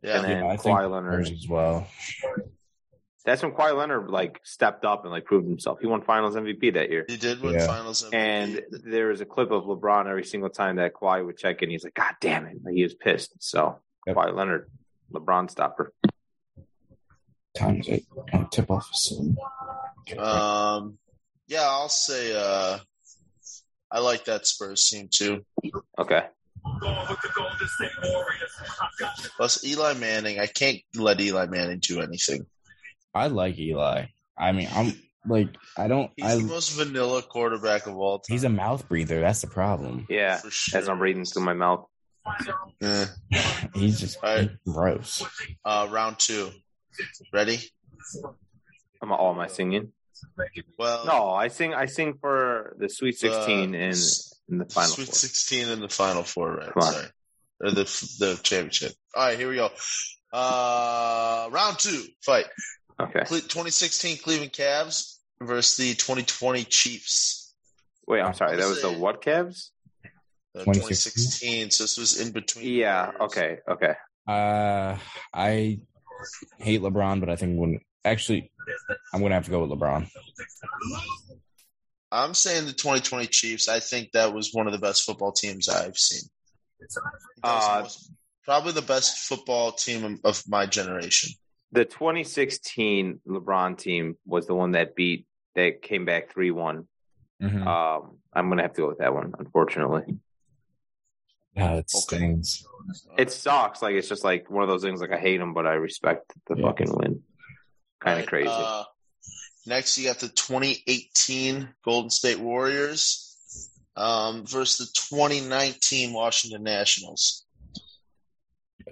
Speaker 3: Yeah.
Speaker 2: and then
Speaker 4: Yeah, I think
Speaker 2: Kawhi Leonard.
Speaker 4: Spurs as well.
Speaker 2: That's when Kawhi Leonard like stepped up and like proved himself. He won Finals MVP that year.
Speaker 3: He did win
Speaker 4: Yeah.
Speaker 3: finals MVP.
Speaker 2: And there is a clip of LeBron every single time that Kawhi would check in. He's like, "God damn it!" Like, he was pissed. So
Speaker 4: Yep.
Speaker 2: Kawhi Leonard, LeBron stopper.
Speaker 4: Times it. Tip off soon.
Speaker 3: Um, yeah, I'll say uh, I like that Spurs team too.
Speaker 2: Okay,
Speaker 3: Plus Eli Manning, I can't let Eli Manning do anything.
Speaker 4: I like Eli. I mean, I'm like, I don't.
Speaker 3: He's the most vanilla quarterback of all time.
Speaker 4: he's a mouth breather. That's the problem.
Speaker 2: yeah.
Speaker 3: for sure.
Speaker 2: As I'm breathing through my mouth,
Speaker 3: Eh.
Speaker 4: <laughs> He's just
Speaker 3: All right.
Speaker 4: gross.
Speaker 3: Uh, round two. Ready?
Speaker 2: I'm all my singing.
Speaker 3: Well,
Speaker 2: No, I sing. I sing for the Sweet Sixteen
Speaker 3: Uh,
Speaker 2: in
Speaker 3: s-
Speaker 2: in the final.
Speaker 3: Sweet
Speaker 2: four.
Speaker 3: 16 in the final four, right?
Speaker 2: Come on.
Speaker 3: Sorry. Or the, the championship. All right, here we go. Uh, round two, fight.
Speaker 2: Okay.
Speaker 3: Cle- 2016 Cleveland Cavs versus the 2020 Chiefs.
Speaker 2: Wait, I'm sorry. That was the what Cavs?
Speaker 3: The
Speaker 4: 2016?
Speaker 3: 2016, Uh, so this was in between.
Speaker 2: Yeah.
Speaker 3: years.
Speaker 2: Okay. Okay.
Speaker 4: Uh, I hate LeBron, but I think when Actually, I'm gonna have to go with LeBron.
Speaker 3: I'm saying the 2020 Chiefs. I think that was one of the best football teams I've seen. That was the
Speaker 2: Uh,
Speaker 3: most- probably the best football team of- of my generation.
Speaker 2: The 2016 LeBron team was the one that beat that came back three one.
Speaker 4: Mhm.
Speaker 2: Um, I'm gonna have to go with that one, unfortunately.
Speaker 4: Oh, it stings.
Speaker 2: It sucks. Like it's just like one of those things. Like I hate him, but I respect the
Speaker 4: Yeah.
Speaker 2: fucking win. Kind of
Speaker 3: Right,
Speaker 2: crazy.
Speaker 3: uh, next, you got the 2018 Golden State Warriors um, versus the 2019 Washington Nationals.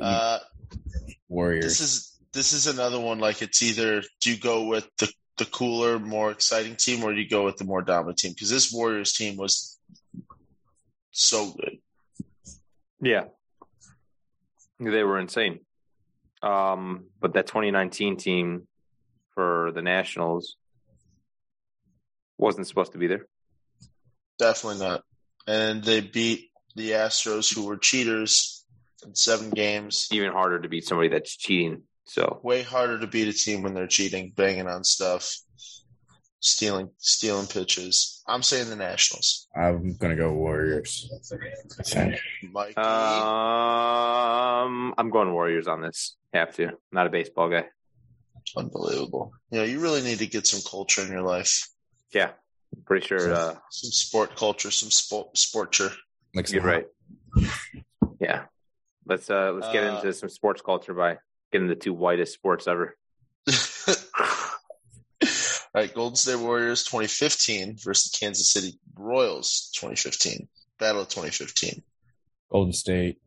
Speaker 3: Uh,
Speaker 4: Warriors.
Speaker 3: this is this is another one like it's either do you go with the the cooler, more exciting team, or do you go with the more dominant team? Because this Warriors team was so good.
Speaker 2: Yeah. They were insane. Um, but that 2019 team for the Nationals wasn't supposed to be there.
Speaker 3: Definitely not. And they beat the Astros, who were cheaters, in seven games.
Speaker 2: Even harder to beat somebody that's cheating. So,
Speaker 3: Way harder to beat a team when they're cheating, banging on stuff, stealing stealing pitches. I'm saying the Nationals.
Speaker 4: I'm gonna go Warriors. Same.
Speaker 3: Mike,
Speaker 2: Uh, um, I'm going Warriors on this. Have to. Not a baseball guy.
Speaker 3: unbelievable. You know, you really need to get some culture in your life.
Speaker 2: Yeah. Pretty sure. Uh,
Speaker 3: Some sport culture, some sport sporture.
Speaker 4: Looks
Speaker 2: you're right. Yeah. Let's uh let's get
Speaker 3: Uh,
Speaker 2: into some sports culture by getting the two whitest sports ever.
Speaker 3: <laughs> All right, Golden State Warriors 2015 versus the Kansas City Royals 2015. Battle of 2015.
Speaker 4: Golden State.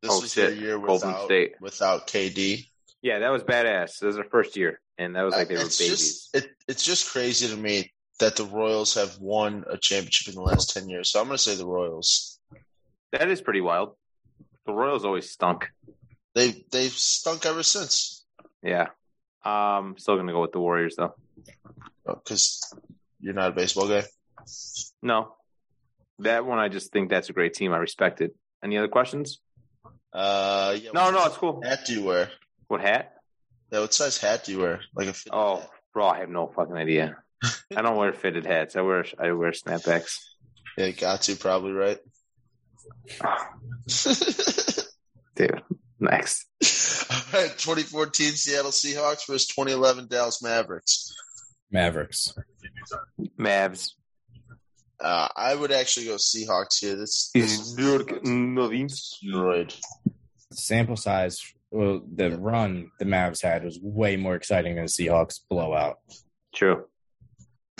Speaker 3: This
Speaker 2: Oh,
Speaker 3: was
Speaker 2: shit.
Speaker 3: their year
Speaker 2: Golden
Speaker 3: without,
Speaker 2: State.
Speaker 3: without KD.
Speaker 2: Yeah, that was badass. That was their first year, and that was like they
Speaker 3: Uh,
Speaker 2: were
Speaker 3: it's
Speaker 2: babies.
Speaker 3: Just, it, it's just crazy to me that the Royals have won a championship in the last 10 years. So I'm going to say the Royals.
Speaker 2: That is pretty wild. The Royals always stunk.
Speaker 3: They, they've stunk ever since
Speaker 2: Yeah. Um, still gonna go with the Warriors though.
Speaker 3: because Oh, you're not a baseball guy.
Speaker 2: No, that one I just think that's a great team. I respect it. Any other questions?
Speaker 3: Uh, yeah,
Speaker 2: No,
Speaker 3: what
Speaker 2: no,
Speaker 3: size
Speaker 2: it's cool.
Speaker 3: Hat do you wear?
Speaker 2: What hat?
Speaker 3: Yeah, what size hat do you wear? Like a fitted
Speaker 2: Oh,
Speaker 3: hat?
Speaker 2: bro, I have no fucking idea. I don't wear fitted hats. I wear I wear snapbacks.
Speaker 3: Yeah, got to probably, right? <laughs>
Speaker 2: Dude, next.
Speaker 3: All right, 2014 Seattle Seahawks versus 2011 Dallas Mavericks.
Speaker 4: Mavericks.
Speaker 2: Mavs.
Speaker 3: Uh, I would actually go Seahawks here. This, this
Speaker 2: Is nothing.
Speaker 3: destroyed.
Speaker 4: Sample size. Well, the run the Mavs had was way more exciting than the Seahawks blowout.
Speaker 2: True.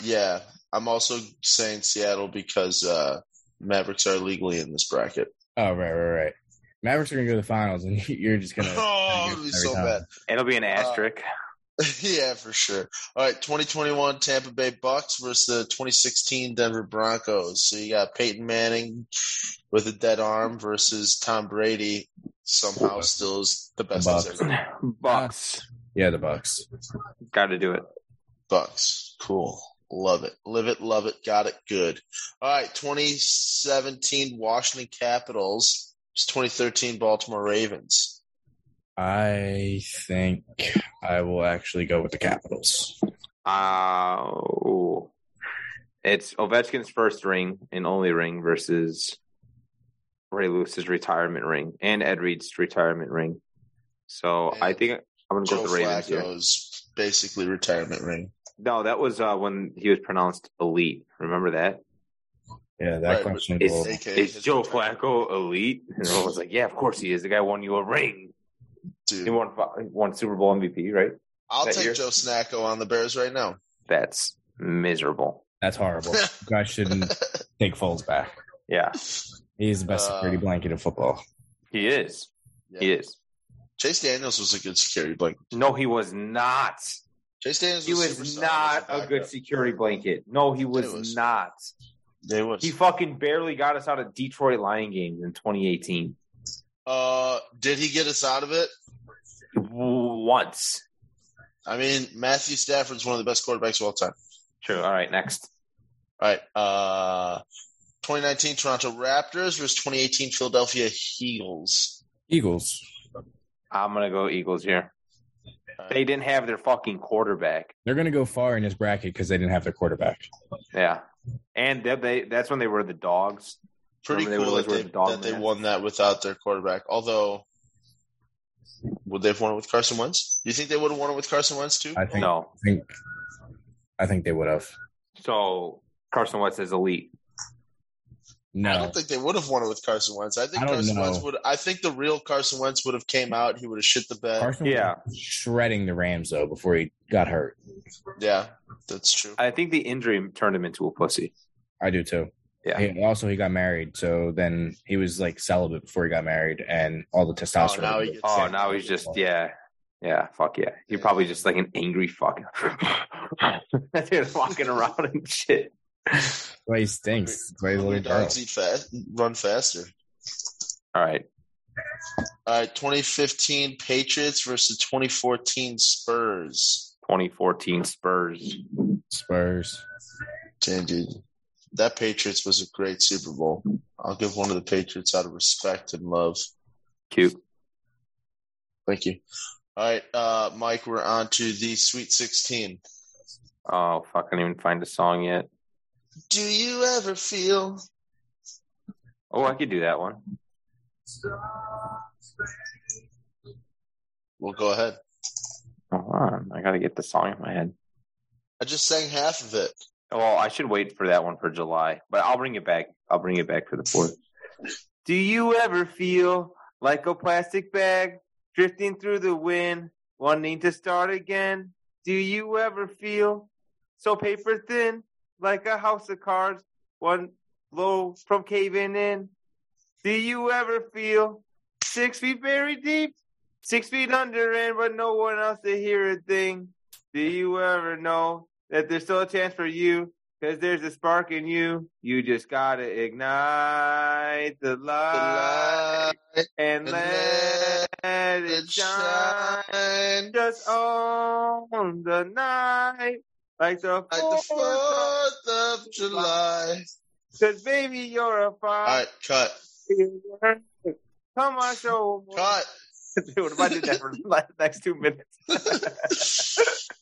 Speaker 3: Yeah, I'm also saying Seattle because uh, Mavericks are legally in this bracket.
Speaker 4: Oh right, right, right. Mavericks are gonna go to the finals, and <laughs> you're just gonna.
Speaker 3: <laughs> Oh, it'd be so
Speaker 4: Every
Speaker 3: bad.
Speaker 4: time.
Speaker 2: It'll be an asterisk.
Speaker 3: <laughs> yeah, for sure. All right, 2021 Tampa Bay Bucks versus the 2016 Denver Broncos. So you got Peyton Manning with a dead arm versus Tom Brady. Somehow, still is the best
Speaker 4: Bucks.
Speaker 3: he's ever been.
Speaker 2: Bucks.
Speaker 4: Yeah, the Bucks.
Speaker 2: Got to do it.
Speaker 3: Bucks. Cool. Love it. Live it. Love it. Got it. Good. All right. 2017 Washington Capitals. It's 2013 Baltimore Ravens.
Speaker 4: I think I will actually go with the Capitals.
Speaker 2: Oh. It's Ovechkin's first ring and only ring versus Ray Lewis's retirement ring and Ed Reed's retirement ring. So I
Speaker 3: And
Speaker 2: think I'm going to go
Speaker 3: Joe
Speaker 2: with the Ravens here.
Speaker 3: Flacco's basically retirement ring.
Speaker 2: No, that was uh, when he was pronounced elite. Remember that?
Speaker 4: Yeah, that
Speaker 3: Right, but
Speaker 4: question
Speaker 2: it's-
Speaker 4: will.
Speaker 3: AKA
Speaker 2: Is
Speaker 3: his
Speaker 2: Joe
Speaker 3: retirement-
Speaker 2: Flacco elite? And I was like, yeah, of course he is. The guy won you a ring. He
Speaker 3: Dude,
Speaker 2: won, fi- he won Super Bowl MVP, right?
Speaker 3: I'll
Speaker 2: that
Speaker 3: take
Speaker 2: year?
Speaker 3: Joe Snacko on the Bears right now.
Speaker 2: That's miserable.
Speaker 4: That's horrible. You
Speaker 3: <laughs>
Speaker 4: guys shouldn't take Foles back.
Speaker 2: Yeah,
Speaker 4: He's the best security
Speaker 3: Uh,
Speaker 4: blanket in football.
Speaker 2: he is. He is.
Speaker 3: Chase Daniels was a good security blanket.
Speaker 2: No, he was not.
Speaker 3: Chase Daniels
Speaker 2: He
Speaker 3: was,
Speaker 2: was not a good security blanket. No, he was,
Speaker 3: He was.
Speaker 2: not.
Speaker 3: They was.
Speaker 2: He fucking barely got us out of Detroit Lion games in 2018
Speaker 3: uh, did he get us out of it?
Speaker 2: once.
Speaker 3: I mean, Matthew Stafford's one of the best quarterbacks of all time.
Speaker 2: True. All right, next.
Speaker 3: All right. Uh, 2019 Toronto Raptors versus 2018 Philadelphia Eagles.
Speaker 4: Eagles.
Speaker 2: I'm gonna go Eagles here. They didn't have their fucking quarterback.
Speaker 4: They're going to go far in this bracket because they didn't have their quarterback.
Speaker 2: Yeah, and they, they that's when they were the dogs.
Speaker 3: Pretty
Speaker 2: Remember they
Speaker 3: cool
Speaker 2: always
Speaker 3: that
Speaker 2: were
Speaker 3: they,
Speaker 2: the dog
Speaker 3: that they
Speaker 2: man.
Speaker 3: won that without their quarterback. Although, would they have won it with Carson Wentz? Do you think they would have won it with Carson Wentz too?
Speaker 4: I think.
Speaker 2: No,
Speaker 4: I think. I think they would have.
Speaker 2: so Carson Wentz is elite.
Speaker 3: I
Speaker 4: No,
Speaker 3: don't think they would have won it with Carson Wentz. I think
Speaker 4: I don't
Speaker 3: Carson
Speaker 4: know.
Speaker 3: Wentz would. I think the real Carson Wentz would have came out. He would have shit the bed.
Speaker 4: Carson.
Speaker 2: Yeah.
Speaker 4: was shredding the Rams though before he got hurt.
Speaker 3: Yeah, that's true.
Speaker 2: I think the injury turned him into a pussy.
Speaker 4: I do too.
Speaker 2: Yeah.
Speaker 4: He, also, he got married, so then he was like celibate before he got married, and all the testosterone.
Speaker 3: now he gets-
Speaker 2: Oh, now he's just yeah, yeah, fuck yeah. You're probably just like an angry <laughs> fucking. That dude's walking around and shit.
Speaker 4: That's why he stinks. That's why he's a
Speaker 3: Hungry
Speaker 4: little girl.
Speaker 3: dogs eat fast, e-, run faster.
Speaker 2: All right,
Speaker 3: All right, 2015 Patriots versus 2014 Spurs.
Speaker 2: 2014 Spurs.
Speaker 4: Spurs.
Speaker 3: Damn, dude. That Patriots was a great Super Bowl. I'll give one to the Patriots out of respect and love.
Speaker 2: Cute.
Speaker 3: Thank you. All right, uh, Mike, we're on to the Sweet 16.
Speaker 2: Oh fuck! I didn't even find a song yet.
Speaker 3: Do you ever feel
Speaker 2: Oh, I could do that one.
Speaker 3: Well, go ahead.
Speaker 2: Hold on, I gotta get the song in my head.
Speaker 3: I just sang half of it.
Speaker 2: Well, I should wait for that one for July, but I'll bring it back. I'll bring it back for the fourth. Do you ever feel like a plastic bag drifting through the wind, wanting to start again? Do you ever feel so paper thin, like a house of cards, one blow from caving in? Do you ever feel six feet buried deep, six feet under, and but no one else to hear a thing? Do you ever know that there's still a chance for you? Because there's a spark in you. You just gotta ignite the light, and,
Speaker 3: and
Speaker 2: let, it shine. Just on the night, like the
Speaker 3: Like the
Speaker 2: fourth.
Speaker 3: 4th of July.
Speaker 2: Because baby, you're a
Speaker 3: All
Speaker 2: fire.
Speaker 3: right, cut.
Speaker 2: Come on, show 'em.
Speaker 3: Cut.
Speaker 2: <laughs> Dude, if I did that for the <laughs> la- next two minutes.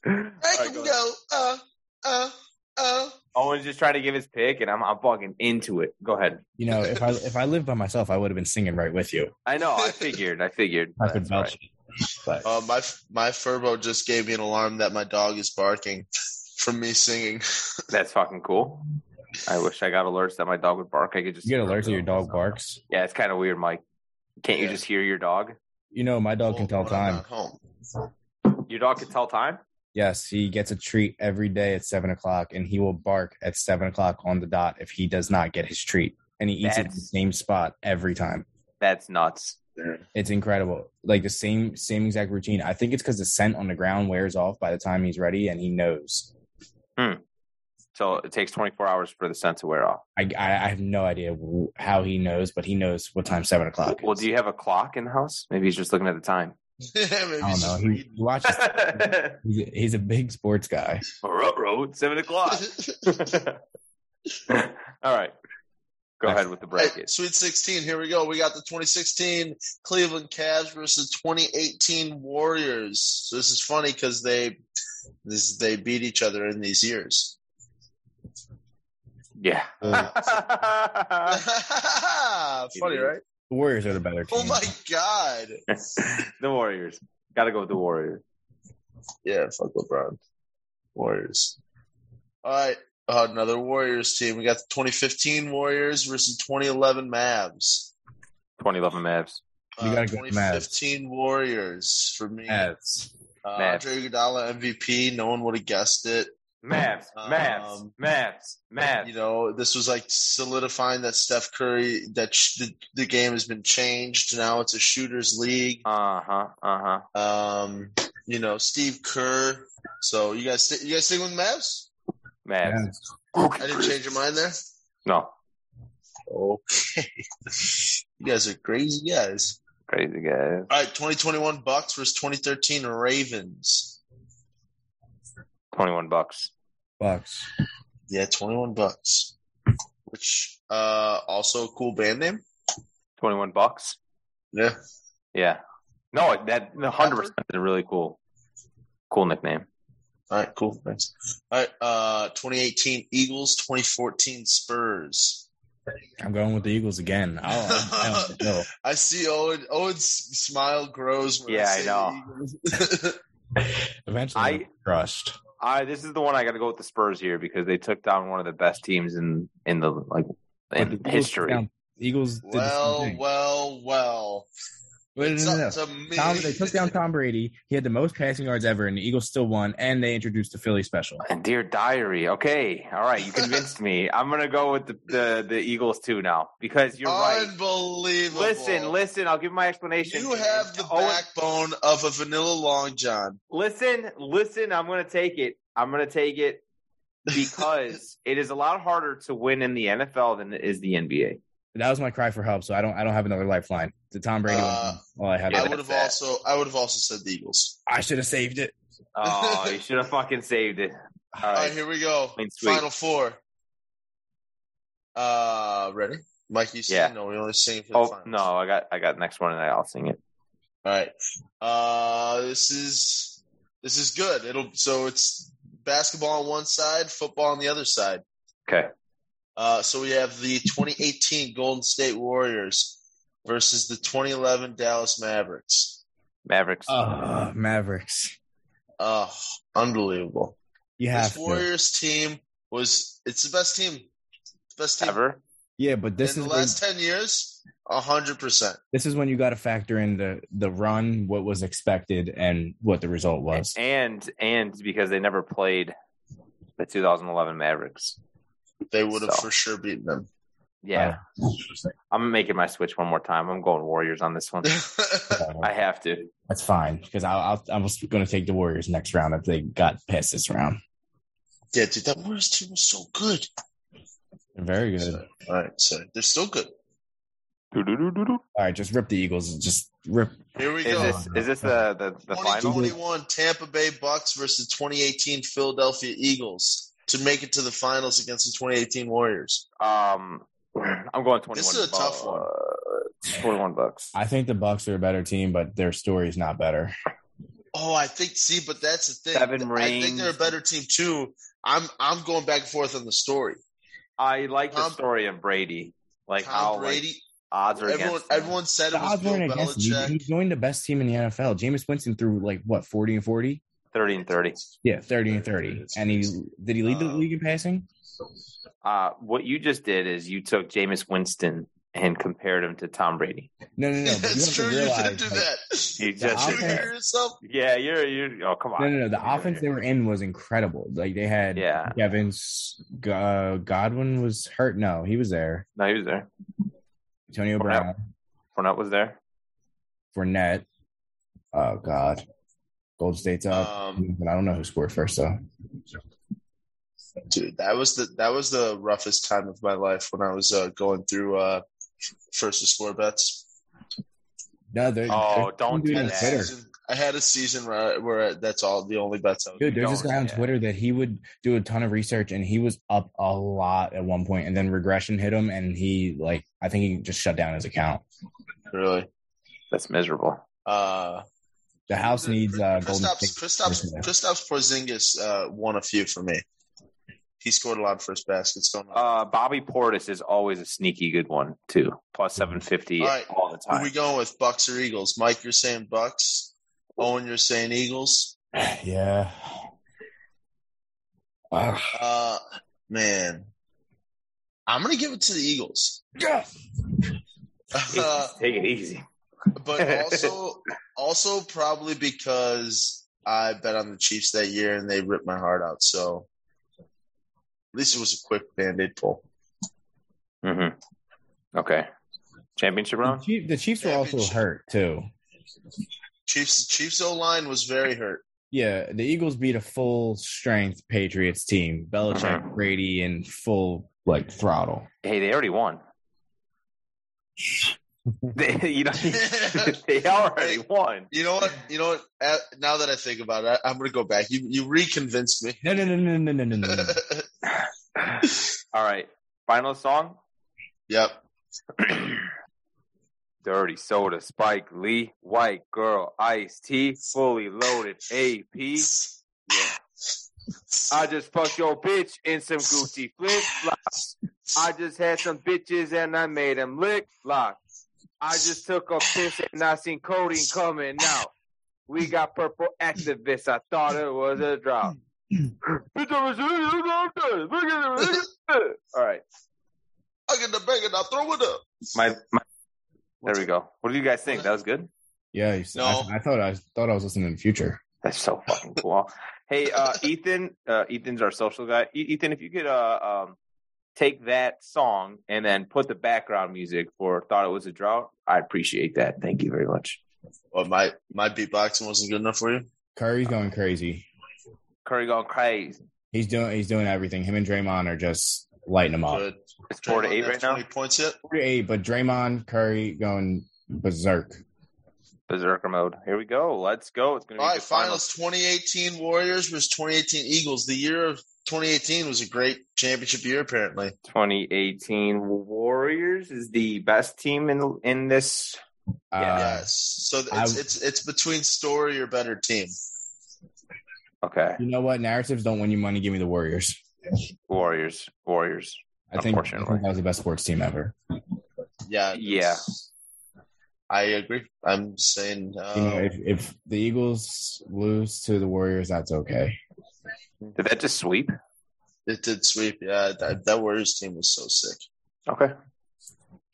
Speaker 3: I
Speaker 2: All right,
Speaker 3: can
Speaker 2: go
Speaker 3: go.
Speaker 2: ahead.
Speaker 3: Uh, uh, uh.
Speaker 2: Owen's just trying to give his pick, and I'm, I'm fucking into it. Go ahead.
Speaker 4: You know, if I if I lived by myself, I would have been singing right with you.
Speaker 2: I know. I figured. I figured.
Speaker 4: <laughs> I could
Speaker 2: That's Oh, all
Speaker 4: vouch. But
Speaker 3: Uh, my my Furbo just gave me an alarm that my dog is barking from me singing.
Speaker 2: right. That's fucking cool. I wish I got alerts that my dog would bark. I could just
Speaker 4: you get
Speaker 2: <laughs>
Speaker 4: alerted your dog barks.
Speaker 2: Yeah, it's kind of weird, Mike. Can't you
Speaker 3: Yeah.
Speaker 2: just hear your dog?
Speaker 4: You know, my dog can tell
Speaker 3: When I'm
Speaker 4: time.
Speaker 3: not Home. <laughs>
Speaker 2: Your dog can tell time.
Speaker 4: Yes, he gets a treat every day at seven o'clock, and he will bark at seven o'clock on the dot if he does not get his treat, and he eats it in the
Speaker 2: That's-
Speaker 4: same spot every time.
Speaker 2: That's nuts.
Speaker 4: It's incredible, like the same same exact routine. I think it's because the scent on the ground wears off by the time he's ready, and he knows.
Speaker 2: So it takes 24 hours for the scent to wear off.
Speaker 4: I I, I have no idea wh- how he knows, but he knows what time seven o'clock.
Speaker 2: Well,
Speaker 4: is.
Speaker 2: do you have a clock in the house? Maybe he's just looking at the <laughs> time.
Speaker 3: Maybe
Speaker 4: I don't
Speaker 3: he's
Speaker 4: know.
Speaker 3: just
Speaker 4: He, he watches.
Speaker 2: Ruh-roh,
Speaker 4: he's, a, he's a big sports guy.
Speaker 2: Seven o'clock.
Speaker 3: reading.
Speaker 2: <laughs>
Speaker 3: <laughs>
Speaker 2: All right. Go ahead with the
Speaker 3: Right,
Speaker 2: <laughs> bracket.
Speaker 3: Sweet 16, here we go. We got the 2016 Cleveland Cavs versus 2018 Warriors. So this is funny because they this, they beat each other in these years.
Speaker 2: <laughs> Yeah.
Speaker 3: funny, right?
Speaker 4: The Warriors are the better team.
Speaker 3: Oh my god!
Speaker 2: the Warriors. Got to go with the Warriors.
Speaker 3: Yeah, fuck LeBron. Warriors. All right, uh, another Warriors team. We got the 2015 Warriors versus 2011 Mavs.
Speaker 2: 2011 Mavs.
Speaker 4: You
Speaker 3: Uh,
Speaker 4: gotta go with the Mavs.
Speaker 3: 2015 Warriors for me.
Speaker 4: Mavs.
Speaker 3: Uh,
Speaker 2: Mavs.
Speaker 3: Andre Iguodala MVP. No one would have guessed it.
Speaker 2: Mavs. Mavs.
Speaker 3: Um,
Speaker 2: Mavs. Mavs.
Speaker 3: You know, this was like solidifying that Steph Curry that sh- the, the game has been changed. Now it's a shooters league.
Speaker 2: Uh huh. Uh huh.
Speaker 3: Um, you know, Steve Kerr. So you guys, sti- you guys sticking with Mavs?
Speaker 2: Mavs.
Speaker 4: Mavs.
Speaker 3: I didn't change your mind there.
Speaker 2: No.
Speaker 3: Okay, <laughs> you guys are crazy guys.
Speaker 2: Crazy guys.
Speaker 3: All right, 2021 Bucks versus 2013 Ravens.
Speaker 2: 21 bucks.
Speaker 4: Bucks.
Speaker 3: Yeah, 21 Bucks. Which uh, also a cool band name.
Speaker 2: 21 bucks.
Speaker 3: Yeah.
Speaker 2: Yeah. No, that 100% is really cool. Cool nickname.
Speaker 3: All right, cool. Thanks. All right, uh, 2018 Eagles, 2014 Spurs.
Speaker 4: I'm going with the Eagles again. Oh,
Speaker 3: <laughs>
Speaker 4: I'm down the hill.
Speaker 3: I see Owen. Owen's smile grows. When
Speaker 2: Yeah, I
Speaker 3: I, say
Speaker 2: know.
Speaker 4: <laughs>
Speaker 3: the Eagles. <laughs>
Speaker 4: Eventually,
Speaker 2: I-
Speaker 4: I'm crushed.
Speaker 2: I this is the one I got to go with the Spurs here because they took down one of the best teams in in the like
Speaker 4: But the
Speaker 2: in
Speaker 4: Eagles took
Speaker 2: history.
Speaker 4: down- the Eagles did the same
Speaker 3: well,
Speaker 4: thing.
Speaker 3: well, well.
Speaker 4: Wait, no,
Speaker 3: It's
Speaker 4: no, no.
Speaker 3: up to me.
Speaker 4: Tom, they took down Tom Brady. He had the most passing yards ever, and the Eagles still won. And they introduced the Philly special.
Speaker 2: And dear diary, okay, all right, you convinced me. I'm gonna go with the the, the Eagles too now because you're right.
Speaker 3: Unbelievable.
Speaker 2: Listen, listen. I'll give my explanation. Oh,
Speaker 3: You have the
Speaker 2: Owen-
Speaker 3: backbone of a vanilla long john.
Speaker 2: Listen, listen. I'm gonna take it. I'm gonna take it
Speaker 3: <laughs>
Speaker 2: because it is a lot harder to win in the NFL than it is the NBA.
Speaker 4: That was my cry for help. So I don't, I don't have another lifeline. The Tom Brady.
Speaker 3: Uh,
Speaker 4: one, all I have.
Speaker 2: Yeah,
Speaker 3: I would
Speaker 2: that's
Speaker 3: have
Speaker 2: that.
Speaker 3: also I would have also said the Eagles.
Speaker 4: I should have saved it.
Speaker 2: Oh,
Speaker 3: <laughs>
Speaker 2: you should have fucking saved it. All
Speaker 3: All
Speaker 2: right.
Speaker 3: right, here we go.
Speaker 2: Clean sweep.
Speaker 3: Final four. Uh, ready? Mike, you sing?
Speaker 2: Yeah.
Speaker 3: No, we only sing for the
Speaker 2: oh
Speaker 3: finals.
Speaker 2: no, I got I got next one and I'll sing it.
Speaker 3: All right. Uh, this is this is good. It'll so it's basketball on one side, football on the other side.
Speaker 2: Okay.
Speaker 3: Uh, so we have the 2018 Golden State Warriors versus the 2011 Dallas Mavericks.
Speaker 2: Mavericks.
Speaker 4: Oh, Mavericks.
Speaker 3: Oh, unbelievable!
Speaker 4: You have
Speaker 3: this
Speaker 4: to.
Speaker 3: Warriors team was it's the best team, best team
Speaker 2: Ever?
Speaker 4: Yeah, but this
Speaker 3: in
Speaker 4: is
Speaker 3: the
Speaker 4: when-
Speaker 3: last ten years, hundred percent.
Speaker 4: this is when you got to factor in the the run, what was expected, and what the result was.
Speaker 2: And and because they never played the 2011 Mavericks.
Speaker 3: They would have
Speaker 2: So.
Speaker 3: for sure beaten them. <laughs>
Speaker 2: Yeah. I'm making my switch one more time. I'm going Warriors on
Speaker 3: <laughs>
Speaker 2: this one.
Speaker 4: Uh, So
Speaker 2: I have to.
Speaker 4: that's fine because I, I'll, I was going to take the Warriors next round if they got past this round.
Speaker 3: yeah, dude, that Warriors team was so good.
Speaker 4: Very good.
Speaker 3: So, all right, so they're still good.
Speaker 2: Do-do-do-do-do.
Speaker 4: All right, just rip the Eagles. Just rip.
Speaker 3: Here we
Speaker 2: Is
Speaker 3: go.
Speaker 2: this is this the the, the final?
Speaker 3: 2021 Tampa Bay Bucks versus 2018 Philadelphia Eagles to make it to the finals against the 2018 Warriors.
Speaker 2: Um, <clears throat> I'm going 21.
Speaker 3: This is a tough one.
Speaker 2: Uh, 21 bucks.
Speaker 4: I think the Bucks are a better team, but their story's not better.
Speaker 3: Oh, I think. See, but that's the thing.
Speaker 2: Seven
Speaker 3: I think
Speaker 2: rings.
Speaker 3: they're a better team too. I'm I'm going back and forth on the story.
Speaker 2: I like the
Speaker 3: Tom-
Speaker 2: story of Brady. Like how
Speaker 3: Tom
Speaker 2: like,
Speaker 3: Brady.
Speaker 2: odds are
Speaker 3: everyone
Speaker 2: against him.
Speaker 3: everyone said
Speaker 4: The
Speaker 3: it was
Speaker 4: odds
Speaker 3: Bill
Speaker 4: weren't against him. He- He
Speaker 3: Belichick.
Speaker 4: joined the best team in the NFL. Jameis Winston threw like what forty and forty.
Speaker 2: 30 and 30.
Speaker 4: Yeah, thirty and thirty. And he did he lead the
Speaker 3: Uh,
Speaker 4: league in passing?
Speaker 2: Uh, what you just did is you took Jameis Winston and compared him to Tom Brady.
Speaker 4: No, no, no.
Speaker 3: <laughs>
Speaker 4: but
Speaker 3: That's true.
Speaker 4: you have to
Speaker 3: you
Speaker 4: realize,
Speaker 3: didn't do
Speaker 4: like,
Speaker 3: that.
Speaker 2: You
Speaker 4: The
Speaker 2: just
Speaker 3: Did you
Speaker 4: offense-
Speaker 3: hear yourself?
Speaker 2: yeah, you're you're oh come on.
Speaker 4: No, no, no. The offense they were in was incredible. Like they had
Speaker 2: Yeah,
Speaker 4: Evans, uh, Godwin was hurt. No, he was there.
Speaker 2: no, he was there. Fournette.
Speaker 4: Antonio Brown,
Speaker 2: Fournette was there.
Speaker 4: Fournette. Oh God, Gold State's up.
Speaker 3: Um,
Speaker 4: but I don't know who scored first though.
Speaker 3: dude, that was the that was the roughest time of my life when I was uh, going through uh, first to score bets.
Speaker 4: No, they're,
Speaker 2: Oh,
Speaker 4: they're-
Speaker 2: don't
Speaker 4: dude
Speaker 2: do
Speaker 3: I
Speaker 4: on
Speaker 3: had, a
Speaker 2: that.
Speaker 4: Twitter.
Speaker 3: season, I had a season where, I- where that's all the only bets I was.
Speaker 4: Dude, there's this
Speaker 2: Don't,
Speaker 4: guy on
Speaker 2: yeah.
Speaker 4: Twitter that he would do a ton of research and he was up a lot at one point and then regression hit him and he like I think he just shut down his account.
Speaker 3: really.
Speaker 2: That's miserable.
Speaker 3: Uh,
Speaker 4: The house needs uh Golden
Speaker 3: Kristaps
Speaker 4: State.
Speaker 3: Kristaps Kristaps Porzingis uh, won a few for me. He scored a lot of first baskets. Don't know.
Speaker 2: Uh, Bobby Portis is always a sneaky good one too. Plus seven fifty
Speaker 3: All
Speaker 2: all,
Speaker 3: right.
Speaker 2: the
Speaker 3: Who we
Speaker 2: time.
Speaker 3: going with, Bucks or Eagles? Mike, you're saying Bucks. Owen, you're saying Eagles.
Speaker 4: Yeah. Ugh.
Speaker 3: Uh, man, I'm gonna give it to the Eagles. <laughs> Uh,
Speaker 2: Take it easy.
Speaker 3: but also, also probably because I bet on the Chiefs that year and they ripped my heart out. So at least it was a quick band-aid pull.
Speaker 2: hmm Okay. Championship
Speaker 4: The,
Speaker 2: round.
Speaker 4: Chief, the Chiefs were also
Speaker 3: Championship.
Speaker 4: hurt too.
Speaker 3: Chiefs, Chiefs O line was very hurt.
Speaker 4: Yeah, the Eagles beat a full strength Patriots team. Belichick,
Speaker 2: Mhm.
Speaker 4: Brady in full like throttle.
Speaker 2: Hey, they already
Speaker 4: <laughs>
Speaker 2: won. They, you know, <laughs> they already won.
Speaker 3: You know what? You know what? Uh, Now that I think about it, I, I'm gonna go back. You you reconvinced me.
Speaker 4: No no no no no no no no. no.
Speaker 3: <laughs>
Speaker 2: All right. Final song.
Speaker 3: yep.
Speaker 2: Dirty Soda, Spike Lee, White Girl, Ice T, Fully Loaded, AP. I just fucked your bitch in some Gucci flip flops. I just had some bitches and I made them lick lock. I just took a piss and I seen coding coming out. We got purple activists. I thought it was a drop. All right,
Speaker 3: I get the bag and I throw it up.
Speaker 2: my, my there we go. What do you guys think? That was good.
Speaker 4: Yeah, you, no.
Speaker 3: No.
Speaker 4: I, I thought I thought I was listening to Future.
Speaker 2: That's so fucking cool. hey, uh, Ethan, uh, Ethan's our social guy. E- Ethan, if you could uh, um, take that song and then put the background music for "Thought It Was a Drought," I appreciate that. Thank you very much.
Speaker 3: Well, my my beatboxing wasn't good enough for you.
Speaker 4: Curry's going crazy.
Speaker 2: Curry going crazy.
Speaker 4: He's doing he's doing everything. Him and Draymond are just lighting him up.
Speaker 3: Good.
Speaker 2: It's four to
Speaker 3: Draymond
Speaker 2: eight
Speaker 3: got
Speaker 2: right now.
Speaker 3: 20 Points yet?
Speaker 4: Hey, but Draymond Curry going berserk.
Speaker 2: Berserker mode. Here we go. Let's go. It's gonna be
Speaker 3: All
Speaker 2: a
Speaker 3: right,
Speaker 2: good finals.
Speaker 3: finals 2018 Warriors versus 2018 Eagles. The year of 2018 was a great championship year, apparently.
Speaker 2: 2018 Warriors is the best team in in this.
Speaker 4: Uh,
Speaker 3: yes. So it's,
Speaker 4: I-
Speaker 3: it's it's between story or better team.
Speaker 2: Okay,
Speaker 4: You know what? Narratives don't win you money. Give me the Warriors.
Speaker 2: Warriors. Warriors.
Speaker 4: I think, I think
Speaker 2: Unfortunately.
Speaker 4: that was the best sports team ever.
Speaker 3: Yeah.
Speaker 2: Yeah.
Speaker 3: I agree. I'm saying uh,
Speaker 4: you know, if, if the Eagles lose to the Warriors, that's okay.
Speaker 2: Did that just sweep?
Speaker 3: it did sweep. Yeah, that, that Warriors team was so sick. <laughs>
Speaker 2: Okay.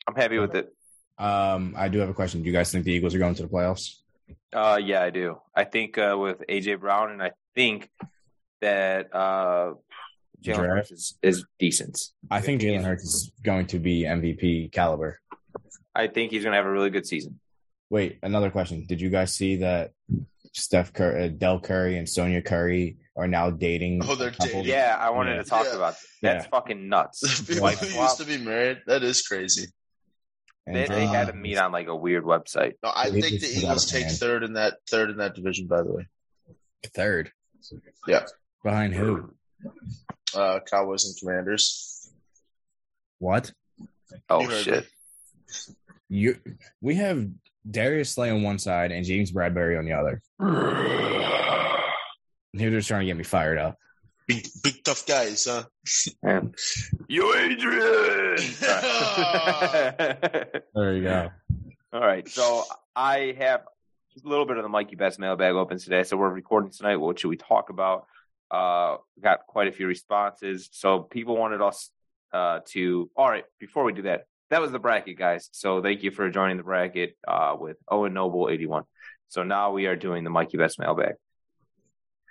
Speaker 2: I'm happy with it.
Speaker 4: Um, I do have a question. Do you guys think the Eagles are going to the playoffs?
Speaker 2: Uh, yeah, I do. I think uh, with AJ Brown, and I think that uh, Jalen
Speaker 4: Draft?
Speaker 2: Hurts is, is decent.
Speaker 4: I think Jalen Hurts is going to be MVP caliber.
Speaker 2: I think he's gonna have a really good season.
Speaker 4: Wait, another question. Did you guys see that Steph Curry, uh, Del Curry, and Sonia Curry are now dating?
Speaker 3: Oh, they're
Speaker 4: a couple?
Speaker 3: dating.
Speaker 2: Yeah, I wanted
Speaker 4: Yeah.
Speaker 2: to talk
Speaker 3: Yeah.
Speaker 2: about that. That's
Speaker 4: Yeah.
Speaker 2: fucking nuts.
Speaker 3: <laughs> People
Speaker 4: Like,
Speaker 3: who
Speaker 2: wow.
Speaker 3: used to be married, that is crazy.
Speaker 4: And uh,
Speaker 2: They, they
Speaker 4: Jalen
Speaker 3: "Oh,
Speaker 2: had to
Speaker 4: Hurts-
Speaker 2: meet on like a weird website.
Speaker 3: No, I
Speaker 4: Yeah, they
Speaker 3: think the
Speaker 4: just put out
Speaker 3: Eagles
Speaker 4: a
Speaker 3: take
Speaker 4: hand.
Speaker 3: third in that third in that division. By the way,
Speaker 4: third.
Speaker 3: Yeah.
Speaker 4: Behind who?
Speaker 3: uh, Cowboys and Commanders.
Speaker 4: What?
Speaker 2: Oh
Speaker 3: You heard
Speaker 2: shit!
Speaker 4: You? We have Darius Slay on one side and James Bradbury on the other. They're just trying to get me fired up.
Speaker 3: Big, big tough guys, huh? <laughs>
Speaker 2: Man. You Adrian. <laughs>
Speaker 3: <laughs>
Speaker 2: Sorry.
Speaker 4: There you go.
Speaker 2: All right, so I have just a little bit of the Mikey Best mailbag open today. So we're recording tonight. What should we talk about? Uh, got quite a few responses. So people wanted us uh, to. All right, before we do that, that was the bracket, guys. So thank you for joining the bracket uh, with Owen Noble eighty one. So now we are doing the Mikey Best mailbag.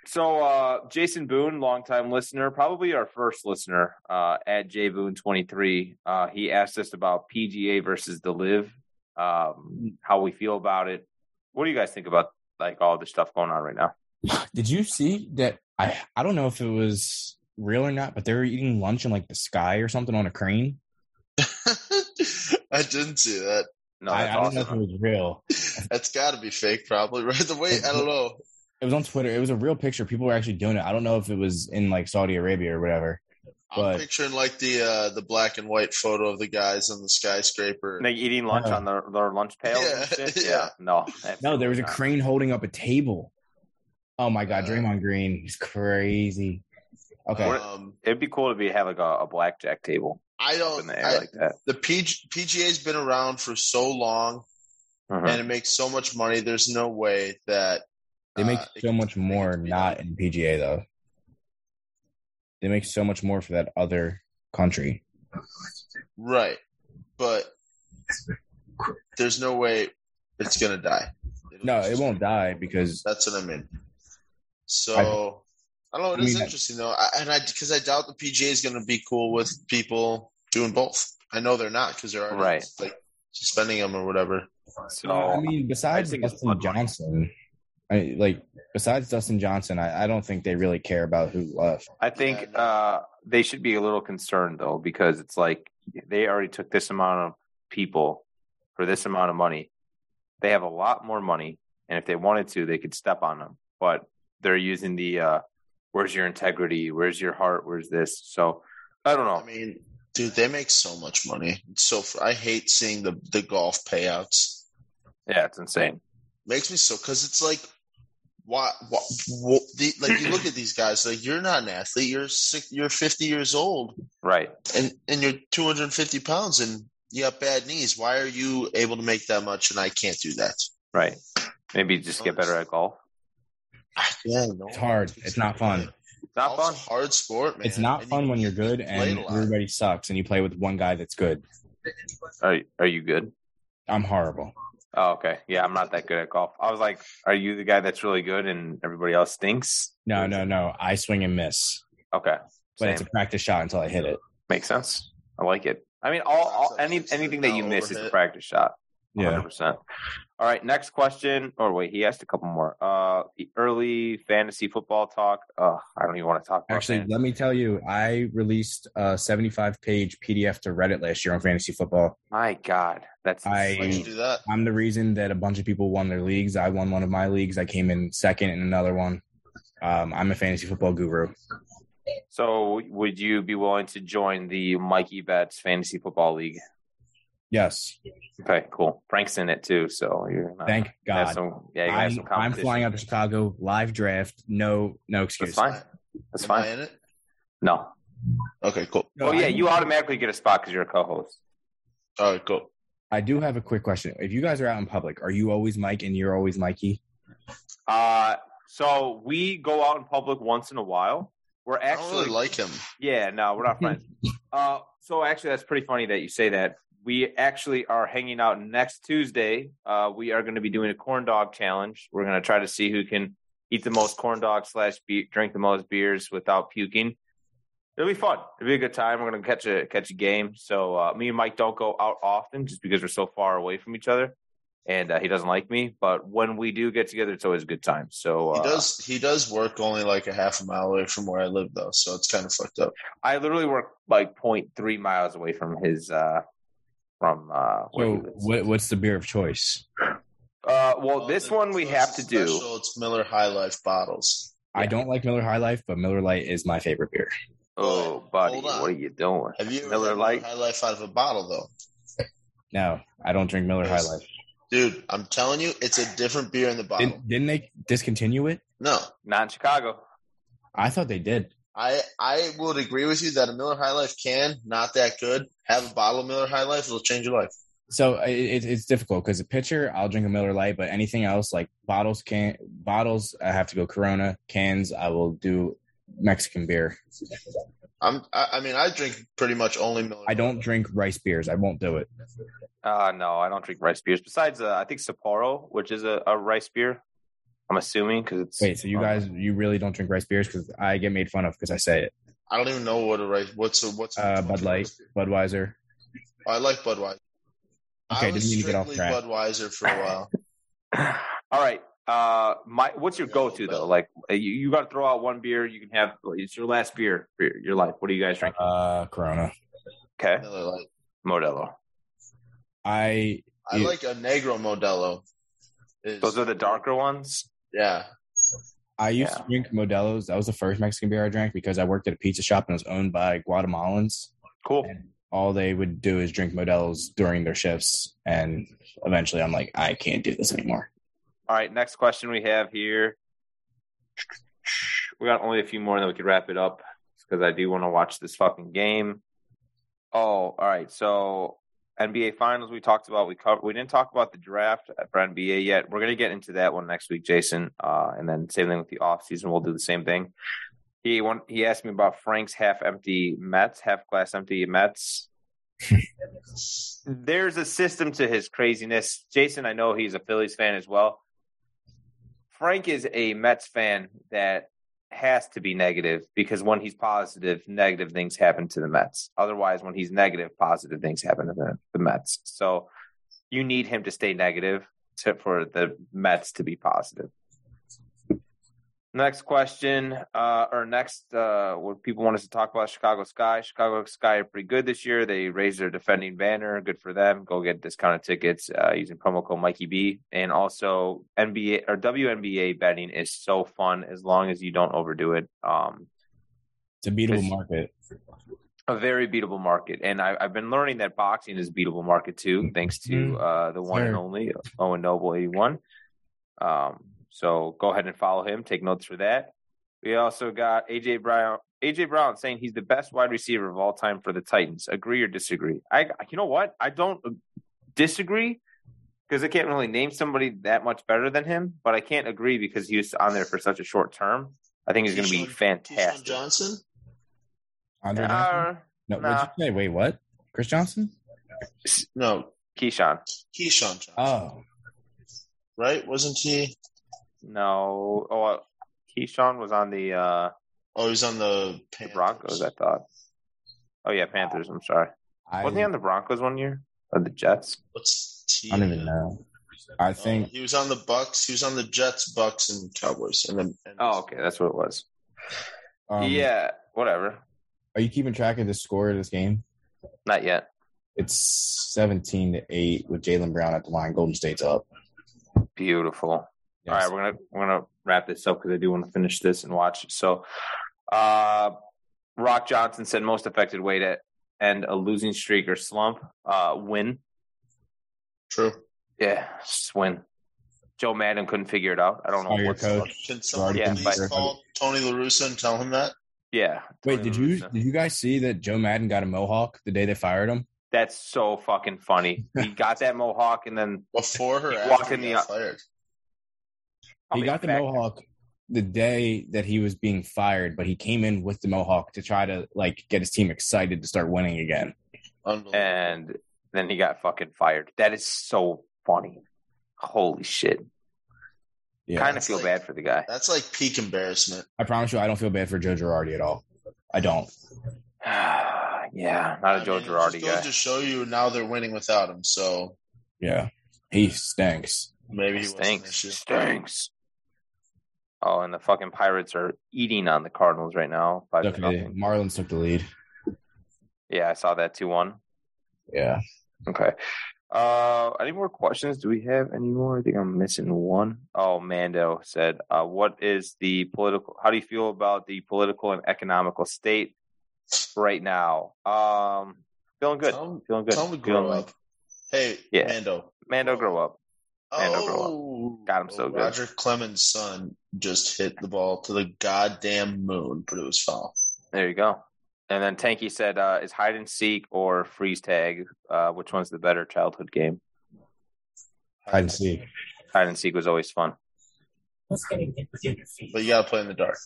Speaker 2: So uh, Jason Boone, longtime listener, probably our first listener uh, at J Boone twenty three. Uh, he asked us about PGA versus the Live,
Speaker 4: Mm.
Speaker 2: um, how we feel about it. What do you guys think about like all the stuff going on right now?
Speaker 4: <laughs> Did you see that? I I don't know if it was real or not, but they were eating lunch in like the sky or something on a crane.
Speaker 3: I didn't see that.
Speaker 2: No,
Speaker 4: I, I
Speaker 2: that's
Speaker 4: don't know if
Speaker 2: awesome.
Speaker 4: it was real.
Speaker 3: That's got to be fake, probably. <laughs> Right? The way I don't know.
Speaker 4: It was on Twitter. It was a real picture. People were actually doing it. I don't know if it was in like Saudi Arabia or whatever.
Speaker 3: I'm
Speaker 4: But-
Speaker 3: picturing like the uh, the black and white photo of the guys on the skyscraper.
Speaker 2: Like eating lunch
Speaker 4: Yeah.
Speaker 2: on their, their lunch pail.
Speaker 3: Yeah,
Speaker 2: and shit?
Speaker 3: <laughs> yeah.
Speaker 2: No,
Speaker 4: Uh. No, there
Speaker 2: absolutely
Speaker 4: was a
Speaker 2: not.
Speaker 4: crane holding up a table. Oh my god,
Speaker 3: Uh,
Speaker 4: Draymond Green, he's crazy. Okay,
Speaker 2: What-
Speaker 3: Um,
Speaker 2: It'd be cool to be have like a, a blackjack table
Speaker 3: I
Speaker 2: up in
Speaker 3: don't.
Speaker 2: the air
Speaker 3: I,
Speaker 2: like that.
Speaker 3: the PG, PGA's been around for so long,
Speaker 2: Mhm.
Speaker 3: and it makes so much money. There's no way that
Speaker 4: they make
Speaker 3: uh, it
Speaker 4: so
Speaker 3: can-
Speaker 4: much
Speaker 3: it can
Speaker 4: more
Speaker 3: be
Speaker 4: not
Speaker 3: done.
Speaker 4: in PGA though. They make so much more for that other country.
Speaker 3: right, but
Speaker 4: <laughs>
Speaker 3: there's no way it's gonna die. It'll
Speaker 4: No,
Speaker 3: just-
Speaker 4: it won't die because
Speaker 3: That's what I mean. So I, don't know.
Speaker 4: I
Speaker 3: It is
Speaker 4: mean, I-
Speaker 3: interesting though, I, and I because I doubt the PGA is going to be cool with people doing both. I know they're not because they're already
Speaker 2: Right.
Speaker 3: like suspending them or whatever.
Speaker 2: So
Speaker 4: I mean, besides
Speaker 2: think it's
Speaker 4: Dustin
Speaker 2: blood money.
Speaker 4: Johnson, I, like besides Dustin Johnson, I, I don't think they really care about who left.
Speaker 2: I think
Speaker 3: Yeah, I know.
Speaker 2: uh, they should be a little concerned though, because it's like they already took this amount of people for this amount of money. They have a lot more money, and if they wanted to, they could step on them. But they're using the uh, "Where's your integrity? Where's your heart? Where's this?" So I don't know.
Speaker 3: I mean, Dude, they make so much money. It's so fr- I hate seeing the the golf payouts.
Speaker 2: Yeah, it's insane.
Speaker 3: Makes me so because it's like, why? why wh- the, like you look at these guys, like you're not an athlete. You're six, You're 50 years old,
Speaker 2: Right.
Speaker 3: and and you're 250 pounds, and you have bad knees. Why are you able to make that much, and I can't do that?
Speaker 2: Right. Maybe just get better at golf.
Speaker 3: Yeah, no.
Speaker 4: It's hard. It's not fun.
Speaker 2: It's not
Speaker 3: Golf's
Speaker 2: fun.
Speaker 3: a hard sport, man.
Speaker 4: It's not
Speaker 3: And
Speaker 4: fun
Speaker 3: you-
Speaker 4: when you're good
Speaker 3: you play
Speaker 4: and
Speaker 3: a lot.
Speaker 4: everybody sucks and you play with one guy that's good.
Speaker 2: Are, are you good?
Speaker 4: I'm horrible.
Speaker 2: Oh, okay. Yeah, I'm not that good at golf. I was like, are you the guy that's really good and everybody else stinks?
Speaker 4: No, no, no. I swing and miss,
Speaker 2: Okay.
Speaker 4: but
Speaker 2: Same.
Speaker 4: it's a practice shot until I hit it.
Speaker 2: Makes sense. I like it. I mean, all, all any anything that you miss is a practice shot.
Speaker 4: Yeah.
Speaker 2: 100%. All right, next question. Or wait, he asked a couple more. Uh, the early fantasy football talk. Uh, I don't even want to talk. About
Speaker 4: Actually,
Speaker 2: fantasy.
Speaker 4: let me tell you, I released a 75 page PDF to Reddit last year on fantasy football.
Speaker 2: my God, that's
Speaker 4: I-
Speaker 3: Why'd you
Speaker 2: insane.
Speaker 3: do that?
Speaker 4: I'm the reason that a bunch of people won their leagues. I won one of my leagues. I came in second in another one. Um, I'm a fantasy football guru.
Speaker 2: So, would you be willing to join the Mikey Betts Fantasy Football League?
Speaker 4: Yes.
Speaker 2: Okay, cool. Frank's in it too, so you're gonna
Speaker 4: Thank
Speaker 2: have
Speaker 4: God.
Speaker 2: some- yeah, you're gonna have
Speaker 4: I'm,
Speaker 2: some
Speaker 4: I'm
Speaker 2: competition.
Speaker 4: flying out to Chicago, live draft. No, no
Speaker 2: That's
Speaker 4: excuse.
Speaker 2: fine. That's
Speaker 3: Am I
Speaker 2: fine.
Speaker 3: in it?
Speaker 2: No.
Speaker 3: Okay, cool.
Speaker 4: No,
Speaker 2: oh yeah,
Speaker 4: I-
Speaker 2: you automatically get a spot because you're a co-host.
Speaker 3: All right, cool.
Speaker 4: I do have a quick question. If you guys are out in public, are you always Mike and you're always Mikey?
Speaker 2: Uh, so we go out in public once in a while. We're
Speaker 3: I don't
Speaker 2: actually
Speaker 3: really like him.
Speaker 2: Yeah, no, we're not friends. uh, so actually, that's pretty funny that you say that. We actually are hanging out next Tuesday. Uh, we are going to be doing a corn dog challenge. We're going to try to see who can eat the most corn dogs slash be- drink the most beers without puking. It'll be fun. It'll be a good time. We're going to catch a catch a game. So uh, me and Mike don't go out often just because we're so far away from each other, and uh, he doesn't like me. But when we do get together, it's always a good time. So uh,
Speaker 3: He does. He does work only like a half a mile away from where I live, though, so it's kind of fucked up.
Speaker 2: I literally work like 0.3 miles away from his uh from uh where he
Speaker 4: So
Speaker 2: lives.
Speaker 4: what, what's the beer of choice?
Speaker 2: uh well this
Speaker 3: the-
Speaker 2: one we
Speaker 3: so
Speaker 2: have to
Speaker 3: it's
Speaker 2: do
Speaker 3: special, It's Miller High Life bottles.
Speaker 4: I don't like Miller High Life, but Miller Light is my favorite beer.
Speaker 2: oh buddy
Speaker 3: Hold on.
Speaker 2: what are you doing
Speaker 3: Have you ever
Speaker 2: Miller
Speaker 3: had Miller
Speaker 2: Lite?
Speaker 3: High Life out of a bottle though,
Speaker 4: No, I don't drink Miller High Life.
Speaker 3: dude? I'm telling you, it's a different beer in the bottle.
Speaker 4: Didn't, didn't they discontinue it?
Speaker 3: no,
Speaker 2: not in Chicago
Speaker 4: I thought they did.
Speaker 3: I I would agree with you that a Miller High Life can not that good. Have a bottle of Miller High Life; it'll change your life.
Speaker 4: So i- it, it's difficult because a pitcher, I'll drink a Miller Light, but anything else like bottles can bottles, I have to go Corona. Cans, I will do Mexican beer.
Speaker 3: I'm. I, I mean, I drink pretty much only Miller.
Speaker 4: I don't drink rice beers. I won't do it.
Speaker 2: uh no I don't drink rice beers besides uh, I think Sapporo which is a, a rice beer I'm assuming because it's
Speaker 4: Wait, so you guys, you really don't drink rice beers because I get made fun of because I say it.
Speaker 3: I don't even know what a right. What's a what's a-
Speaker 4: Uh, Bud Light, Budweiser.
Speaker 3: Oh, I like Budweiser.
Speaker 4: Okay,
Speaker 3: I was
Speaker 4: didn't mean to get off
Speaker 3: strictly
Speaker 4: track.
Speaker 3: Budweiser for a
Speaker 4: <laughs>
Speaker 3: while.
Speaker 2: <sighs> all right uh my what's your go to though like uh, you you got to throw out one beer you can have it's your last beer for your- your life what are you guys drinking
Speaker 4: Uh, Corona.
Speaker 2: okay
Speaker 3: Miller Lite.
Speaker 2: Modelo
Speaker 4: I
Speaker 3: I
Speaker 4: Yeah.
Speaker 3: like a Negro Modelo. Is-
Speaker 2: those are the darker ones
Speaker 3: Yeah,
Speaker 4: I used
Speaker 2: Yeah.
Speaker 4: to drink Modelo's. That was the first Mexican beer I drank because I worked at a pizza shop and it was owned by Guatemalans.
Speaker 2: Cool.
Speaker 4: And all they would do is drink Modelo's during their shifts. And eventually I'm like, I can't do this anymore.
Speaker 2: All right. Next question we have here. We got only a few more, and then we could wrap it up because I do want to watch this fucking game. Oh, all right. So NBA Finals we talked about. We covered. We didn't talk about the draft for NBA yet. We're gonna get into that one next week, Jason. Uh, and then same thing with the off season. We'll do the same thing. He want, he asked me about Frank's half empty Mets, half glass empty Mets. There's a system to his craziness. Jason, I know he's a Phillies fan as well. Frank is a Mets fan that has to be negative because when he's positive, negative things happen to the Mets. Otherwise, when he's negative, positive things happen to the, the Mets. So you need him to stay negative to, for the Mets to be positive. Next question, uh, or next, uh, what people want us to talk about Chicago Sky. Chicago Sky are pretty good this year. They raised their defending banner. Good for them. Go get discounted tickets uh, using promo code Mikey B. And also, NBA or WNBA betting is so fun as long as you don't overdo it. Um,
Speaker 4: It's a beatable
Speaker 2: Yes.
Speaker 4: market.
Speaker 2: a very beatable market, and I, I've been learning that boxing is a beatable market too, thanks to
Speaker 4: Mhm.
Speaker 2: uh, the one and
Speaker 4: Sure.
Speaker 2: only Owen Noble eighty one. Um, so go ahead and follow him. Take notes for that. We also got AJ Brown. AJ Brown saying he's the best wide receiver of all time for the Titans. Agree or disagree? I, you know what? I don't disagree because I can't really name somebody that much better than him, but I can't agree because he was on there for such a short term. I think he's going to be
Speaker 3: Keyshawn- Keyshawn Keyshawn
Speaker 2: fantastic.
Speaker 3: Johnson.
Speaker 4: Andre Johnson?
Speaker 2: Uh,
Speaker 4: No,
Speaker 2: nah.
Speaker 4: what'd you say? Wait, what? Chris Johnson?
Speaker 3: No,
Speaker 2: Keyshawn.
Speaker 3: Keyshawn Johnson.
Speaker 4: Oh,
Speaker 3: right? Wasn't he?
Speaker 2: No. Oh, uh, Keyshawn was on the uh,
Speaker 3: Oh, he's on
Speaker 2: the
Speaker 3: the, Panthers.
Speaker 2: Broncos, I thought. Oh yeah, Panthers. I'm sorry.
Speaker 4: I,
Speaker 2: Wasn't he on the Broncos one year or the Jets?
Speaker 3: What's T?
Speaker 4: I don't even know. I
Speaker 3: Oh,
Speaker 4: think
Speaker 3: he was on the Bucks. He was on the Jets, Bucks, and Cowboys. And then and
Speaker 2: Oh, okay, that's what it was.
Speaker 4: um,
Speaker 2: yeah, whatever.
Speaker 4: Are you keeping track of the score of this game?
Speaker 2: Not yet.
Speaker 4: It's seventeen to eight with Jalen Brown at the line. Golden State's up.
Speaker 2: Beautiful.
Speaker 4: Yes.
Speaker 2: All right, we're gonna we're gonna wrap this up because I do want to finish this and watch. So, uh, Rock Johnson said most effective way to end a losing streak or slump, uh, win.
Speaker 3: true.
Speaker 2: Yeah, just win. Joe Madden couldn't figure it out. I don't know
Speaker 4: Fire your
Speaker 2: what.
Speaker 4: coach.
Speaker 3: Can someone
Speaker 4: Yeah,
Speaker 3: please
Speaker 4: but-
Speaker 3: call Tony LaRusso and tell him that?
Speaker 2: Yeah.
Speaker 4: Wait,
Speaker 2: Tony
Speaker 4: did you
Speaker 2: LaRusso.
Speaker 4: did you guys see that Joe Madden got a mohawk the day they fired him?
Speaker 2: That's so fucking funny.
Speaker 4: <laughs>
Speaker 2: He got that mohawk and then
Speaker 3: Before her,
Speaker 2: He
Speaker 3: after
Speaker 2: walked
Speaker 3: he
Speaker 2: in the-
Speaker 3: got fired.
Speaker 4: He
Speaker 2: Probably
Speaker 4: got the
Speaker 2: back-
Speaker 4: mohawk the day that he was being fired, but he came in with the mohawk to try to like get his team excited to start winning again.
Speaker 3: Unbelievable.
Speaker 2: and then he got fucking fired. That is so funny. Holy shit.
Speaker 4: Yeah,
Speaker 2: kind of
Speaker 3: it's
Speaker 2: feel
Speaker 3: like-
Speaker 2: bad for the guy. <sighs>
Speaker 3: That's like peak embarrassment.
Speaker 4: I promise you, I don't feel bad for Joe Girardi at all. I don't.
Speaker 2: yeah, not a
Speaker 3: I
Speaker 2: Joe
Speaker 3: mean, it
Speaker 2: Girardi
Speaker 3: just goes
Speaker 2: guy.
Speaker 3: To show you now they're winning without him, so
Speaker 4: Yeah, he stinks.
Speaker 3: maybe he wasn't
Speaker 2: Stinks.
Speaker 3: this year.
Speaker 2: Stinks. Oh, and the fucking Pirates are eating on the Cardinals right now. Five to
Speaker 4: Okay,
Speaker 2: nothing.
Speaker 4: Marlins took the lead.
Speaker 2: Yeah, I saw that 2 1.
Speaker 4: Yeah,
Speaker 2: Okay. Uh, any more questions? Do we have any more? I think I'm missing one. Oh, Mando said, uh, "What is the political? How do you feel about the political and economical state right now?" Um, feeling good.
Speaker 3: Tell him,
Speaker 2: Feeling good.
Speaker 3: tell him to grow
Speaker 2: Feeling-
Speaker 3: up. Hey,
Speaker 2: Yeah.
Speaker 3: Mando.
Speaker 2: Mando, grow up. Mando, grow up.
Speaker 3: oh,
Speaker 2: Got him so good.
Speaker 3: Roger Clemens' son just hit the ball to the goddamn moon, but it was foul.
Speaker 2: There you go. And then Tanky said, uh, "Is hide and seek or freeze tag? Uh, which one's the better childhood game?
Speaker 4: hide and seek.
Speaker 2: Hide and seek was always fun.
Speaker 3: But you gotta play in the dark.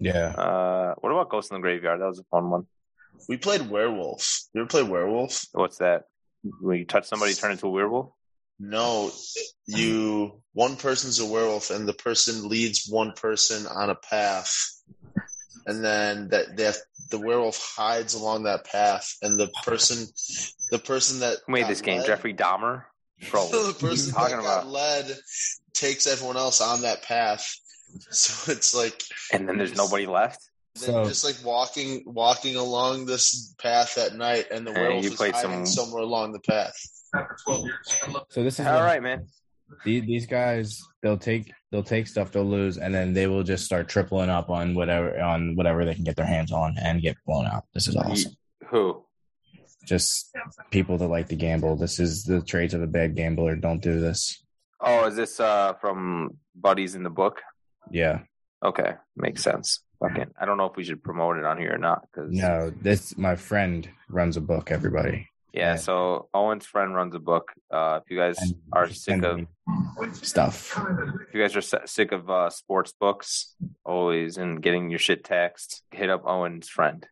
Speaker 4: Yeah,
Speaker 2: Uh, what about Ghost in the Graveyard? That was a fun one.
Speaker 3: We played werewolf. You ever play werewolf?
Speaker 2: What's that? When you touch somebody, you turn into a werewolf."
Speaker 3: No, you one person's a werewolf, and the person leads one person on a path, and then that they have, the werewolf hides along that path, and the person, the person that
Speaker 2: Who made
Speaker 3: got
Speaker 2: this game?
Speaker 3: led- <laughs>
Speaker 2: Jeffrey Dahmer? Bro,
Speaker 3: the person that
Speaker 2: talking
Speaker 3: got
Speaker 2: about?
Speaker 3: led takes everyone else on that path. <laughs> So it's like
Speaker 2: <laughs> And then there's nobody left?
Speaker 3: they're
Speaker 4: So-
Speaker 3: just like walking, walking along this path at night, and the
Speaker 2: Hey,
Speaker 3: werewolf
Speaker 2: you
Speaker 3: is
Speaker 2: played
Speaker 3: hiding
Speaker 2: some-
Speaker 3: somewhere along the path.
Speaker 4: So this is
Speaker 2: All
Speaker 4: what-
Speaker 2: right, man.
Speaker 4: the- These guys, they'll take they'll take stuff, they'll lose, and then they will just start tripling up on whatever on whatever they can get their hands on and get blown out. This is awesome.
Speaker 2: Who?
Speaker 4: Just people that like to gamble. This is the traits of a bad gambler. Don't do this.
Speaker 2: Oh, is this uh, from Buddies in the Book?
Speaker 4: Yeah,
Speaker 2: Okay, makes sense. Fucking, I don't know if we should promote it on here or not. Cause,
Speaker 4: no. This my friend runs a book. Everybody.
Speaker 2: Yeah, so Owen's friend runs a book. Uh, if you guys
Speaker 4: And
Speaker 2: are
Speaker 4: just
Speaker 2: sick
Speaker 4: send
Speaker 2: of
Speaker 4: me stuff.
Speaker 2: if you guys are s- sick of uh, sports books always and getting your shit taxed, hit up Owen's friend.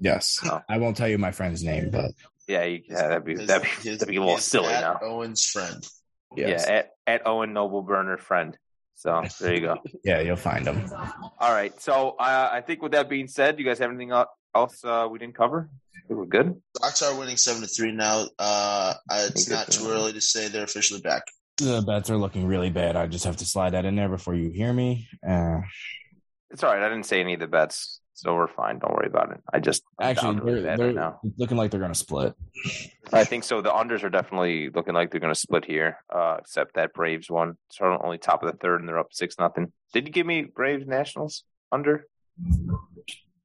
Speaker 4: Yes,
Speaker 2: Oh.
Speaker 4: I won't tell you my friend's name, but
Speaker 2: Yeah, you, yeah that'd be
Speaker 3: His-
Speaker 2: that'd be,
Speaker 3: his-
Speaker 2: that'd be a little
Speaker 3: his
Speaker 2: silly now.
Speaker 3: Pat Owen's friend.
Speaker 4: yes.
Speaker 2: Yeah, at, at Owen Noble Burner friend. So there you go.
Speaker 4: yeah, you'll find them.
Speaker 2: All right. So uh, I think with that being said, you guys have anything el- else uh, we didn't cover? I think We're good.
Speaker 3: Sox are winning seven to three now. Uh, it's
Speaker 2: Think
Speaker 3: not
Speaker 2: it's,
Speaker 3: too
Speaker 2: uh,
Speaker 3: early to say they're officially back.
Speaker 4: The bets are looking really bad. I just have to slide that in there before you hear me. Uh,
Speaker 2: It's all right. I didn't say any of the bets, so we're fine. Don't worry about it. I just I'm
Speaker 4: actually,
Speaker 2: down really
Speaker 4: they're,
Speaker 2: bad
Speaker 4: they're
Speaker 2: right now.
Speaker 4: looking like they're going to split.
Speaker 2: I think so. The unders are definitely looking like they're going to split here, uh, except that Braves one. So they're only top of the third, and they're up six nothing. Did you give me Braves Nationals under?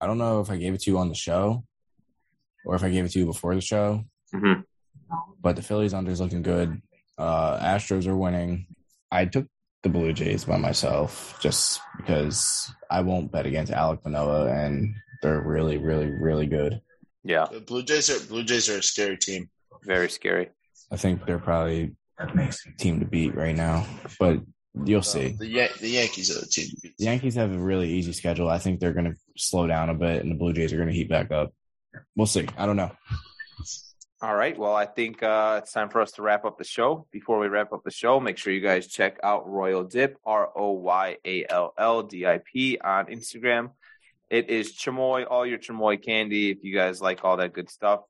Speaker 4: I don't know if I gave it to you on the show. or if I gave it to you before the show.
Speaker 2: Mhm.
Speaker 4: But the Phillies under is looking good. Uh, Astros are winning. I took the Blue Jays by myself just because I won't bet against Alec Manoa, and they're really, really, really good.
Speaker 2: Yeah,
Speaker 3: The Blue Jays are Blue Jays are a scary team.
Speaker 2: very scary.
Speaker 4: I think they're probably the team to beat right now, but you'll see.
Speaker 3: Uh, The Yan- the Yankees are the team. to beat.
Speaker 4: The Yankees have a really easy schedule. I think they're going to slow down a bit, and the Blue Jays are going to heat back up. We'll see. I don't know.
Speaker 2: All right. Well, I think uh, it's time for us to wrap up the show. Before we wrap up the show, make sure you guys check out Royal Dip, R O Y A L L D I P, on Instagram. It is chamoy, all your chamoy candy. If you guys like all that good stuff,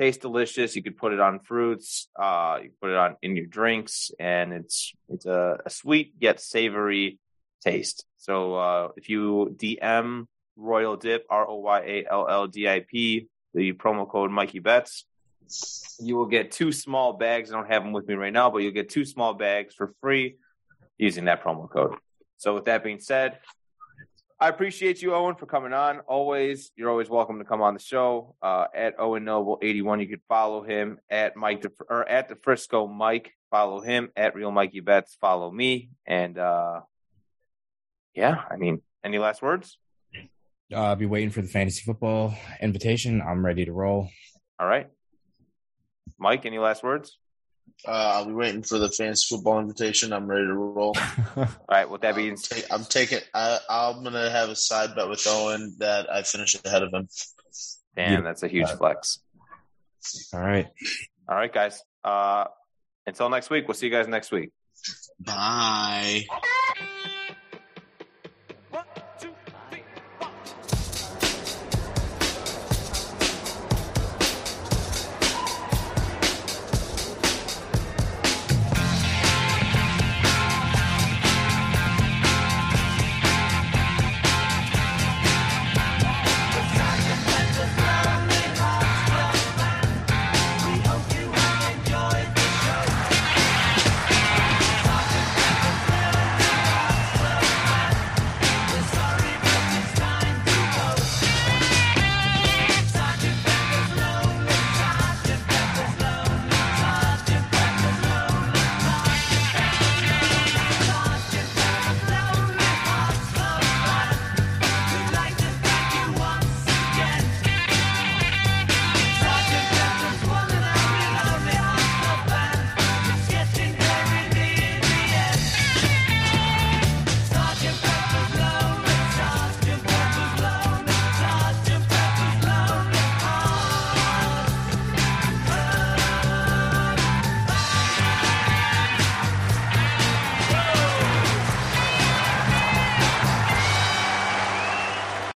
Speaker 2: tastes delicious. You could put it on fruits. Uh, you put it on in your drinks, and it's it's a, a sweet yet savory taste. So uh, if you DM Royal Dip, R O Y A L L D I P, the promo code Mikey Betts you will get two small bags. I don't have them with me right now, but you'll get two small bags for free using that promo code. So, with that being said, I appreciate you, Owen, for coming on. Always, you're always welcome to come on the show. Uh, at Owen Noble eighty one, you can follow him at Mike De, or at the Frisco Mike. Follow him at Real Mikey Betts. Follow me, and uh, yeah, I mean, any last words?
Speaker 4: Uh, I'll be waiting for the fantasy football invitation. I'm ready to roll.
Speaker 2: All right, Mike, any last words?
Speaker 3: Uh, I'll be waiting for the fantasy football invitation. I'm ready to roll.
Speaker 2: All right, with <laughs> that being
Speaker 3: I'm, ta- I'm taking. I, I'm gonna have a side bet with Owen that I finish ahead of him.
Speaker 2: damn, that's a huge flex.
Speaker 4: All right.
Speaker 2: All right, guys. Uh, until next week, we'll see you guys next week.
Speaker 3: Bye.